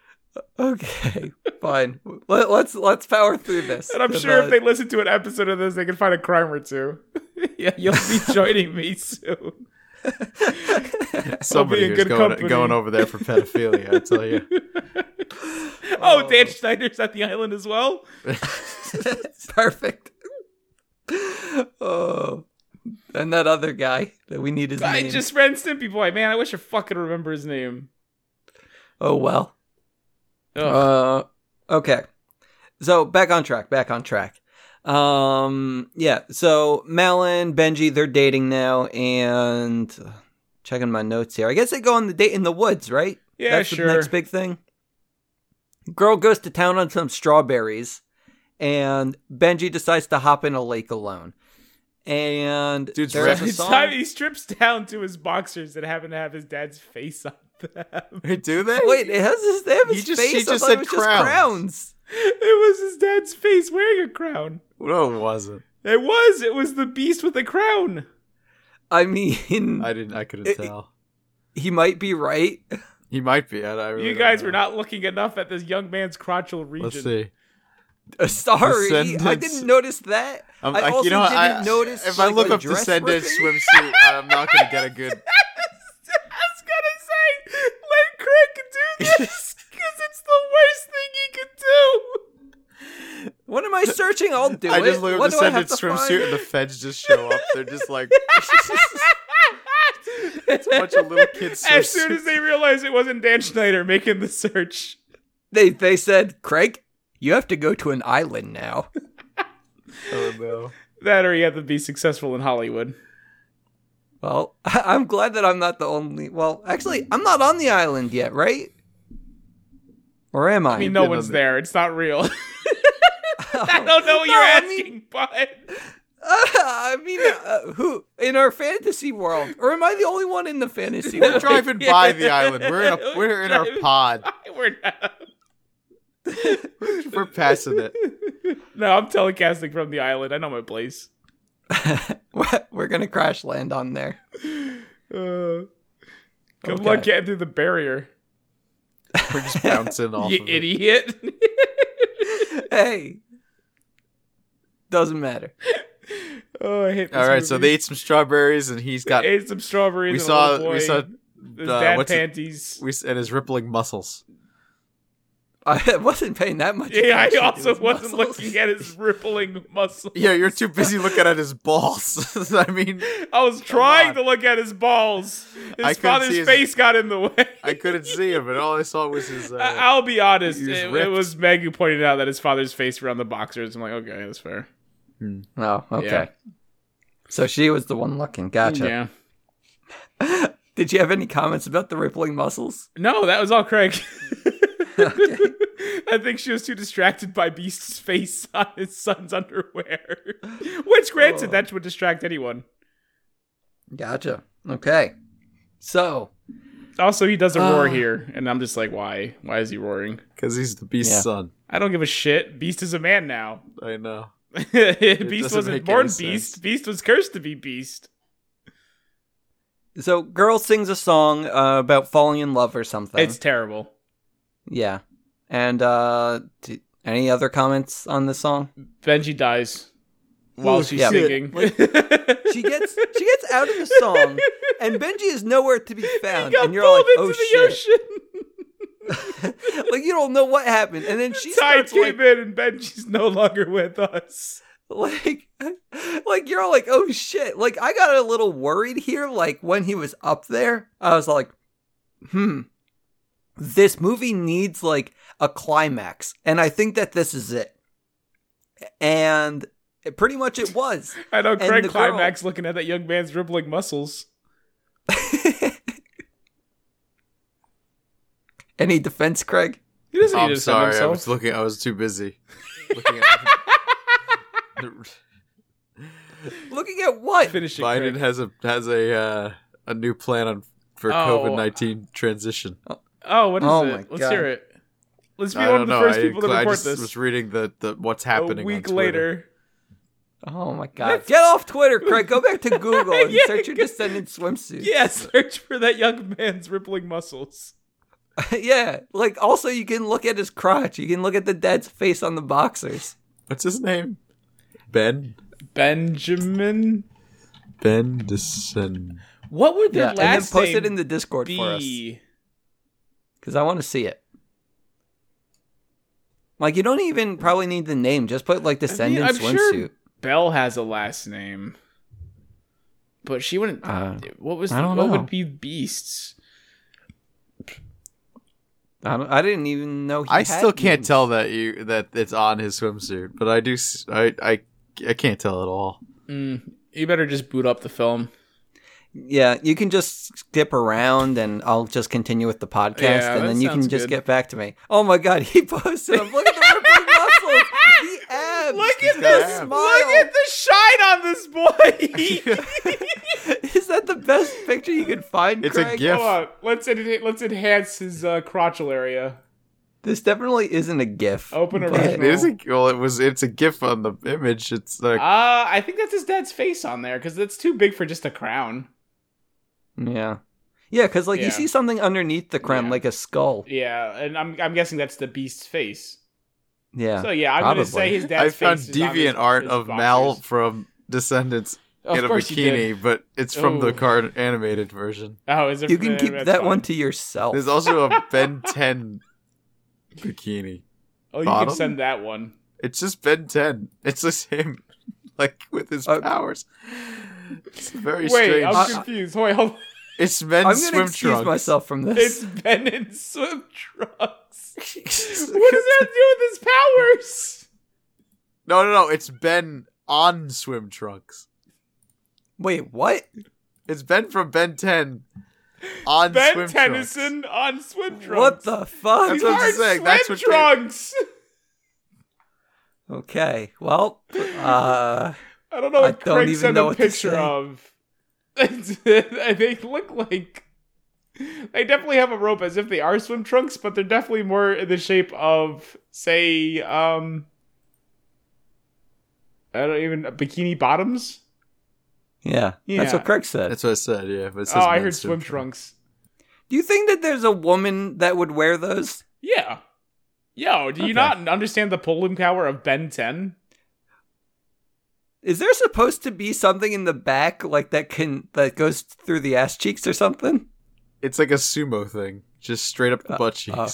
Speaker 1: Okay, fine. Let, let's let's power through this.
Speaker 3: and I'm
Speaker 1: But,
Speaker 3: sure if
Speaker 1: uh,
Speaker 3: they listen to an episode of this, they can find a crime or two. yeah, you'll be joining me soon.
Speaker 2: Somebody
Speaker 3: in
Speaker 2: who's
Speaker 3: good
Speaker 2: going,
Speaker 3: company.
Speaker 2: going over there for pedophilia. I tell you.
Speaker 3: Oh, Dan Schneider's at the island as well.
Speaker 1: perfect. Oh, and that other guy that we need his
Speaker 3: I
Speaker 1: name.
Speaker 3: just read Stimpy Boy. Man, I wish I fucking remember his name.
Speaker 1: Oh well.
Speaker 3: Ugh.
Speaker 1: Uh, okay. So back on track. Back on track. Um, yeah. So Mal and Benji, they're dating now, and uh, checking my notes here. I guess they go on the date in the woods, right?
Speaker 3: yeah,
Speaker 1: That's
Speaker 3: sure.
Speaker 1: the next big thing. Girl goes to town on some strawberries, and Benji decides to hop in a lake alone. And
Speaker 2: Dude's
Speaker 1: there's
Speaker 2: ripped.
Speaker 1: a
Speaker 3: It's
Speaker 1: song-
Speaker 3: time he strips down to his boxers that happen to have his dad's face on them.
Speaker 2: Do they?
Speaker 1: Wait, it has his, they have
Speaker 2: You
Speaker 1: his
Speaker 2: just-
Speaker 1: face.
Speaker 2: she
Speaker 1: I
Speaker 2: just
Speaker 1: thought
Speaker 2: said
Speaker 1: it was
Speaker 2: crowns.
Speaker 1: just crowns.
Speaker 3: It was his dad's face wearing a crown.
Speaker 2: no, it wasn't.
Speaker 3: It was. It was the beast with the crown.
Speaker 1: I mean,
Speaker 2: I didn't. I couldn't
Speaker 1: It-
Speaker 2: tell.
Speaker 1: he might be right.
Speaker 2: He might be. I, I really
Speaker 3: you
Speaker 2: don't
Speaker 3: guys
Speaker 2: know.
Speaker 3: were not looking enough at this young man's crotchal region.
Speaker 2: Let's see.
Speaker 1: Uh, Sorry, I
Speaker 2: Descendants.
Speaker 1: didn't notice that.
Speaker 2: I'm,
Speaker 1: I
Speaker 2: like,
Speaker 1: also
Speaker 2: you know,
Speaker 1: didn't
Speaker 2: Um, I,
Speaker 1: notice.
Speaker 2: if
Speaker 1: like,
Speaker 2: I look
Speaker 1: the
Speaker 2: up
Speaker 1: dress
Speaker 2: descendant
Speaker 1: ripping.
Speaker 2: swimsuit, I'm not going to get a good.
Speaker 3: I was gonna say, let Craig do this because it's the worst thing he could do.
Speaker 1: What am I searching? I'll do
Speaker 2: I
Speaker 1: it.
Speaker 2: just look up
Speaker 1: what do I have
Speaker 2: descendant
Speaker 1: to
Speaker 2: swimsuit,
Speaker 1: find?
Speaker 2: and the feds just show up. They're just like, it's a bunch of little kids.
Speaker 3: As soon
Speaker 2: swimsuit.
Speaker 3: as they realized it wasn't Dan Schneider making the search,
Speaker 1: They they said, Craig, you have to go to an island now.
Speaker 2: Oh no!
Speaker 3: that or he had to be successful in Hollywood.
Speaker 1: Well, I'm glad that I'm not the only. Well, actually, I'm not on the island yet, right? Or am I?
Speaker 3: I mean, no
Speaker 2: been
Speaker 3: one's
Speaker 2: on the-
Speaker 3: there. It's not real. I don't know what
Speaker 1: No,
Speaker 3: you're
Speaker 1: I
Speaker 3: asking,
Speaker 1: mean-
Speaker 3: but
Speaker 1: I mean, uh, who in our fantasy world, or am I the only one in the fantasy
Speaker 2: We're
Speaker 1: world?
Speaker 2: driving by the island. We're in a we're in our pod.
Speaker 3: we're not.
Speaker 2: We're passing it.
Speaker 3: No, I'm telecasting from the island. I know my place.
Speaker 1: We're gonna crash land on there.
Speaker 3: Uh, good
Speaker 1: Okay.
Speaker 3: luck getting through the barrier,
Speaker 2: We're just bouncing off.
Speaker 3: you
Speaker 2: of it.
Speaker 3: idiot.
Speaker 1: Hey, doesn't matter.
Speaker 3: oh, I hate this
Speaker 2: All right, so they
Speaker 3: movie.
Speaker 2: ate some strawberries, and he's got.
Speaker 3: ate some strawberries.
Speaker 2: We
Speaker 3: and
Speaker 2: saw.
Speaker 3: old boy,
Speaker 2: We saw.
Speaker 3: his
Speaker 2: uh,
Speaker 3: dad
Speaker 2: what's it-
Speaker 3: panties.
Speaker 2: We s- and his rippling muscles.
Speaker 1: I wasn't paying that much.
Speaker 3: yeah, I
Speaker 1: attention to
Speaker 3: also
Speaker 1: his
Speaker 3: wasn't
Speaker 1: muscles.
Speaker 3: looking at his rippling muscle.
Speaker 2: Yeah, you're too busy looking at his balls. I mean,
Speaker 3: I was trying
Speaker 2: on.
Speaker 3: to look at his balls. His
Speaker 2: I couldn't see
Speaker 3: father's
Speaker 2: his-
Speaker 3: face got in the way.
Speaker 2: I couldn't see him, and all I saw was his. Uh,
Speaker 3: I- will be honest.
Speaker 2: he
Speaker 3: It,
Speaker 2: was
Speaker 3: it
Speaker 2: ripped.
Speaker 3: was Meg who pointed out that his father's face were on the boxers. I'm like, okay, that's fair.
Speaker 1: Oh, okay.
Speaker 3: Yeah.
Speaker 1: So she was the one looking. Gotcha.
Speaker 3: Yeah.
Speaker 1: Did you have any comments about the rippling muscles?
Speaker 3: No, that was all Craig. I think she was too distracted by Beast's face on his son's underwear. Which, granted,
Speaker 1: Oh.
Speaker 3: that would distract anyone.
Speaker 1: Gotcha. Okay. So
Speaker 3: Also, he does a roar
Speaker 1: Ah.
Speaker 3: here, and I'm just like, why? Why is he roaring?
Speaker 2: because he's the beast's
Speaker 1: Yeah.
Speaker 2: son.
Speaker 3: I don't give a shit. Beast is a man now.
Speaker 2: I know.
Speaker 3: Beast
Speaker 2: doesn't
Speaker 3: wasn't
Speaker 2: make
Speaker 3: born
Speaker 2: any sense.
Speaker 3: Beast. Beast was cursed to be Beast.
Speaker 1: So, girl sings a song uh, about falling in love or something.
Speaker 3: It's terrible.
Speaker 1: Yeah. And uh, d- any other comments on this song?
Speaker 3: Benji dies while
Speaker 2: Ooh,
Speaker 3: she's
Speaker 1: yeah.
Speaker 3: singing.
Speaker 1: She gets she gets out of the song, and Benji is nowhere to be found.
Speaker 3: got
Speaker 1: and you're all like,
Speaker 3: pulled
Speaker 1: "Oh
Speaker 3: into the
Speaker 1: shit!"
Speaker 3: ocean.
Speaker 1: like you don't know what happened. And then she
Speaker 3: Tide
Speaker 1: starts like
Speaker 3: came in, and Benji's no longer with us.
Speaker 1: like like you're all like oh shit like i got a little worried here like when he was up there i was like hmm this movie needs like a climax and i think that this is it and it- pretty much it was
Speaker 3: I know
Speaker 1: And
Speaker 3: Craig
Speaker 1: the girl-
Speaker 3: climax looking at that young man's rippling muscles.
Speaker 1: any defense craig
Speaker 3: He doesn't need
Speaker 2: I'm
Speaker 3: to send
Speaker 2: sorry. I was
Speaker 3: himself.
Speaker 2: looking. I was too busy. looking at
Speaker 1: looking at what
Speaker 3: Finish it,
Speaker 2: Biden
Speaker 3: Craig.
Speaker 2: has a has a uh, a new plan on for
Speaker 3: Oh.
Speaker 2: COVID nineteen transition.
Speaker 3: Oh, what is
Speaker 1: Oh
Speaker 3: it?
Speaker 1: my
Speaker 3: Let's
Speaker 1: God.
Speaker 3: hear it. Let's be
Speaker 2: I
Speaker 3: one
Speaker 2: don't
Speaker 3: of the
Speaker 2: know.
Speaker 3: first
Speaker 2: I,
Speaker 3: people to
Speaker 2: I
Speaker 3: report
Speaker 2: just
Speaker 3: this.
Speaker 2: was reading the, the what's
Speaker 3: A
Speaker 2: happening. on
Speaker 3: week
Speaker 2: Twitter.
Speaker 3: later.
Speaker 1: oh my god get off twitter craig go back to google and
Speaker 3: Yeah,
Speaker 1: search your
Speaker 3: go-
Speaker 1: descendant swimsuits
Speaker 3: Yeah, search for that young man's rippling muscles.
Speaker 1: yeah, like also you can look at his crotch. You can look at the dad's face on the boxers.
Speaker 2: What's his name? Ben.
Speaker 3: Benjamin.
Speaker 2: Ben Descend.
Speaker 3: What would their
Speaker 1: yeah, and then
Speaker 3: last
Speaker 1: post
Speaker 3: name
Speaker 1: it in the Discord
Speaker 3: be?
Speaker 1: for us because I want to see it. Like you don't even probably need the name. Just put like descendant
Speaker 3: I'm sure-
Speaker 1: swimsuit.
Speaker 3: Belle has a last name, but she wouldn't.
Speaker 1: Uh,
Speaker 3: what was?
Speaker 1: I
Speaker 3: The,
Speaker 1: don't
Speaker 3: what
Speaker 1: know.
Speaker 3: would be beasts?
Speaker 1: I, don't, I didn't even know. He
Speaker 2: I
Speaker 1: had
Speaker 2: still can't
Speaker 1: names.
Speaker 2: tell that you that it's on his swimsuit, but I do. s- I I, I can't tell at all.
Speaker 3: Mm, you better just boot up the film.
Speaker 1: Yeah, you can just skip around, and I'll just continue with the podcast,
Speaker 3: Yeah, that
Speaker 1: and then you can
Speaker 3: sounds
Speaker 1: just
Speaker 3: good.
Speaker 1: get back to me. Oh my god, he posted. them. Look at the rippling muscles, the abs.
Speaker 3: Look at
Speaker 2: got
Speaker 3: this!
Speaker 2: abs.
Speaker 3: Look at the shine on this boy.
Speaker 1: Is that the best picture you could find?
Speaker 2: It's a
Speaker 1: Craig?
Speaker 2: gift.
Speaker 3: Come on, let's en- let's enhance his uh, crotchal area.
Speaker 1: This definitely isn't a GIF.
Speaker 3: Open
Speaker 1: but-
Speaker 3: original.
Speaker 2: It is a well. It was. It's a gif on the image. It's like
Speaker 3: Uh, I think that's his dad's face on there because that's too big for just a crown.
Speaker 1: Yeah, yeah, because like
Speaker 3: Yeah.
Speaker 1: you see something underneath the crown,
Speaker 3: Yeah.
Speaker 1: like a skull.
Speaker 3: Yeah, and I'm I'm guessing that's the beast's face.
Speaker 1: Yeah,
Speaker 3: So yeah, I'm
Speaker 1: Probably.
Speaker 3: gonna say his dad's
Speaker 2: I found
Speaker 3: face is on
Speaker 2: deviant
Speaker 3: his-
Speaker 2: art
Speaker 3: his
Speaker 2: of
Speaker 3: boxers.
Speaker 2: Mal from Descendants
Speaker 3: Of
Speaker 2: in a
Speaker 3: course you did.
Speaker 2: bikini, but it's from the
Speaker 3: Ooh.
Speaker 2: card animated version.
Speaker 3: Oh, is it?
Speaker 1: you can
Speaker 3: uh,
Speaker 1: keep
Speaker 3: that's
Speaker 1: that
Speaker 3: fine.
Speaker 1: one to yourself.
Speaker 2: There's also a Ben Ten bikini.
Speaker 3: Oh, you
Speaker 2: bottom.
Speaker 3: can send that one.
Speaker 2: It's just Ben Ten. It's just him, like with his
Speaker 1: Uh,
Speaker 2: powers. It's very
Speaker 3: Wait,
Speaker 2: strange.
Speaker 3: I'm
Speaker 1: Uh,
Speaker 3: confused. Wait, hold on.
Speaker 2: it's men's
Speaker 1: I'm gonna
Speaker 2: swim
Speaker 1: excuse
Speaker 2: trunks.
Speaker 1: myself from
Speaker 3: It's
Speaker 1: this.
Speaker 3: Ben in swim trunks. what does that do with his powers?
Speaker 2: No, no, no. It's Ben on swim trunks.
Speaker 1: Wait, what?
Speaker 2: It's Ben from Ben 10 on
Speaker 3: Ben
Speaker 2: swim trunks.
Speaker 3: Tennyson on swim trunks.
Speaker 1: What the fuck?
Speaker 2: That's what I'm
Speaker 3: Hard
Speaker 2: saying.
Speaker 3: Swim
Speaker 2: That's what they-
Speaker 3: trunks.
Speaker 1: okay, well, uh,
Speaker 3: I don't know
Speaker 1: I
Speaker 3: what
Speaker 1: don't
Speaker 3: Craig
Speaker 1: even
Speaker 3: sent
Speaker 1: know
Speaker 3: a
Speaker 1: what to
Speaker 3: picture
Speaker 1: say.
Speaker 3: of. they look like they definitely have a rope as if they are swim trunks, but they're definitely more in the shape of, say, um, I don't even bikini bottoms.
Speaker 1: yeah, that's
Speaker 3: Yeah.
Speaker 1: what Craig said.
Speaker 2: That's what I said, yeah. But it says
Speaker 3: Oh, I
Speaker 2: men's
Speaker 3: heard swim trunks.
Speaker 1: Do you think that there's a woman that would wear those?
Speaker 3: Yeah. Yo, do you
Speaker 1: Okay.
Speaker 3: not understand the pulling power of Ben Ten?
Speaker 1: Is there supposed to be something in the back like that can that goes through the ass cheeks or something?
Speaker 2: It's like a sumo thing. Just straight up the butt cheeks.
Speaker 1: uh,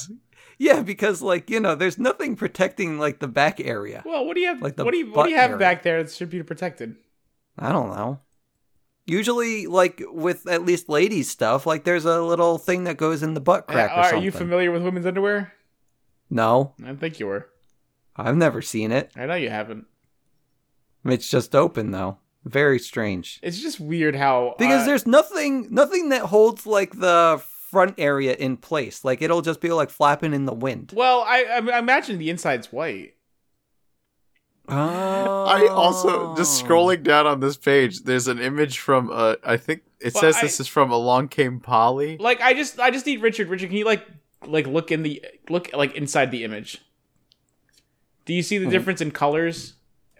Speaker 1: Yeah, because like you know, there's nothing protecting like the back area.
Speaker 3: Well, what do you have?
Speaker 1: Like the
Speaker 3: what do you what do you
Speaker 1: butt
Speaker 3: have
Speaker 1: area.
Speaker 3: back there that should be protected?
Speaker 1: I don't know. Usually, like with at least ladies stuff, like there's a little thing that goes in the butt crack. or
Speaker 3: are
Speaker 1: something.
Speaker 3: you familiar with women's underwear?
Speaker 1: No,
Speaker 3: I think you were.
Speaker 1: I've never seen it.
Speaker 3: I know you haven't.
Speaker 1: It's just open though. Very strange
Speaker 3: It's just weird how
Speaker 1: because
Speaker 3: uh,
Speaker 1: there's nothing, nothing that holds like the front area in place. Like it'll just be like flapping in the wind.
Speaker 3: well, I, I I imagine the inside's white.
Speaker 1: Oh,
Speaker 2: I also just
Speaker 3: Oh.
Speaker 2: scrolling down on this page. There's an image from uh, I think it
Speaker 3: Well,
Speaker 2: says
Speaker 3: I-
Speaker 2: this is from Along Came Polly.
Speaker 3: Like I just I just need Richard. Richard, can you like like look in the look like inside the image? Do you
Speaker 1: Mm-hmm.
Speaker 3: see the difference in colors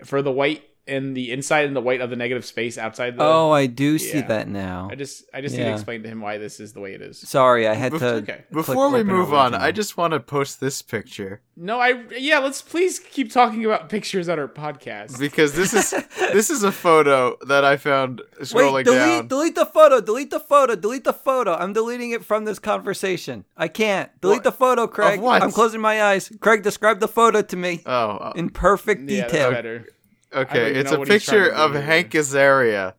Speaker 3: for the white and the inside and the white of the negative space outside the
Speaker 1: Oh, I do see
Speaker 3: Yeah.
Speaker 1: that now.
Speaker 3: I just I just need
Speaker 1: Oh. Yeah.
Speaker 3: to explain to him why this is the way it is.
Speaker 1: Sorry, I had
Speaker 2: Bef-
Speaker 1: to.
Speaker 3: okay.
Speaker 1: click
Speaker 2: Before we
Speaker 1: open
Speaker 2: move on,
Speaker 1: original.
Speaker 2: I just want to post this picture
Speaker 3: No, I yeah, let's please keep talking about pictures on our podcast.
Speaker 2: because this is this is a photo that I found scrolling
Speaker 1: Wait, delete,
Speaker 2: down.
Speaker 1: delete the photo, delete the photo, delete the photo. I'm deleting it from this conversation. I can't. Delete
Speaker 2: What?
Speaker 1: the photo, Craig.
Speaker 2: Of what?
Speaker 1: I'm closing my eyes. Craig, describe the photo to me
Speaker 2: oh, uh,
Speaker 1: in perfect
Speaker 3: yeah,
Speaker 1: detail.
Speaker 3: that's better. I don't
Speaker 2: okay.
Speaker 3: even
Speaker 2: It's
Speaker 3: know
Speaker 2: a
Speaker 3: what he's trying
Speaker 2: picture
Speaker 3: to do
Speaker 2: of
Speaker 3: here.
Speaker 2: Hank Azaria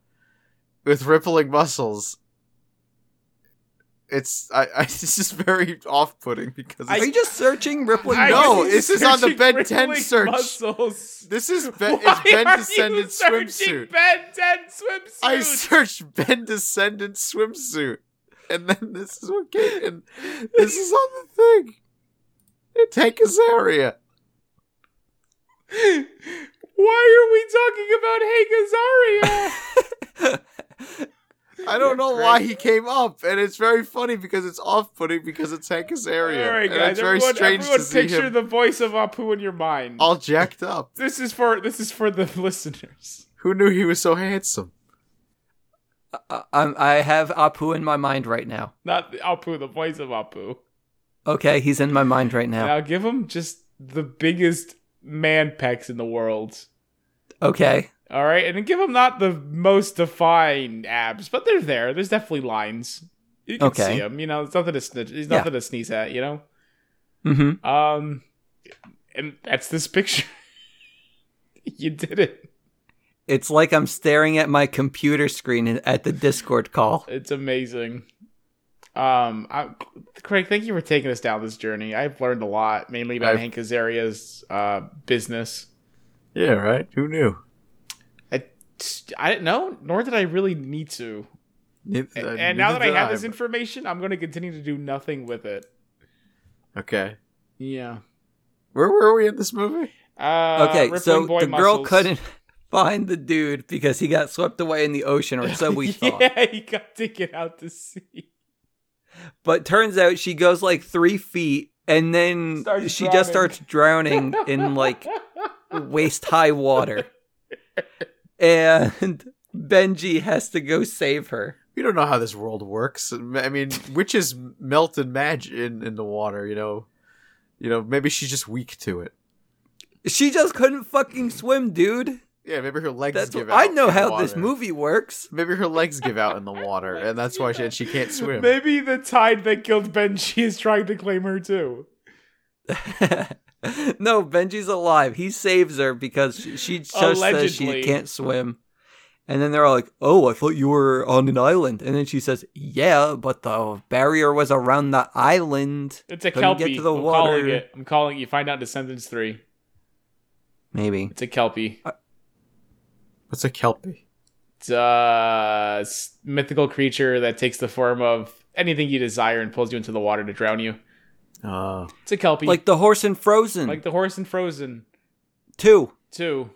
Speaker 2: with rippling muscles. It's I, I it's just very off putting because
Speaker 3: I-
Speaker 1: Are you just searching rippling?
Speaker 3: I
Speaker 2: No,
Speaker 3: was
Speaker 2: this is on the
Speaker 3: searching
Speaker 2: Ben
Speaker 3: for
Speaker 2: 10
Speaker 3: link
Speaker 2: search.
Speaker 3: Muscles.
Speaker 2: this is
Speaker 3: Why
Speaker 2: ben, it's Ben
Speaker 3: are you
Speaker 2: Descendant
Speaker 3: searching
Speaker 2: swimsuit.
Speaker 3: Ben 10 swimsuit.
Speaker 2: I searched Ben Descendant swimsuit, and then this is what came. And this is on the thing. It's Hank Azaria.
Speaker 3: Why are we talking about Hank Azaria?
Speaker 2: I don't know
Speaker 3: You're
Speaker 2: why
Speaker 3: crazy.
Speaker 2: he came up, and it's very funny because it's off-putting because it's Hank Azaria,
Speaker 3: All right,
Speaker 2: and
Speaker 3: guys.
Speaker 2: it's very
Speaker 3: everyone,
Speaker 2: strange
Speaker 3: everyone
Speaker 2: to see
Speaker 3: picture
Speaker 2: him
Speaker 3: the voice of Apu in your mind.
Speaker 2: all jacked up.
Speaker 3: this is for this is for the listeners.
Speaker 2: Who knew he was so handsome?
Speaker 1: I, I'm, I have Apu in my mind right now.
Speaker 3: Not the Apu, the voice of Apu.
Speaker 1: Okay, he's in my mind right now.
Speaker 3: Now give him just the biggest man pecs in the world.
Speaker 1: Okay,
Speaker 3: All right, and then give him not the most defined abs, but they're there. There's definitely lines. You can see 'em,
Speaker 1: Okay.
Speaker 3: see them. You know, it's nothing to snitch. It's
Speaker 1: Yeah.
Speaker 3: nothing to sneeze at. You know.
Speaker 1: mm-hmm.
Speaker 3: Um, and that's this picture. you did it.
Speaker 1: it's like I'm staring at my computer screen in- at the Discord call.
Speaker 3: It's amazing. Um, I, Craig, thank you for taking us down this journey. I've learned a lot, mainly about
Speaker 2: I've-
Speaker 3: Hank Azaria's uh, business.
Speaker 2: Yeah, right. Who knew?
Speaker 3: I, I didn't know, nor did I really need to.
Speaker 2: Neith-
Speaker 3: And,
Speaker 2: uh,
Speaker 3: and now that
Speaker 2: neither
Speaker 3: I
Speaker 2: did
Speaker 3: have this
Speaker 2: but-
Speaker 3: information, I'm going to continue to do nothing with it.
Speaker 2: okay.
Speaker 3: Yeah.
Speaker 2: Where were we in this movie?
Speaker 3: Uh,
Speaker 1: Okay,
Speaker 3: rippling
Speaker 1: so
Speaker 3: boy
Speaker 1: the girl
Speaker 3: muscles.
Speaker 1: couldn't find the dude because he got swept away in the ocean, or so we thought.
Speaker 3: yeah, he got taken out to sea.
Speaker 1: But turns out she goes like three feet and then
Speaker 3: Starts
Speaker 1: she just
Speaker 3: drowning.
Speaker 1: starts drowning in like waist high water. And Benji has to go save her.
Speaker 2: We don't know how this world works. I mean, witches melt and magic in, in the water. You know, you know. Maybe she's just weak to it.
Speaker 1: She just couldn't fucking swim, dude.
Speaker 2: Yeah, maybe her legs
Speaker 1: That's
Speaker 2: give
Speaker 1: what,
Speaker 2: out.
Speaker 1: I know
Speaker 2: in the
Speaker 1: how this
Speaker 2: water.
Speaker 1: movie works.
Speaker 2: Maybe her legs give out in the water, and that's why she, and she can't swim.
Speaker 3: Maybe the tide that killed Benji is trying to claim her too.
Speaker 1: no, Benji's alive. He saves her because she- she just says
Speaker 3: Allegedly.
Speaker 1: she can't swim. And then they're all like, "Oh, I thought you were on an island." And then she says, "Yeah, but the barrier was around the island."
Speaker 3: It's a
Speaker 1: Couldn't
Speaker 3: kelpie.
Speaker 1: get to the
Speaker 3: I'm calling
Speaker 1: water.
Speaker 3: it. I'm calling it. You find out in Descendants three.
Speaker 1: Maybe.
Speaker 3: It's a kelpie.
Speaker 1: Uh,
Speaker 2: What's a kelpie?
Speaker 3: It's a s- mythical creature that takes the form of anything you desire and pulls you into the water to drown you.
Speaker 2: Oh,
Speaker 3: It's a kelpie,
Speaker 1: Like hmm. the horse in Frozen
Speaker 3: Like the horse in Frozen
Speaker 1: too.
Speaker 3: too.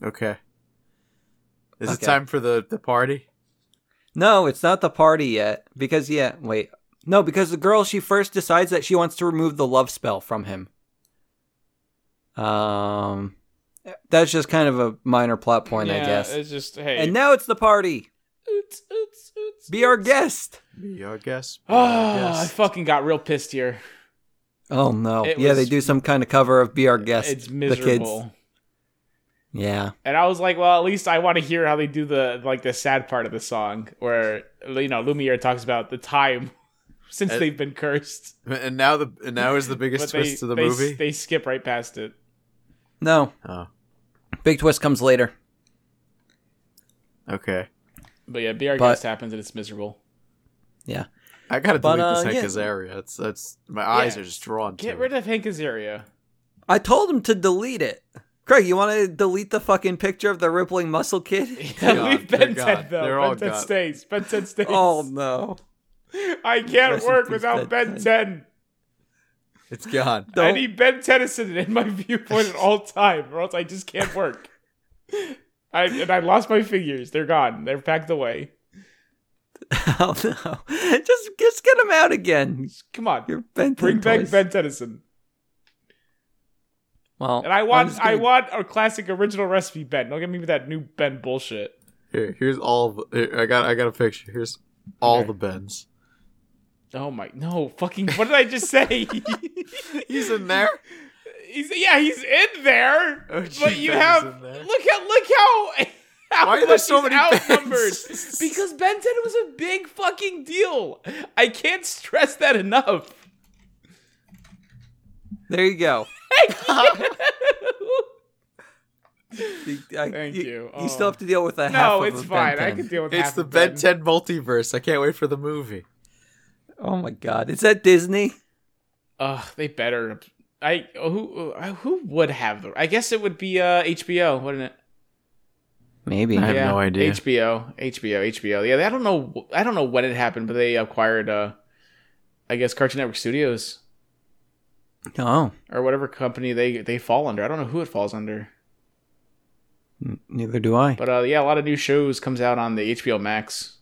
Speaker 2: okay. Is it
Speaker 1: Okay.
Speaker 2: time for the the party?
Speaker 1: No, it's not the party yet because yeah, wait. No, because the girl she first decides that she wants to remove the love spell from him. Um that's just kind of a minor plot point, I
Speaker 3: Yeah,
Speaker 1: guess.
Speaker 3: It's just hey.
Speaker 1: And now it's the party.
Speaker 3: oots, oots, oots.
Speaker 1: Be our guest.
Speaker 2: Be your guest. Be
Speaker 3: Oh,
Speaker 1: Ah,
Speaker 2: our
Speaker 3: I
Speaker 2: guest.
Speaker 3: fucking got real pissed here.
Speaker 1: Oh no.
Speaker 3: It
Speaker 1: yeah,
Speaker 3: was-
Speaker 1: they do some kind of cover of Be Our Guest.
Speaker 3: It's
Speaker 1: The kids.
Speaker 3: miserable.
Speaker 1: Yeah.
Speaker 3: And I was like, well, at least I want to hear how they do the like the sad part of the song, where you know Lumiere talks about the time since
Speaker 2: Uh,
Speaker 3: they've been cursed.
Speaker 2: And now the and now is the biggest
Speaker 3: they,
Speaker 2: twist to the
Speaker 3: they,
Speaker 2: movie.
Speaker 3: They skip right past it.
Speaker 1: No.
Speaker 2: oh,
Speaker 1: Big twist comes later.
Speaker 2: okay.
Speaker 3: But yeah, be our
Speaker 1: But-
Speaker 3: guest happens and it's miserable.
Speaker 1: Yeah.
Speaker 2: I gotta
Speaker 1: But,
Speaker 2: delete this
Speaker 1: uh,
Speaker 2: Hank
Speaker 1: yeah.
Speaker 2: Azaria. It's that's my eyes
Speaker 3: Yeah.
Speaker 2: are just drawn to
Speaker 3: Get
Speaker 2: it.
Speaker 3: rid of Hank Azaria.
Speaker 1: I told him to delete it. Craig, you want to delete the fucking picture of the rippling muscle kid?
Speaker 2: They're
Speaker 3: Leave
Speaker 2: gone. They're
Speaker 3: Ben 10
Speaker 2: gone.
Speaker 3: though.
Speaker 2: They're all
Speaker 3: ben 10
Speaker 2: gone.
Speaker 3: stays. Ben 10 stays.
Speaker 1: Oh no.
Speaker 3: I can't
Speaker 1: Rest in
Speaker 3: work
Speaker 1: peace,
Speaker 3: without
Speaker 1: Ben
Speaker 3: Ben 10.
Speaker 2: It's gone.
Speaker 3: I
Speaker 1: Don't-
Speaker 3: need Ben Tennyson in my viewpoint at all time, or else I just can't work. I, and I lost my figures. They're gone. They're packed away.
Speaker 1: Oh no! Just just get him out again.
Speaker 3: Come on,
Speaker 1: You're bent.
Speaker 3: bring
Speaker 1: in
Speaker 3: back
Speaker 1: toys.
Speaker 3: Ben Tennyson.
Speaker 1: Well,
Speaker 3: And I
Speaker 1: I'm
Speaker 3: want,
Speaker 1: just gonna-
Speaker 3: I want a classic original recipe Ben. Don't get me with that new Ben bullshit.
Speaker 2: Here, here's all. Of, here, I got. I got a picture. Here's all the bends.
Speaker 3: Oh my, no fucking! What did I just say?
Speaker 2: He's in there.
Speaker 3: he's yeah, he's in there.
Speaker 2: Oh, gee,
Speaker 3: but you
Speaker 2: Ben's
Speaker 3: have
Speaker 2: in there.
Speaker 3: look at look how. how
Speaker 2: Why are there
Speaker 3: much
Speaker 2: so
Speaker 3: he's
Speaker 2: many
Speaker 3: outnumbered?
Speaker 2: Bens?
Speaker 3: Because Ben Ten was a big fucking deal. I can't stress that enough.
Speaker 1: There you go. I-
Speaker 3: Thank you. Oh.
Speaker 1: You still have to deal with a half
Speaker 3: no,
Speaker 1: of
Speaker 3: it's
Speaker 1: a
Speaker 3: fine.
Speaker 1: Ben
Speaker 3: I
Speaker 1: 10.
Speaker 3: can deal with
Speaker 2: It's
Speaker 3: half
Speaker 2: the
Speaker 3: of
Speaker 2: Ben Ten multiverse. I can't wait for the movie.
Speaker 1: Oh my god! Is that Disney?
Speaker 3: Ugh, they better. I who uh, who would have the? I guess it would be uh HBO, wouldn't it?
Speaker 1: Maybe.
Speaker 2: I have no idea.
Speaker 3: HBO, HBO, HBO. Yeah, I don't know. I don't know when it happened, but they acquired, uh, I guess, Cartoon Network Studios
Speaker 1: No,
Speaker 3: or whatever company they they fall under. I don't know who it falls under,
Speaker 1: n- neither do I.
Speaker 3: but uh, yeah, a lot of new shows comes out on the HBO Max.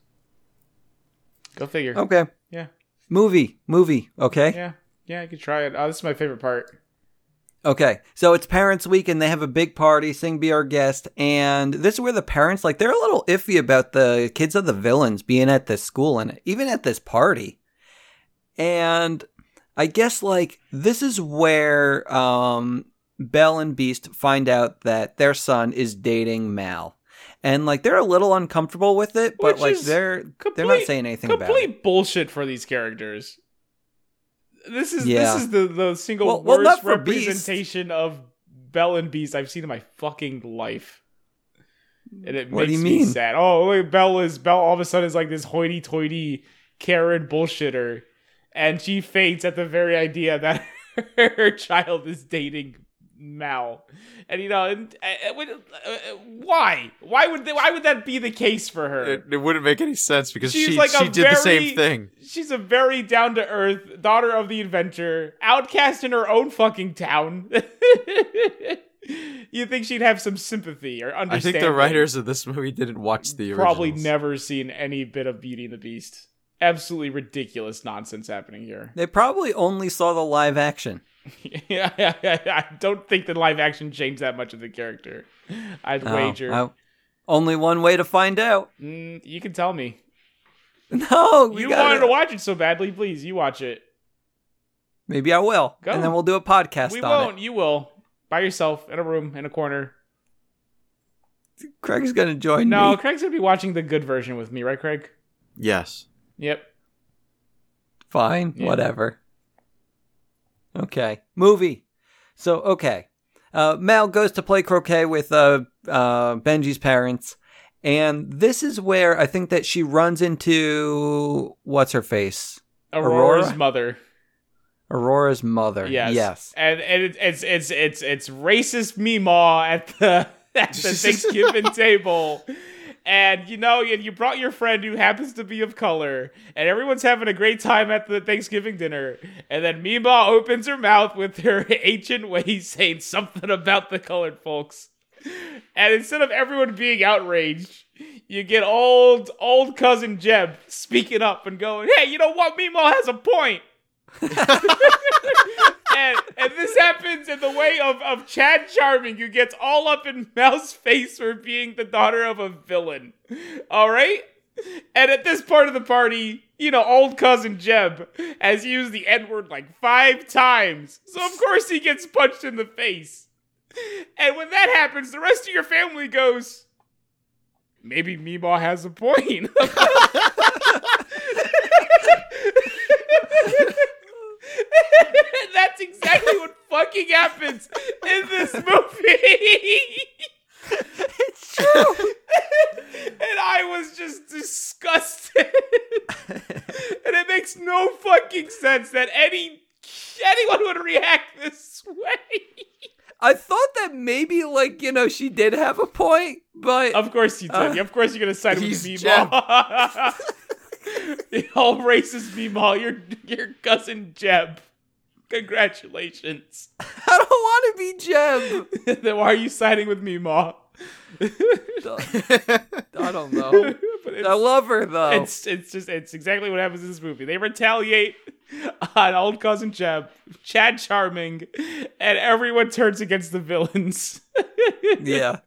Speaker 3: Go figure.
Speaker 1: Okay.
Speaker 3: Yeah.
Speaker 1: Movie, movie. Okay.
Speaker 3: Yeah, yeah, you could try it. Oh, this is my favorite part.
Speaker 1: Okay. So it's Parents Week, and they have a big party. Sing be our guest, and this is where the parents like they're a little iffy about the kids of the villains being at this school and even at this party. And I guess like this is where um, Belle and Beast find out that their son is dating Mal, and like they're a little uncomfortable with it, but
Speaker 3: Which
Speaker 1: like
Speaker 3: is
Speaker 1: they're they're not
Speaker 3: complete-
Speaker 1: saying anything about it.
Speaker 3: Complete bullshit for these characters. This is
Speaker 1: Yeah.
Speaker 3: this is the the single
Speaker 1: Well- well,
Speaker 3: worst
Speaker 1: not for Beast.
Speaker 3: representation of Bell and Beast I've seen in my fucking life. And it
Speaker 1: What do
Speaker 3: makes
Speaker 1: you
Speaker 3: me
Speaker 1: mean?
Speaker 3: sad. Oh, look, Belle is Belle all of a sudden is like this hoity-toity Karen bullshitter, and she faints at the very idea that her child is dating Mal. And you know, and, uh, uh, when- uh, uh, why? Why would they, why would that be the case for her?
Speaker 2: It, it wouldn't make any sense because
Speaker 3: She's
Speaker 2: she
Speaker 3: like a
Speaker 2: she did the same
Speaker 3: very-
Speaker 2: thing.
Speaker 3: She's a very down to earth daughter of the inventor, outcast in her own fucking town. you think she'd have some sympathy or
Speaker 2: I
Speaker 3: understanding?
Speaker 2: think the writers of this movie didn't watch the original.
Speaker 3: probably never seen any bit of Beauty and the Beast. Absolutely ridiculous nonsense happening here.
Speaker 1: They probably only saw the live action.
Speaker 3: I don't think the live action changed that much of the character. I'd
Speaker 1: Oh,
Speaker 3: wager.
Speaker 1: I- only one way to find out.
Speaker 3: Mm, you can tell me.
Speaker 1: No, we
Speaker 3: you
Speaker 1: gotta-
Speaker 3: wanted to watch it so badly. Please, you watch it.
Speaker 1: Maybe I will,
Speaker 3: Go.
Speaker 1: and then we'll do a podcast
Speaker 3: we
Speaker 1: on
Speaker 3: won't. You will. By yourself in a room in a corner.
Speaker 1: it. Craig's gonna join
Speaker 3: No,
Speaker 1: me.
Speaker 3: Craig's gonna be watching the good version with me, right, Craig?
Speaker 2: Yes.
Speaker 3: Yep.
Speaker 1: Fine,
Speaker 3: Yeah.
Speaker 1: whatever. Okay, movie. So okay, uh, Mal goes to play croquet with uh, uh, Benji's parents, and this is where I think that she runs into what's her face,
Speaker 3: Aurora's
Speaker 1: Aurora?
Speaker 3: mother.
Speaker 1: Aurora's mother.
Speaker 3: Yes.
Speaker 1: yes.
Speaker 3: And, and it, it's it's it's it's racist Meemaw at the at the Thanksgiving table. And you know, and you brought your friend who happens to be of color, and everyone's having a great time at the Thanksgiving dinner. And then Meemaw opens her mouth with her ancient ways, saying something about the colored folks. And instead of everyone being outraged, you get old old cousin Jeb speaking up and going, "Hey, you know what? Meemaw has a point." and, and this happens in the way of, of Chad Charming, who gets all up in Mel's face for being the daughter of a villain. All right? And at this part of the party, you know, old cousin Jeb has used the N word like five times. So, of course, he gets punched in the face. And when that happens, the rest of your family goes, maybe Meemaw has a point. That's exactly what fucking happens in this movie.
Speaker 1: It's true.
Speaker 3: and I was just disgusted. and it makes no fucking sense that any anyone would react this way.
Speaker 1: I thought that maybe like you know she did have a point, but
Speaker 3: Of course you did.
Speaker 1: Uh,
Speaker 3: of course you're gonna side with
Speaker 2: he's
Speaker 3: Meemaw. All racist Meemaw, your your cousin Jeb. Congratulations.
Speaker 1: I don't want to be Jeb.
Speaker 3: then why are you siding with me, Ma?
Speaker 1: I don't
Speaker 3: but
Speaker 1: know.
Speaker 3: it's,
Speaker 1: I love her though.
Speaker 3: it's it's just it's exactly what happens in this movie. They retaliate on old cousin Jeb, Chad Charming, and everyone turns against the villains.
Speaker 1: yeah.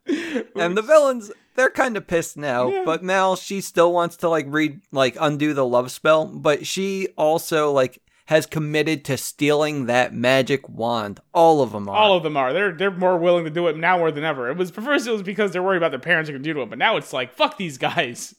Speaker 1: And the villains, they're kind of pissed now,
Speaker 3: Yeah.
Speaker 1: but Mal, she still wants to like read, like undo the love spell, but she also like has committed to stealing that magic wand. All of them are.
Speaker 3: All of them are. They're they're more willing to do it now more than ever. It was first it was because they're worried about their parents are gonna do to them, but now it's like fuck these guys.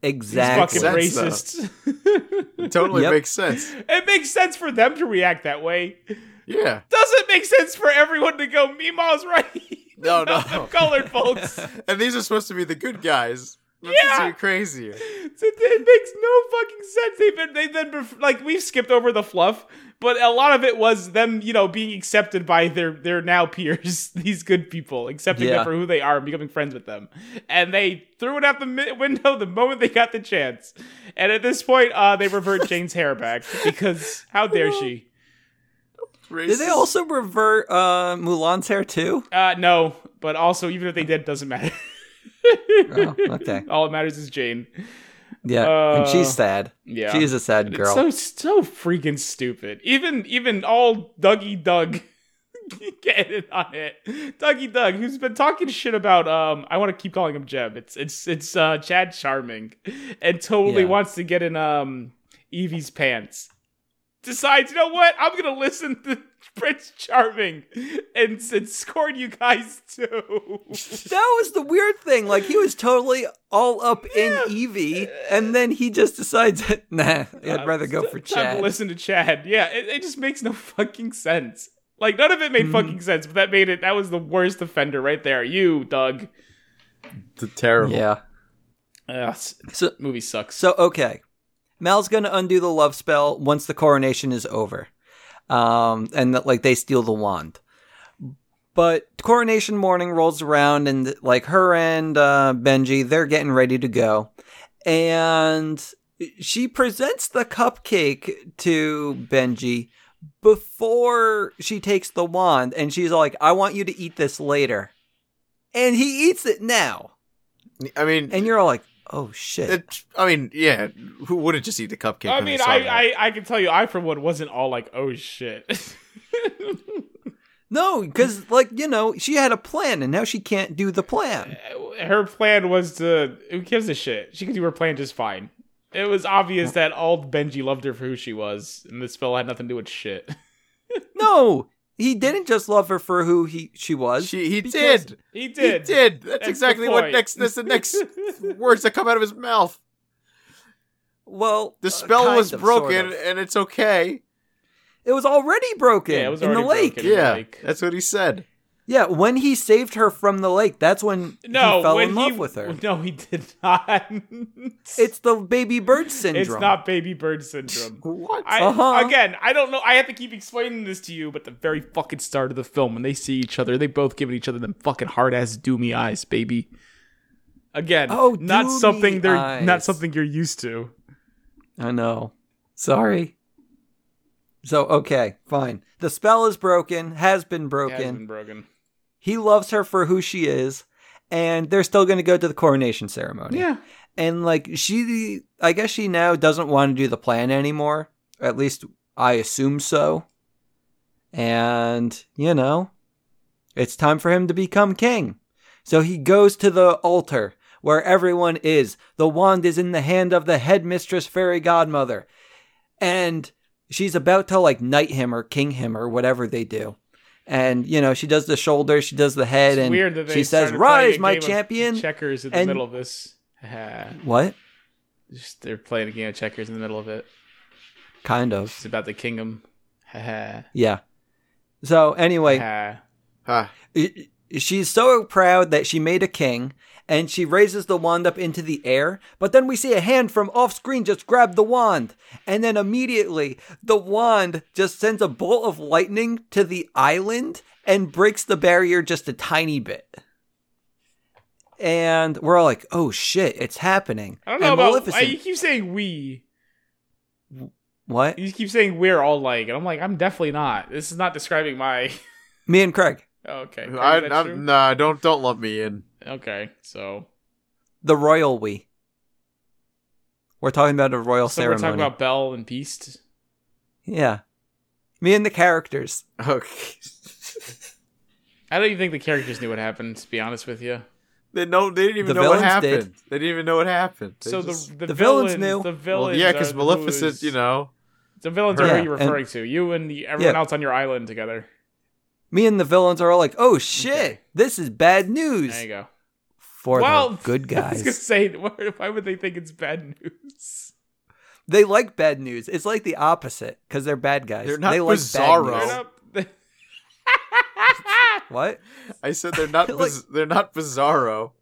Speaker 3: These
Speaker 1: exactly.
Speaker 2: Makes
Speaker 3: fucking
Speaker 2: sense,
Speaker 3: racists.
Speaker 2: totally
Speaker 1: Yep.
Speaker 2: makes sense.
Speaker 3: it makes sense for them to react that way.
Speaker 2: Yeah.
Speaker 3: Doesn't make sense for everyone to go. Meemaw's right.
Speaker 2: No,
Speaker 3: About
Speaker 2: no.
Speaker 3: them colored folks.
Speaker 2: And these are supposed to be the good guys. That's
Speaker 3: Yeah.
Speaker 2: even crazier.
Speaker 3: So It, it makes no fucking sense. They've been, they've been, bef- like, we've skipped over the fluff, but a lot of it was them, you know, being accepted by their, their now peers, these good people, accepting
Speaker 1: Yeah.
Speaker 3: them for who they are and becoming friends with them. And they threw it out the mi- window the moment they got the chance. And at this point, uh, they revert Jane's hair back because how dare she?
Speaker 1: Did they
Speaker 2: Racist.
Speaker 1: also revert uh, Mulan's hair too?
Speaker 3: Uh, no, but also, even if they did, doesn't matter.
Speaker 1: Oh, okay.
Speaker 3: All that matters is Jane.
Speaker 1: Yeah. and
Speaker 3: Uh,
Speaker 1: she's sad.
Speaker 3: Yeah.
Speaker 1: She's a sad girl.
Speaker 3: It's so so freaking stupid. Even even all Dougie Doug getting on it. Dougie Doug, who's been talking shit about um I want to keep calling him Jeb. It's it's it's uh Chad Charming and totally
Speaker 1: Yeah.
Speaker 3: wants to get in um Evie's pants. Decides, you know what? I'm gonna listen to Prince Charming and, and scorn you guys too.
Speaker 1: that was the weird thing. Like he was totally all up
Speaker 3: Yeah.
Speaker 1: in Evie, and then he just decides, nah, I'd
Speaker 3: Uh,
Speaker 1: rather go
Speaker 3: t-
Speaker 1: for
Speaker 3: time to
Speaker 1: Chad.
Speaker 3: Listen to Chad. Yeah, it, it just makes no fucking sense. Like none of it made
Speaker 1: Mhm.
Speaker 3: fucking sense, but that made it. That was the worst offender right there. You, Doug.
Speaker 2: The terrible.
Speaker 1: Yeah.
Speaker 3: Ugh, s-
Speaker 1: So-
Speaker 3: movie sucks.
Speaker 1: So okay, Mal's gonna undo the love spell once the coronation is over, um, and that like they steal the wand. But coronation morning rolls around, and like her and uh, Benji, they're getting ready to go, and she presents the cupcake to Benji before she takes the wand, and she's like, "I want you to eat this later," and he eats it now,
Speaker 2: I mean,
Speaker 1: and you're all like, "Oh shit!"
Speaker 2: it, I mean, yeah. Who wouldn't just eat the cupcake?
Speaker 3: I
Speaker 2: when they
Speaker 3: mean,
Speaker 2: saw
Speaker 3: I,
Speaker 2: that?
Speaker 3: I I can tell you, I for one wasn't all like, oh shit.
Speaker 1: No, because like you know, she had a plan, and now she can't do the plan.
Speaker 3: her plan was to. Who gives a shit? She could do her plan just fine. It was obvious that old Benji loved her for who she was, and this spell had nothing to do with shit.
Speaker 1: No, he didn't just love her for who he she was.
Speaker 2: She, he
Speaker 1: because-
Speaker 2: did.
Speaker 3: He
Speaker 2: He
Speaker 3: did.
Speaker 2: did. That's,
Speaker 3: That's the
Speaker 2: exactly what
Speaker 3: point.
Speaker 2: next. That's the next words that come out of his mouth.
Speaker 1: well,
Speaker 2: The
Speaker 1: uh,
Speaker 2: spell
Speaker 1: kind
Speaker 2: was
Speaker 1: of, sort
Speaker 2: broken,
Speaker 1: of.
Speaker 2: and it's okay.
Speaker 1: It was already broken
Speaker 3: Yeah, it was
Speaker 1: in the
Speaker 3: already
Speaker 1: lake.
Speaker 3: broken.
Speaker 2: Yeah,
Speaker 3: Like-
Speaker 2: that's what he said.
Speaker 1: Yeah, when he saved her from the lake, that's when
Speaker 3: No,
Speaker 1: he fell
Speaker 3: when
Speaker 1: in love
Speaker 3: he,
Speaker 1: with her.
Speaker 3: No, he did not.
Speaker 1: It's the baby bird syndrome.
Speaker 3: It's not baby bird syndrome.
Speaker 2: What?
Speaker 3: I,
Speaker 1: Uh-huh.
Speaker 3: Again, I don't know. I have to keep explaining this to you, but the very fucking start of the film, when they see each other, they both giving each other them fucking hard ass doomy eyes, baby. Again,
Speaker 1: Oh,
Speaker 3: not
Speaker 1: doomy
Speaker 3: something they're not
Speaker 1: eyes.
Speaker 3: something you're used to.
Speaker 1: I know. Sorry. So okay, fine. The spell is broken. Has been broken.
Speaker 3: Has been broken.
Speaker 1: He loves her for who she is, and they're still going to go to the coronation ceremony.
Speaker 3: Yeah,
Speaker 1: and like she i guess she now doesn't want to do the plan anymore at least i assume so and you know it's time for him to become king so he goes to the altar where everyone is the wand is in the hand of the headmistress fairy godmother and she's about to like knight him or king him or whatever they do and you know she does the shoulder she does the head
Speaker 3: it's
Speaker 1: and
Speaker 3: weird that they
Speaker 1: she says
Speaker 3: started playing
Speaker 1: rise
Speaker 3: a
Speaker 1: my
Speaker 3: game of
Speaker 1: champion
Speaker 3: Checkers in the
Speaker 1: and-
Speaker 3: middle of this. Ah,
Speaker 1: what
Speaker 3: Just, they're playing a game of checkers in the middle of it.
Speaker 1: kind of
Speaker 3: It's about the kingdom. Ha
Speaker 1: Yeah. So anyway,
Speaker 3: ha.
Speaker 2: Huh.
Speaker 1: i- i- she's so proud that she made a king and she raises the wand up into the air, but then we see a hand from off screen just grab the wand and then immediately the wand just sends a bolt of lightning to the island and breaks the barrier just a tiny bit. And we're all like, "Oh shit, it's happening!"
Speaker 3: I don't know
Speaker 1: and
Speaker 3: about. I,
Speaker 1: Maleficent-
Speaker 3: you keep saying we.
Speaker 1: What?
Speaker 3: You keep saying we're all like, and I'm like, I'm definitely not. This is not describing my. oh,
Speaker 1: Me and Craig,
Speaker 3: okay. Craig,
Speaker 2: I,
Speaker 3: that's
Speaker 2: I,
Speaker 3: true?
Speaker 2: nah, don't don't lump me in.
Speaker 3: Okay, so
Speaker 1: the royal we. We're talking about a royal
Speaker 3: so we're
Speaker 1: ceremony.
Speaker 3: talking about Bell and Beast.
Speaker 1: yeah. Me and the characters.
Speaker 2: Okay.
Speaker 3: I don't even think the characters knew what happened. To be honest with you,
Speaker 2: they no, they didn't even
Speaker 1: The
Speaker 2: know what
Speaker 1: villains did.
Speaker 2: happened. They didn't even know what happened. They
Speaker 3: so
Speaker 2: just-
Speaker 3: the, the
Speaker 1: The villains knew.
Speaker 3: the
Speaker 2: well,
Speaker 3: villains,
Speaker 2: yeah,
Speaker 3: because
Speaker 2: because Maleficent, you know,
Speaker 3: the villains
Speaker 1: her-
Speaker 3: are
Speaker 1: Yeah,
Speaker 3: who you're
Speaker 1: and-
Speaker 3: referring to. You and the, everyone
Speaker 1: Yeah.
Speaker 3: else on your island together.
Speaker 1: Me and the villains are all like, "Oh shit,
Speaker 3: Okay.
Speaker 1: this is bad news
Speaker 3: There you go.
Speaker 1: for
Speaker 3: well,
Speaker 1: the good
Speaker 3: I was
Speaker 1: guys."
Speaker 3: gonna say, why why would they think it's bad news?
Speaker 1: They like bad news. It's like the opposite because they're bad guys.
Speaker 2: They're not
Speaker 1: they like
Speaker 2: bizarro.
Speaker 1: Bad
Speaker 3: Turn
Speaker 1: news.
Speaker 2: No.
Speaker 3: up the-
Speaker 1: What?
Speaker 2: I said they're not
Speaker 1: Like-
Speaker 2: biz- they're not bizarro.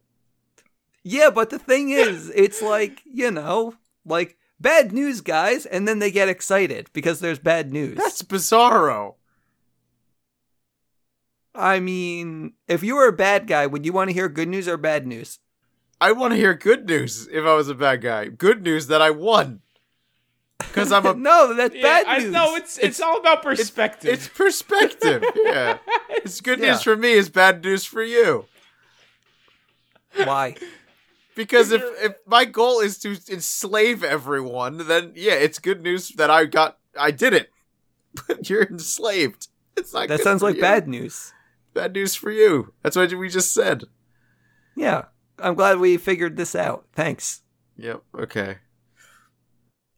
Speaker 1: Yeah, but the thing is, it's like you know, like bad news guys, and then they get excited because there's bad news.
Speaker 2: That's bizarro.
Speaker 1: I mean, if you were a bad guy, would you want to hear good news or bad news?
Speaker 2: I want to hear good news if I was a bad guy. Good news that I won. Because I'm a
Speaker 1: no, that's
Speaker 3: Um, Yeah,
Speaker 1: bad
Speaker 3: I,
Speaker 1: news.
Speaker 3: no, it's,
Speaker 2: It's-
Speaker 3: it's all about
Speaker 2: it's-
Speaker 3: perspective.
Speaker 2: it's perspective. Yeah. It's good
Speaker 1: Yeah.
Speaker 2: news for me, it's bad news for you.
Speaker 1: Why?
Speaker 2: Because if, if my goal is to enslave everyone, then yeah, it's good news that I got I did it. But you're enslaved. It's not
Speaker 1: That
Speaker 2: good
Speaker 1: sounds
Speaker 2: for
Speaker 1: like
Speaker 2: you.
Speaker 1: bad news.
Speaker 2: bad news for you. That's what we just said.
Speaker 1: Yeah, I'm glad we figured this out. Thanks.
Speaker 2: Yep. Okay.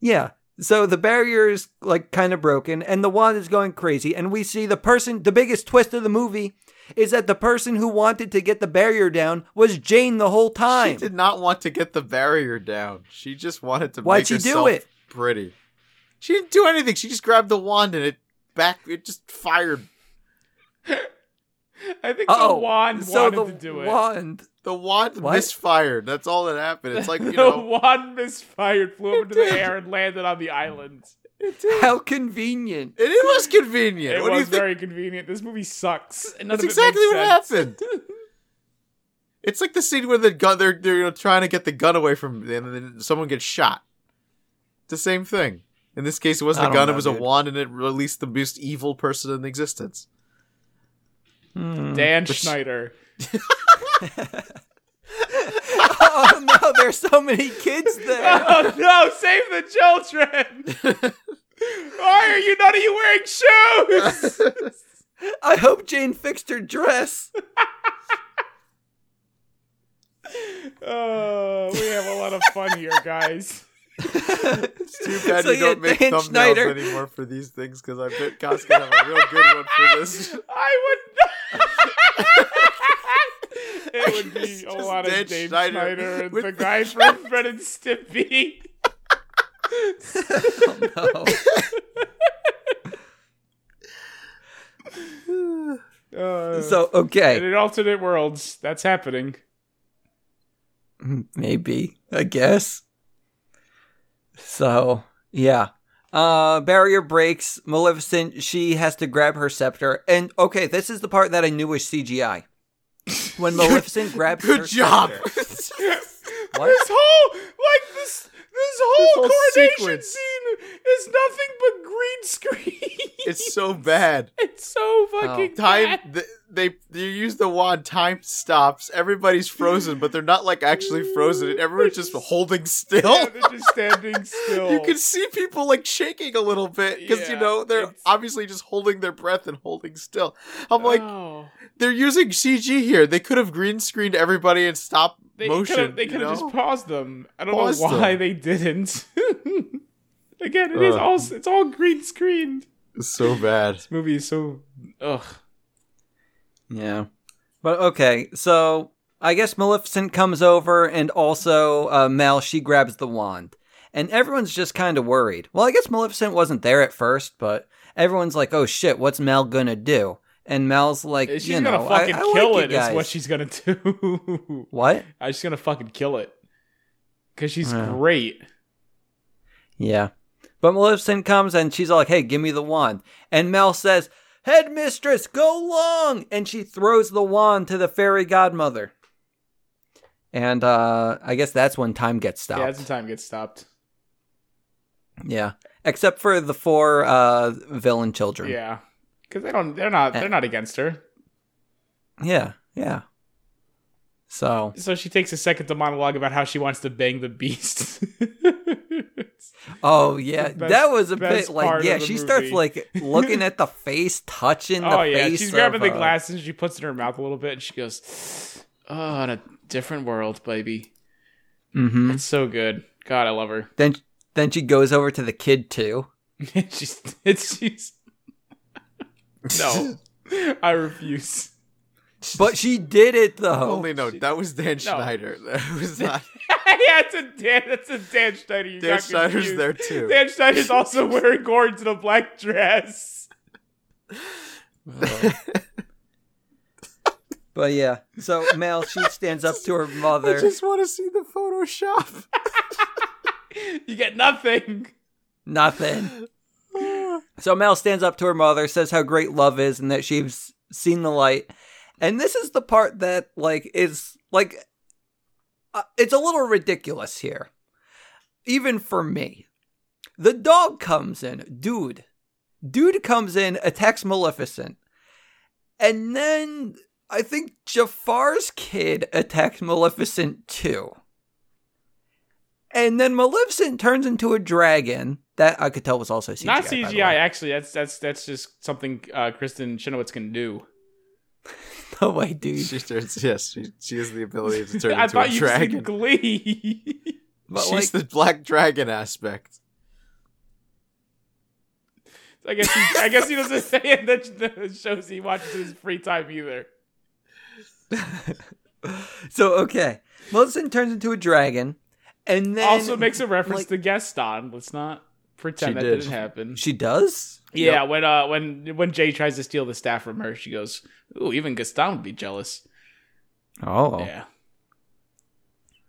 Speaker 1: Yeah. So the barrier is like kind of broken and the wand is going crazy. And we see the person, the biggest twist of the movie is that the person who wanted to get the barrier down was Jane the whole
Speaker 2: She
Speaker 1: time.
Speaker 2: did not want to get the barrier down. She just wanted to
Speaker 1: Why'd
Speaker 2: make
Speaker 1: she do
Speaker 2: herself
Speaker 1: it?
Speaker 2: pretty. She didn't do anything. She just grabbed the wand and it back it just fired.
Speaker 3: I think
Speaker 1: Uh-oh.
Speaker 3: the wand
Speaker 1: so
Speaker 3: wanted
Speaker 1: the
Speaker 3: to do it.
Speaker 1: wand.
Speaker 2: The wand
Speaker 1: What?
Speaker 2: misfired. That's all that happened. It's like, you
Speaker 3: the
Speaker 2: know,
Speaker 3: wand misfired, flew up into the air, and landed on the island.
Speaker 1: How convenient.
Speaker 2: it, it was convenient.
Speaker 3: it
Speaker 2: what do you
Speaker 3: was
Speaker 2: think?
Speaker 3: very convenient. This movie sucks. and none
Speaker 2: That's
Speaker 3: of it
Speaker 2: exactly
Speaker 3: makes
Speaker 2: what
Speaker 3: sense.
Speaker 2: happened. It's like the scene where the gun they're, they're you know, trying to get the gun away from them and then someone gets shot. It's the same thing. In this case, it
Speaker 1: I
Speaker 2: wasn't a
Speaker 1: don't
Speaker 2: gun,
Speaker 1: know,
Speaker 2: it was a
Speaker 1: dude.
Speaker 2: wand, and it released the most evil person in existence.
Speaker 3: Dan
Speaker 2: Which-
Speaker 3: Schneider.
Speaker 1: oh no, there's so many kids there.
Speaker 3: Oh no! Save the children. Why are you none of you wearing shoes?
Speaker 1: I hope Jane fixed her dress.
Speaker 3: oh, we have a lot of fun here, guys.
Speaker 2: It's too bad
Speaker 1: So,
Speaker 2: you don't
Speaker 1: yeah,
Speaker 2: make
Speaker 1: Dan
Speaker 2: thumbnails
Speaker 1: Schneider-
Speaker 2: anymore for these things because I bet Costco have a real good one for this.
Speaker 3: I would. it would be
Speaker 2: It's
Speaker 3: a
Speaker 2: just
Speaker 3: lot
Speaker 2: Dan
Speaker 3: of Dan
Speaker 2: Schneider
Speaker 3: Schneider, and
Speaker 2: with
Speaker 3: the
Speaker 2: the
Speaker 3: guy from Fred and Stimpy.
Speaker 1: No.
Speaker 3: Uh,
Speaker 1: So
Speaker 3: in
Speaker 1: okay.
Speaker 3: an alternate worlds, that's happening.
Speaker 1: Maybe, I guess. So, yeah. Uh barrier breaks. Maleficent, she has to grab her scepter. And okay, this is the part that I knew was CGI. When Maleficent grabs her
Speaker 2: Good job.
Speaker 1: scepter-
Speaker 3: This whole like this this whole,
Speaker 2: whole
Speaker 3: coronation
Speaker 2: sequence.
Speaker 3: scene is nothing but green screen.
Speaker 2: it's so bad.
Speaker 3: It's so fucking
Speaker 2: Time
Speaker 3: bad.
Speaker 2: th- they they use the wand. Time stops. Everybody's frozen, but they're not like actually frozen. Everyone's just holding
Speaker 3: Yeah,
Speaker 2: still.
Speaker 3: they're just standing still.
Speaker 2: You can see people like shaking a little bit because you
Speaker 3: Yeah,
Speaker 2: know they're
Speaker 3: it's-
Speaker 2: obviously just holding their breath and holding still. I'm like,
Speaker 3: Oh.
Speaker 2: they're using CG here. They could have green screened everybody and stopped
Speaker 3: they
Speaker 2: motion.
Speaker 3: Could've, they
Speaker 2: you
Speaker 3: could have
Speaker 2: know?
Speaker 3: just paused them. I don't
Speaker 2: Paused
Speaker 3: know why
Speaker 2: them.
Speaker 3: they didn't. Again, it is
Speaker 2: Ugh.
Speaker 3: all it's all green screened.
Speaker 2: It's so bad.
Speaker 3: This movie is so ugh.
Speaker 1: Yeah. But okay, so I guess Maleficent comes over and also uh, Mal, she grabs the wand. And everyone's just kind of worried. Well, I guess Maleficent wasn't there at first, but everyone's like, oh shit, what's Mal gonna do? And Mal's like,
Speaker 3: She's
Speaker 1: you know,
Speaker 3: gonna
Speaker 1: I-
Speaker 3: fucking
Speaker 1: I like
Speaker 3: kill
Speaker 1: you
Speaker 3: it. Is
Speaker 1: guys."
Speaker 3: what she's gonna do.
Speaker 1: What?
Speaker 3: I just gonna fucking kill it because she's
Speaker 1: Yeah.
Speaker 3: great.
Speaker 1: Yeah. But Maleficent comes and she's all like, hey, give me the wand. And Mal says, Headmistress, go long! And she throws the wand to the fairy godmother. And uh I guess that's when time gets
Speaker 3: Yeah, that's
Speaker 1: stopped.
Speaker 3: when time gets stopped.
Speaker 1: Yeah. except for the four uh, villain children.
Speaker 3: Yeah, because they don't. They're not.
Speaker 1: Eh.
Speaker 3: They're not against her.
Speaker 1: yeah, yeah. So
Speaker 3: So she takes a second to monologue about how she wants to bang the beast.
Speaker 1: Oh yeah,
Speaker 3: best-
Speaker 1: that was a
Speaker 3: best
Speaker 1: bit like
Speaker 3: part
Speaker 1: yeah.
Speaker 3: of the
Speaker 1: She starts
Speaker 3: movie.
Speaker 1: like looking at the face, touching the
Speaker 3: oh yeah,
Speaker 1: face.
Speaker 3: she's grabbing
Speaker 1: of,
Speaker 3: the
Speaker 1: uh,
Speaker 3: glasses. She puts it in her mouth a little bit, and she goes, "Oh, in a different world, baby.
Speaker 1: mhm.
Speaker 3: It's so good. God, I love her.
Speaker 1: Then then she goes over to the kid too.
Speaker 3: she's it's she's no, I refuse.
Speaker 1: But she did it though.
Speaker 2: Only no, that was Dan Schneider. That was not
Speaker 3: yeah, it's a Dan. That's a Dan Schneider. You
Speaker 2: Dan
Speaker 3: got
Speaker 2: Schneider's
Speaker 3: confused.
Speaker 2: there too.
Speaker 3: Dan Schneider's also wearing cords and a black dress.
Speaker 1: But yeah, so Mel she stands up to her mother.
Speaker 2: I just want to see the Photoshop.
Speaker 3: You get nothing.
Speaker 1: Nothing. So Mel stands up to her mother, says how great love is and that she's seen the light. And this is the part that like is like uh, it's a little ridiculous here. Even for me. The dog comes in, dude. Dude comes in, attacks Maleficent. And then I think Jafar's kid attacks Maleficent too. And then Maleficent turns into a dragon that I could tell was also CGI.
Speaker 3: Not
Speaker 1: by the
Speaker 3: CGI.
Speaker 1: way.
Speaker 3: Actually, that's that's that's just something uh, Kristen Chenoweth can do.
Speaker 1: No way, dude.
Speaker 2: She turns. Yes, she, she has the ability to turn
Speaker 3: I
Speaker 2: into a
Speaker 3: thought you
Speaker 2: dragon.
Speaker 3: said Glee.
Speaker 1: But
Speaker 2: She's
Speaker 1: like,
Speaker 2: the black dragon aspect.
Speaker 3: I guess he, I guess he doesn't say it that the shows he watches in his free time either.
Speaker 1: so okay, Maleficent turns into a dragon, and then
Speaker 3: also makes a reference
Speaker 1: like-
Speaker 3: to Gaston. Let's not pretend
Speaker 2: She
Speaker 3: that
Speaker 2: did.
Speaker 3: did. not happen.
Speaker 1: she does.
Speaker 3: yeah, when uh when when Jay tries to steal the staff from her, she goes, "Ooh, even Gaston would be jealous."
Speaker 1: Oh,
Speaker 3: Yeah.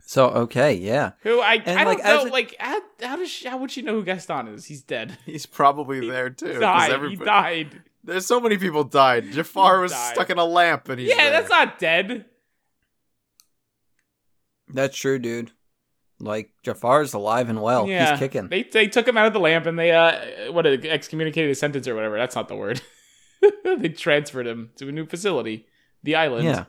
Speaker 1: so okay, yeah.
Speaker 3: Who I
Speaker 1: And,
Speaker 3: I don't
Speaker 1: like, as
Speaker 3: know
Speaker 1: a-
Speaker 3: like how, how does she, how would she know who Gaston is? He's dead.
Speaker 2: He's probably there too.
Speaker 3: He
Speaker 2: 'cause
Speaker 3: died. He
Speaker 2: everybody-
Speaker 3: died.
Speaker 2: There's so many people died. Jafar
Speaker 3: He
Speaker 2: was
Speaker 3: died.
Speaker 2: stuck in a lamp, and he's
Speaker 3: yeah,
Speaker 2: there.
Speaker 3: that's not dead.
Speaker 1: That's true, dude. Like Jafar's alive and well.
Speaker 3: yeah,
Speaker 1: He's kicking.
Speaker 3: They they took him out of the lamp and they uh what excommunicated his sentence or whatever. That's not the word. they transferred him to a new facility, the island.
Speaker 1: Yeah.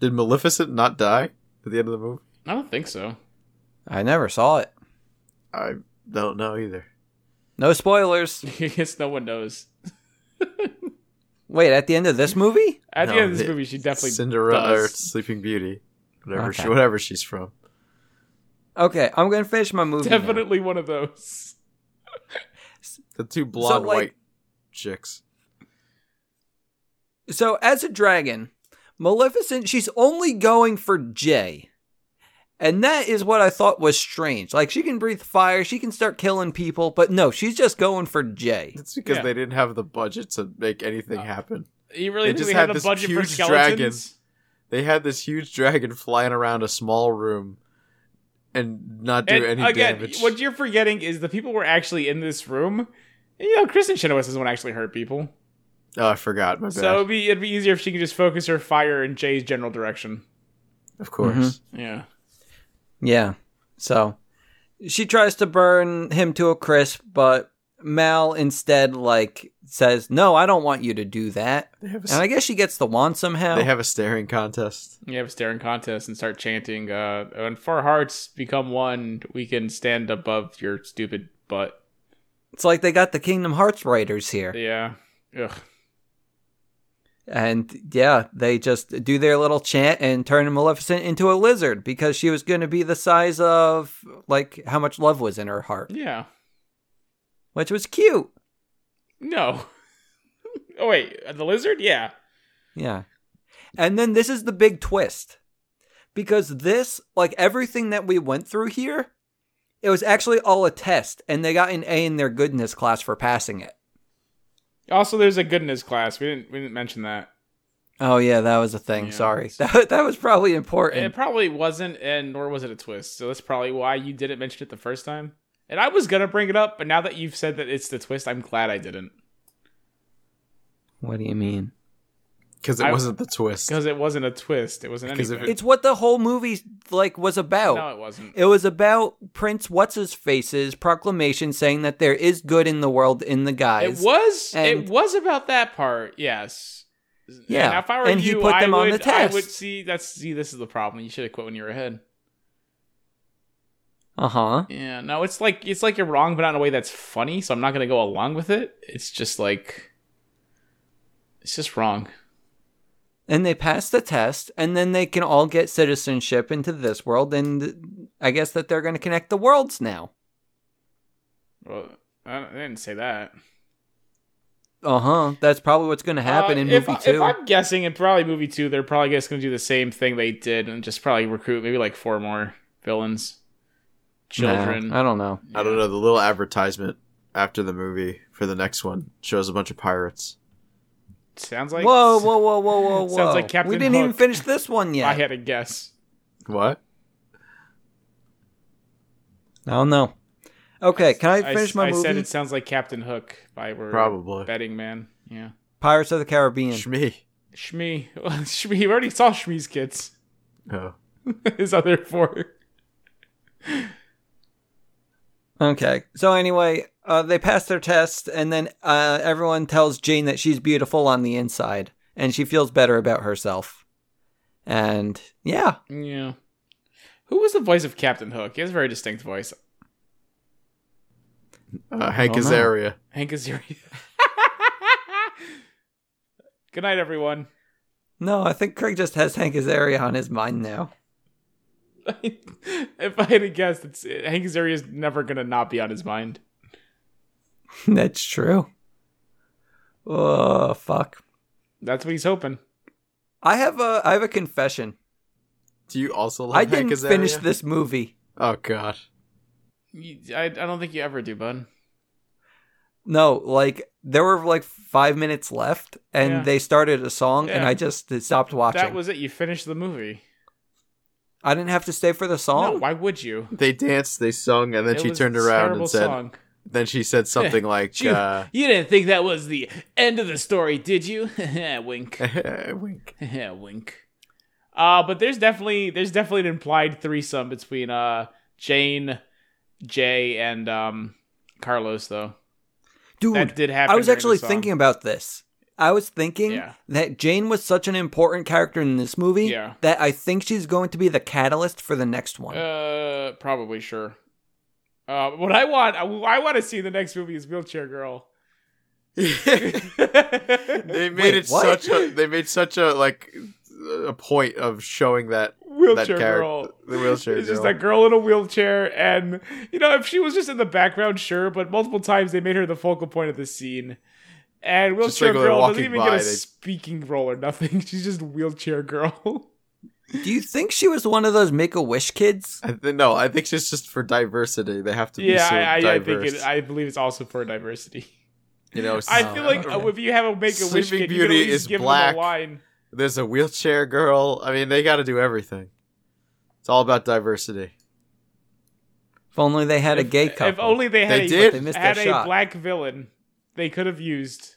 Speaker 2: Did Maleficent not die at the end of the movie?
Speaker 3: I don't think so.
Speaker 1: I never saw it.
Speaker 2: I don't know either.
Speaker 1: No spoilers.
Speaker 3: I guess no one knows.
Speaker 1: Wait, at the end of this movie?
Speaker 3: At the
Speaker 2: No,
Speaker 3: end of this
Speaker 2: the-
Speaker 3: movie, she definitely
Speaker 2: Cinderella or
Speaker 3: does.
Speaker 2: Sleeping Beauty, whatever she,
Speaker 1: Okay.
Speaker 2: whatever she's from.
Speaker 1: Okay, I'm gonna finish my movie. now.
Speaker 3: Definitely one of those.
Speaker 2: The two blonde
Speaker 1: like-
Speaker 2: white chicks.
Speaker 1: So as a dragon, Maleficent, she's only going for Jay. And that is what I thought was strange. Like she can breathe fire, she can start killing people, but no, she's just going for Jay.
Speaker 2: It's because
Speaker 3: Yeah.
Speaker 2: they didn't have the budget to make anything
Speaker 3: Uh,
Speaker 2: happen.
Speaker 3: You really
Speaker 2: They
Speaker 3: think
Speaker 2: just
Speaker 3: they
Speaker 2: had
Speaker 3: had the
Speaker 2: this
Speaker 3: budget for
Speaker 2: huge
Speaker 3: skeletons?
Speaker 2: They had this huge dragon flying around a small room and not do
Speaker 3: And
Speaker 2: any
Speaker 3: again,
Speaker 2: damage.
Speaker 3: what you're forgetting is the people were actually in this room. You know, Kristen Chenoweth doesn't want to actually hurt people,
Speaker 2: oh, I forgot. My bad.
Speaker 3: so it'd be it'd be easier if she could just focus her fire in Jay's general direction.
Speaker 2: of course.
Speaker 1: Mm-hmm.
Speaker 3: Yeah,
Speaker 1: Yeah. So she tries to burn him to a crisp, but Mal instead like says, "No, I don't want you to do that."
Speaker 2: They have a,
Speaker 1: And I guess she gets the wand somehow.
Speaker 2: they have a staring contest.
Speaker 3: you have a staring contest and start chanting. Uh, when four hearts become one, we can stand above your stupid butt.
Speaker 1: it's like they got the Kingdom Hearts writers here.
Speaker 3: Yeah, ugh.
Speaker 1: And yeah, they just do their little chant and turn Maleficent into a lizard because she was going to be the size of like how much love was in her heart,
Speaker 3: yeah.
Speaker 1: which was cute.
Speaker 3: No. oh wait, the lizard? Yeah.
Speaker 1: Yeah. And then this is the big twist because this, like everything that we went through here, it was actually all a test and they got an A in their goodness class for passing it.
Speaker 3: Also, there's a goodness class. We didn't we didn't mention that.
Speaker 1: Oh, yeah, that was a thing.
Speaker 3: Yeah.
Speaker 1: Sorry. That, that was probably important.
Speaker 3: It probably wasn't, and nor was it a twist. So that's probably why you didn't mention it the first time. And I was gonna bring it up, but now that you've said that it's the twist, I'm glad I didn't.
Speaker 1: What do you mean?
Speaker 2: because it
Speaker 3: I-
Speaker 2: wasn't the twist.
Speaker 3: because it wasn't a twist. It wasn't
Speaker 2: Because if
Speaker 3: anything.
Speaker 1: It's what the whole movie like was about.
Speaker 3: no, it wasn't.
Speaker 1: It was about Prince What's His Face's proclamation saying that there is good in the world in the
Speaker 3: It
Speaker 1: guys.
Speaker 3: was.
Speaker 1: and-
Speaker 3: it was about that part. Yes.
Speaker 1: Yeah,
Speaker 3: Now, if I were
Speaker 1: and he
Speaker 3: you,
Speaker 1: put them
Speaker 3: I
Speaker 1: on
Speaker 3: would,
Speaker 1: the
Speaker 3: I would
Speaker 1: test.
Speaker 3: see. That's see. This is the problem. You should have quit when you were ahead.
Speaker 1: Uh huh.
Speaker 3: Yeah. No, it's like it's like you're wrong, but not in a way that's funny. So I'm not gonna go along with it. It's just like. It's just wrong.
Speaker 1: And they pass the test, and then they can all get citizenship into this world. And I guess that they're going to connect the worlds now.
Speaker 3: Well, I, don't- I didn't say that.
Speaker 1: Uh huh. That's probably what's going to happen
Speaker 3: Uh,
Speaker 1: in
Speaker 3: if,
Speaker 1: movie
Speaker 3: I- If
Speaker 1: two.
Speaker 3: I'm guessing, in probably movie two, they're probably just going to do the same thing they did and just probably recruit maybe like four more villains,
Speaker 1: Nah,
Speaker 3: children.
Speaker 1: I don't know.
Speaker 2: I don't know. The little advertisement after the movie for the next one shows a bunch of pirates.
Speaker 3: Sounds like
Speaker 1: whoa, whoa, whoa, whoa, whoa, whoa!
Speaker 3: Sounds like Captain
Speaker 1: We didn't even
Speaker 3: Hook.
Speaker 1: finish this one yet.
Speaker 3: I had a guess.
Speaker 2: What?
Speaker 1: I don't know. Okay, can I
Speaker 3: I
Speaker 1: finish
Speaker 3: s-
Speaker 1: my
Speaker 3: I
Speaker 1: movie?
Speaker 3: said it sounds like Captain Hook by were
Speaker 2: Probably.
Speaker 3: betting man. Yeah,
Speaker 1: Pirates of the Caribbean.
Speaker 2: Shmi.
Speaker 3: Shmi. Shmi. We already saw Shmi's kids.
Speaker 2: Oh.
Speaker 3: His other four.
Speaker 1: Okay. So anyway, uh, they pass their test, and then uh, everyone tells Jane that she's beautiful on the inside, and she feels better about herself. And yeah,
Speaker 3: Yeah. Who was the voice of Captain Hook? He has a very distinct voice.
Speaker 2: Uh, Hank
Speaker 1: Oh, no.
Speaker 2: Azaria.
Speaker 3: Hank Azaria. Good night, everyone.
Speaker 1: no, I think Craig just has Hank Azaria on his mind now.
Speaker 3: if I had to guess, it's Hank Azaria is never gonna not be on his mind.
Speaker 1: That's true. Oh fuck!
Speaker 3: That's what he's hoping.
Speaker 1: I have a I have a confession.
Speaker 2: Do you also love
Speaker 1: I
Speaker 2: Hank
Speaker 1: didn't
Speaker 2: Azaria?
Speaker 1: finish this movie.
Speaker 2: Oh God.
Speaker 3: You- I, I don't think you ever do, bud.
Speaker 1: No, like there were like five minutes left, and
Speaker 3: Yeah.
Speaker 1: they started a song, and
Speaker 3: Yeah.
Speaker 1: I just stopped watching.
Speaker 3: That was it. You finished the movie.
Speaker 1: I didn't have to stay for the
Speaker 3: No,
Speaker 1: song.
Speaker 3: why would you?
Speaker 2: They danced. They sung, and then
Speaker 3: It
Speaker 2: she
Speaker 3: was
Speaker 2: turned
Speaker 3: a
Speaker 2: around
Speaker 3: terrible
Speaker 2: and said.
Speaker 3: song.
Speaker 2: Then she said something like,
Speaker 3: Phew,
Speaker 2: uh,
Speaker 3: "You didn't think that was the end of the story, did you?" Wink.
Speaker 2: "Wink."
Speaker 1: Eh.
Speaker 3: Wink. Uh, but there's definitely there's definitely an implied threesome between uh Jane, Jay, and um Carlos though.
Speaker 1: Dude,
Speaker 3: That did happen.
Speaker 1: I was
Speaker 3: during the
Speaker 1: actually
Speaker 3: song.
Speaker 1: thinking about this. I was thinking
Speaker 3: Yeah.
Speaker 1: that Jane was such an important character in this movie
Speaker 3: Yeah.
Speaker 1: that I think she's going to be the catalyst for the next one.
Speaker 3: Uh, probably sure. Uh, what I want, I, want to see in the next movie is Wheelchair Girl. Wheelchair
Speaker 2: They made
Speaker 1: Wait,
Speaker 2: it
Speaker 1: what?
Speaker 2: such a. They made such a like a point of showing that character-
Speaker 3: Girl.
Speaker 2: the wheelchair
Speaker 3: It's just
Speaker 2: girl.
Speaker 3: that girl in a wheelchair, and you know, if she was just in the background, sure. But multiple times they made her the focal point of the scene. And
Speaker 2: Just
Speaker 3: wheelchair
Speaker 2: like when they're
Speaker 3: girl doesn't
Speaker 2: walking
Speaker 3: even
Speaker 2: by,
Speaker 3: get a
Speaker 2: they-
Speaker 3: speaking role or nothing. She's just wheelchair girl.
Speaker 1: Do you think she was one of those Make a Wish kids?
Speaker 2: I th- no, I think it's just for diversity. They have to be
Speaker 3: yeah,
Speaker 2: so
Speaker 3: I, I, I think
Speaker 2: diverse.
Speaker 3: it, I believe it's also for diversity.
Speaker 2: you know,
Speaker 3: I feel like
Speaker 1: okay.
Speaker 3: if you have a make a wish,
Speaker 2: Sleeping
Speaker 3: kid, you can at
Speaker 2: Beauty
Speaker 3: least
Speaker 2: is
Speaker 3: give
Speaker 2: black.
Speaker 3: them a line.
Speaker 2: there's a wheelchair girl. I mean, they got to do everything. It's all about diversity.
Speaker 1: If only they had a
Speaker 3: If-
Speaker 1: gay
Speaker 3: if,
Speaker 1: couple.
Speaker 3: only they had
Speaker 2: They
Speaker 3: a,
Speaker 2: did. But
Speaker 1: they missed
Speaker 3: had
Speaker 1: their
Speaker 3: a
Speaker 1: shot.
Speaker 3: black villain they could have used.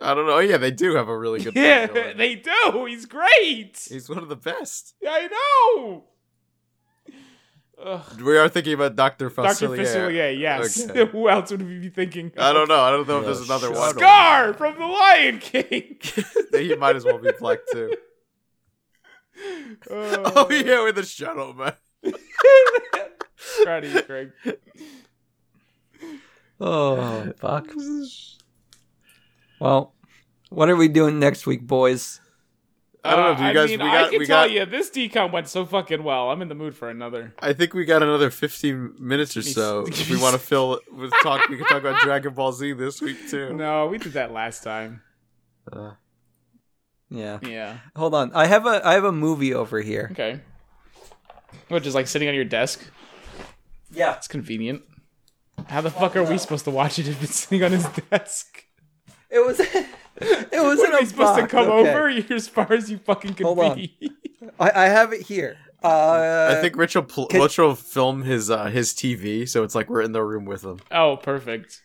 Speaker 2: I don't know. Yeah, they do have a really good.
Speaker 3: yeah,
Speaker 2: villain.
Speaker 3: they do. He's great.
Speaker 2: He's one of the best.
Speaker 3: I know. Ugh.
Speaker 2: We are thinking about Doctor
Speaker 3: Dr.
Speaker 2: Facilier.
Speaker 3: Facilier, yes.
Speaker 2: Okay.
Speaker 3: Who else would we be thinking?
Speaker 2: I don't know. I don't know if
Speaker 1: Yeah,
Speaker 2: there's another
Speaker 1: shut
Speaker 2: one.
Speaker 1: up.
Speaker 3: Scar from The Lion King.
Speaker 2: he might as well be black too.
Speaker 3: oh,
Speaker 2: Oh yeah, with the shuttle man.
Speaker 3: Proud of you, Craig.
Speaker 1: oh, fuck. Well, what are we doing next week, boys?
Speaker 2: I don't know. Do
Speaker 3: Uh,
Speaker 2: you guys?
Speaker 3: mean,
Speaker 2: we got.
Speaker 3: I can
Speaker 2: we
Speaker 3: tell
Speaker 2: got.
Speaker 3: you, this decon went so fucking well. I'm in the mood for another.
Speaker 2: I think we got another 15 minutes or
Speaker 3: Give me-
Speaker 2: so.
Speaker 3: give
Speaker 2: If
Speaker 3: me
Speaker 2: we want to
Speaker 3: s-
Speaker 2: fill it with talk, we can talk about Dragon Ball Z this week too.
Speaker 3: No, we did that last time.
Speaker 2: Uh,
Speaker 1: Yeah.
Speaker 3: Yeah.
Speaker 1: Hold on. I have a I have a movie over here.
Speaker 3: Okay. What, just like sitting on your desk?
Speaker 1: Yeah.
Speaker 3: That's convenient. How the fuck are we supposed to watch it if it's sitting on his desk?
Speaker 1: It was it was
Speaker 3: What
Speaker 1: in
Speaker 3: are
Speaker 1: a
Speaker 3: we supposed to
Speaker 1: box.
Speaker 3: come
Speaker 1: Okay.
Speaker 3: over? You're as far as you fucking can
Speaker 1: Hold on.
Speaker 3: be.
Speaker 1: I, I have it here. Uh,
Speaker 2: I think Rich will, pl-
Speaker 1: can-
Speaker 2: Rich will film his uh, his TV, so it's like we're in the room with him.
Speaker 3: Oh, perfect.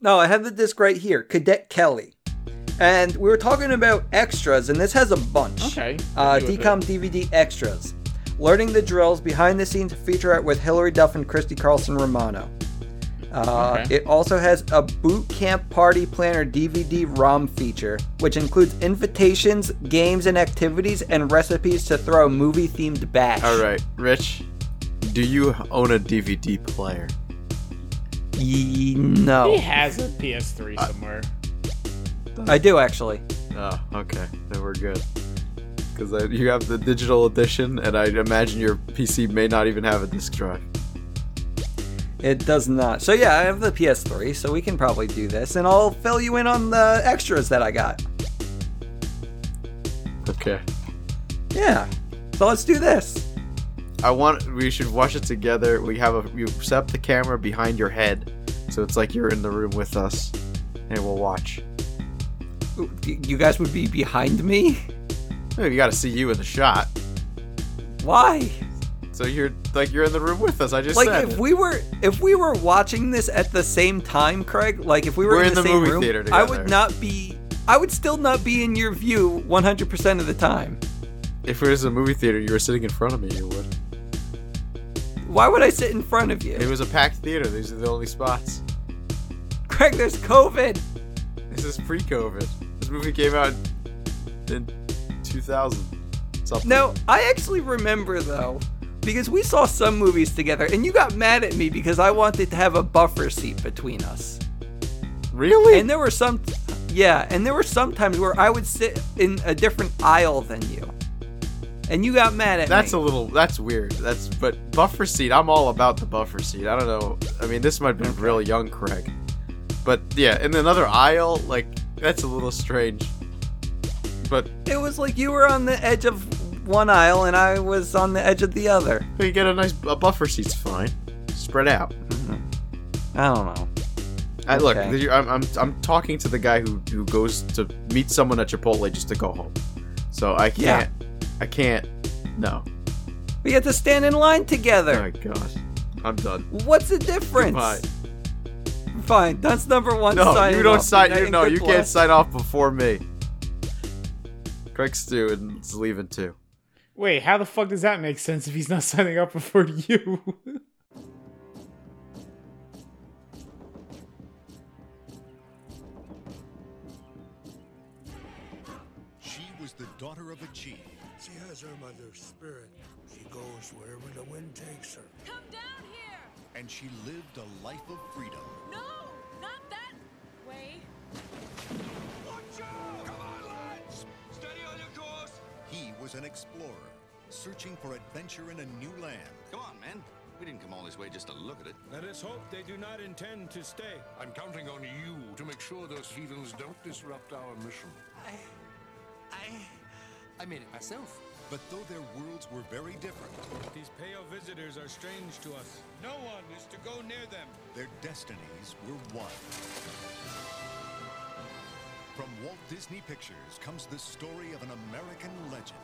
Speaker 1: No, I have the disc right here. Cadet Kelly. And we were talking about extras, and this has a bunch.
Speaker 3: Okay.
Speaker 1: Uh,
Speaker 3: Hit me with
Speaker 1: DCOM DVD extras. Learning the drills, behind the scenes featurette with Hillary Duff and Christy Carlson Romano. Uh,
Speaker 3: Okay.
Speaker 1: It also has a boot camp party planner DVD ROM feature, which includes invitations, games and activities, and recipes to throw movie themed bash.
Speaker 2: All right, Rich, do you own a DVD player?
Speaker 1: Ye-
Speaker 3: it. He
Speaker 1: no.
Speaker 3: has a PS3 somewhere.
Speaker 1: I do actually.
Speaker 2: Oh, okay. Then we're good. Because you have the digital edition, and I imagine your PC may not even have a disk drive.
Speaker 1: It does not. So yeah, I have the PS3, so we can probably do this, and I'll fill you in on the extras that I got.
Speaker 2: Okay.
Speaker 1: Yeah. So let's do this.
Speaker 2: I want. We should watch it together. We have a. You set up the camera behind your head, so it's like you're in the room with us, and we'll watch.
Speaker 1: Ooh, y- You guys would be behind me?
Speaker 2: Hey, We got to see you in the shot,
Speaker 1: Why?
Speaker 2: so you're like you're in the room with us. I just
Speaker 1: Like
Speaker 2: said.
Speaker 1: if we were if we were watching this at the same time, Craig, like if we were,
Speaker 2: We're
Speaker 1: in,
Speaker 2: in
Speaker 1: the,
Speaker 2: the
Speaker 1: same
Speaker 2: movie
Speaker 1: room,
Speaker 2: theater
Speaker 1: I
Speaker 2: together.
Speaker 1: would not be I would still not be in your view 100% of the time.
Speaker 2: if it was a movie theater, you were sitting in front of me. You would.
Speaker 1: Why would I sit in front of
Speaker 2: It
Speaker 1: you?
Speaker 2: was a packed theater. These are the only spots.
Speaker 1: Craig, there's COVID.
Speaker 2: This is pre-COVID. This movie came out in 2000. Something.
Speaker 1: No, I actually remember though, because we saw some movies together, and you got mad at me because I wanted to have a buffer seat between us.
Speaker 2: Really?
Speaker 1: And there were some, yeah, and there were some times where I would sit in a different aisle than you, and you got mad at
Speaker 2: That's a
Speaker 1: me.
Speaker 2: little. That's weird. That's but buffer seat. I'm all about the buffer seat. I don't know. I mean, this might have been real young Craig, but yeah, in another aisle, like that's a little strange. But
Speaker 1: it was like you were on the edge of one aisle and I was on the edge of the other.
Speaker 2: you get a nice a buffer seat's fine. Spread out.
Speaker 1: I don't know.
Speaker 2: I, look,
Speaker 1: Okay.
Speaker 2: you- I'm, I'm I'm talking to the guy who who goes to meet someone at Chipotle just to go home. So I
Speaker 1: Yeah.
Speaker 2: can't. I can't. No.
Speaker 1: We had to stand in line
Speaker 2: Oh
Speaker 1: together.
Speaker 2: my gosh. I'm done.
Speaker 1: What's the difference?
Speaker 2: Goodbye.
Speaker 1: Fine, that's number one.
Speaker 2: No,
Speaker 1: signing
Speaker 2: you don't
Speaker 1: off
Speaker 2: sign.
Speaker 1: tonight
Speaker 2: You,
Speaker 1: and
Speaker 2: no,
Speaker 1: good
Speaker 2: you
Speaker 1: luck.
Speaker 2: can't sign off before me. Craig's due and is leaving too.
Speaker 3: Wait, how the fuck does that make sense if he's not signing up before you?
Speaker 4: She was the daughter of a chief.
Speaker 5: She has her mother's spirit. She goes wherever the wind takes her.
Speaker 6: Come down here!
Speaker 4: and she lived a life of freedom.
Speaker 6: No, not that way.
Speaker 7: Steady on your course.
Speaker 4: He was an explorer, searching for adventure in a new land.
Speaker 7: Come on, man. We didn't come all this way just to look at it.
Speaker 5: Let us hope they do not intend to stay.
Speaker 8: I'm counting on you to make sure those heathens don't disrupt our mission.
Speaker 7: I made it myself.
Speaker 4: But though their worlds were very different,
Speaker 5: These pale visitors are strange to us. No one is to go near them.
Speaker 4: their destinies were one. From Walt Disney Pictures comes the story of an American legend.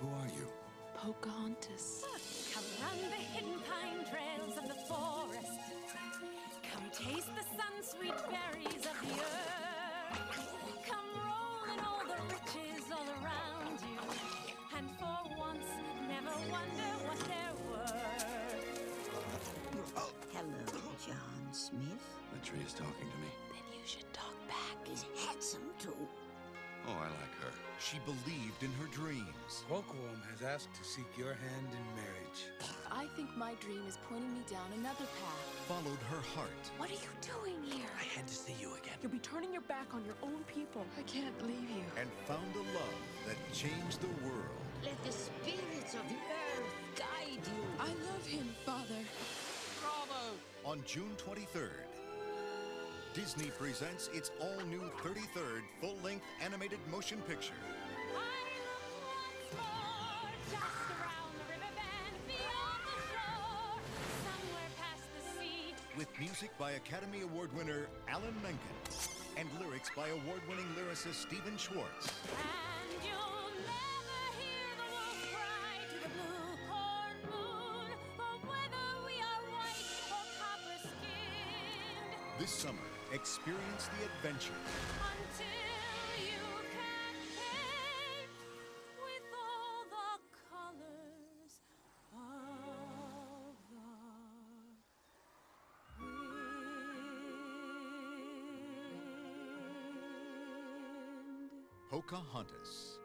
Speaker 5: Who are you?
Speaker 9: Pocahontas.
Speaker 6: Come round the hidden pine trails of the forest. Come taste the sun-sweet berries of the earth. Come roll in all the riches all around you. And for once, never wonder what they're worth.
Speaker 9: Hello, John Smith.
Speaker 7: The tree is talking to me.
Speaker 9: Then you should talk back. He's handsome, too.
Speaker 7: Oh, I like her.
Speaker 4: She believed in her dreams.
Speaker 5: Rokuom has asked to seek your hand in marriage.
Speaker 9: I think my dream is pointing me down another path.
Speaker 4: Followed her heart.
Speaker 9: What are you doing here?
Speaker 7: I had to see you again.
Speaker 9: You'll be turning your back on your own people. I can't leave you.
Speaker 4: And found a love that changed the world.
Speaker 9: Let the spirits of the earth guide you. I love him, Father.
Speaker 4: on June 23rd. Disney presents its all new 33rd full length animated motion picture.
Speaker 6: I look once more, just around the river bend, beyond the shore, somewhere past the sea.
Speaker 4: With music by Academy Award winner Alan Menken and lyrics by award winning lyricist Stephen Schwartz.
Speaker 6: And you'll never hear the wolf cry to the blue corn moon, for whether we are white or copper skinned,
Speaker 4: This summer, experience the adventure
Speaker 6: until you
Speaker 4: Pocahontas.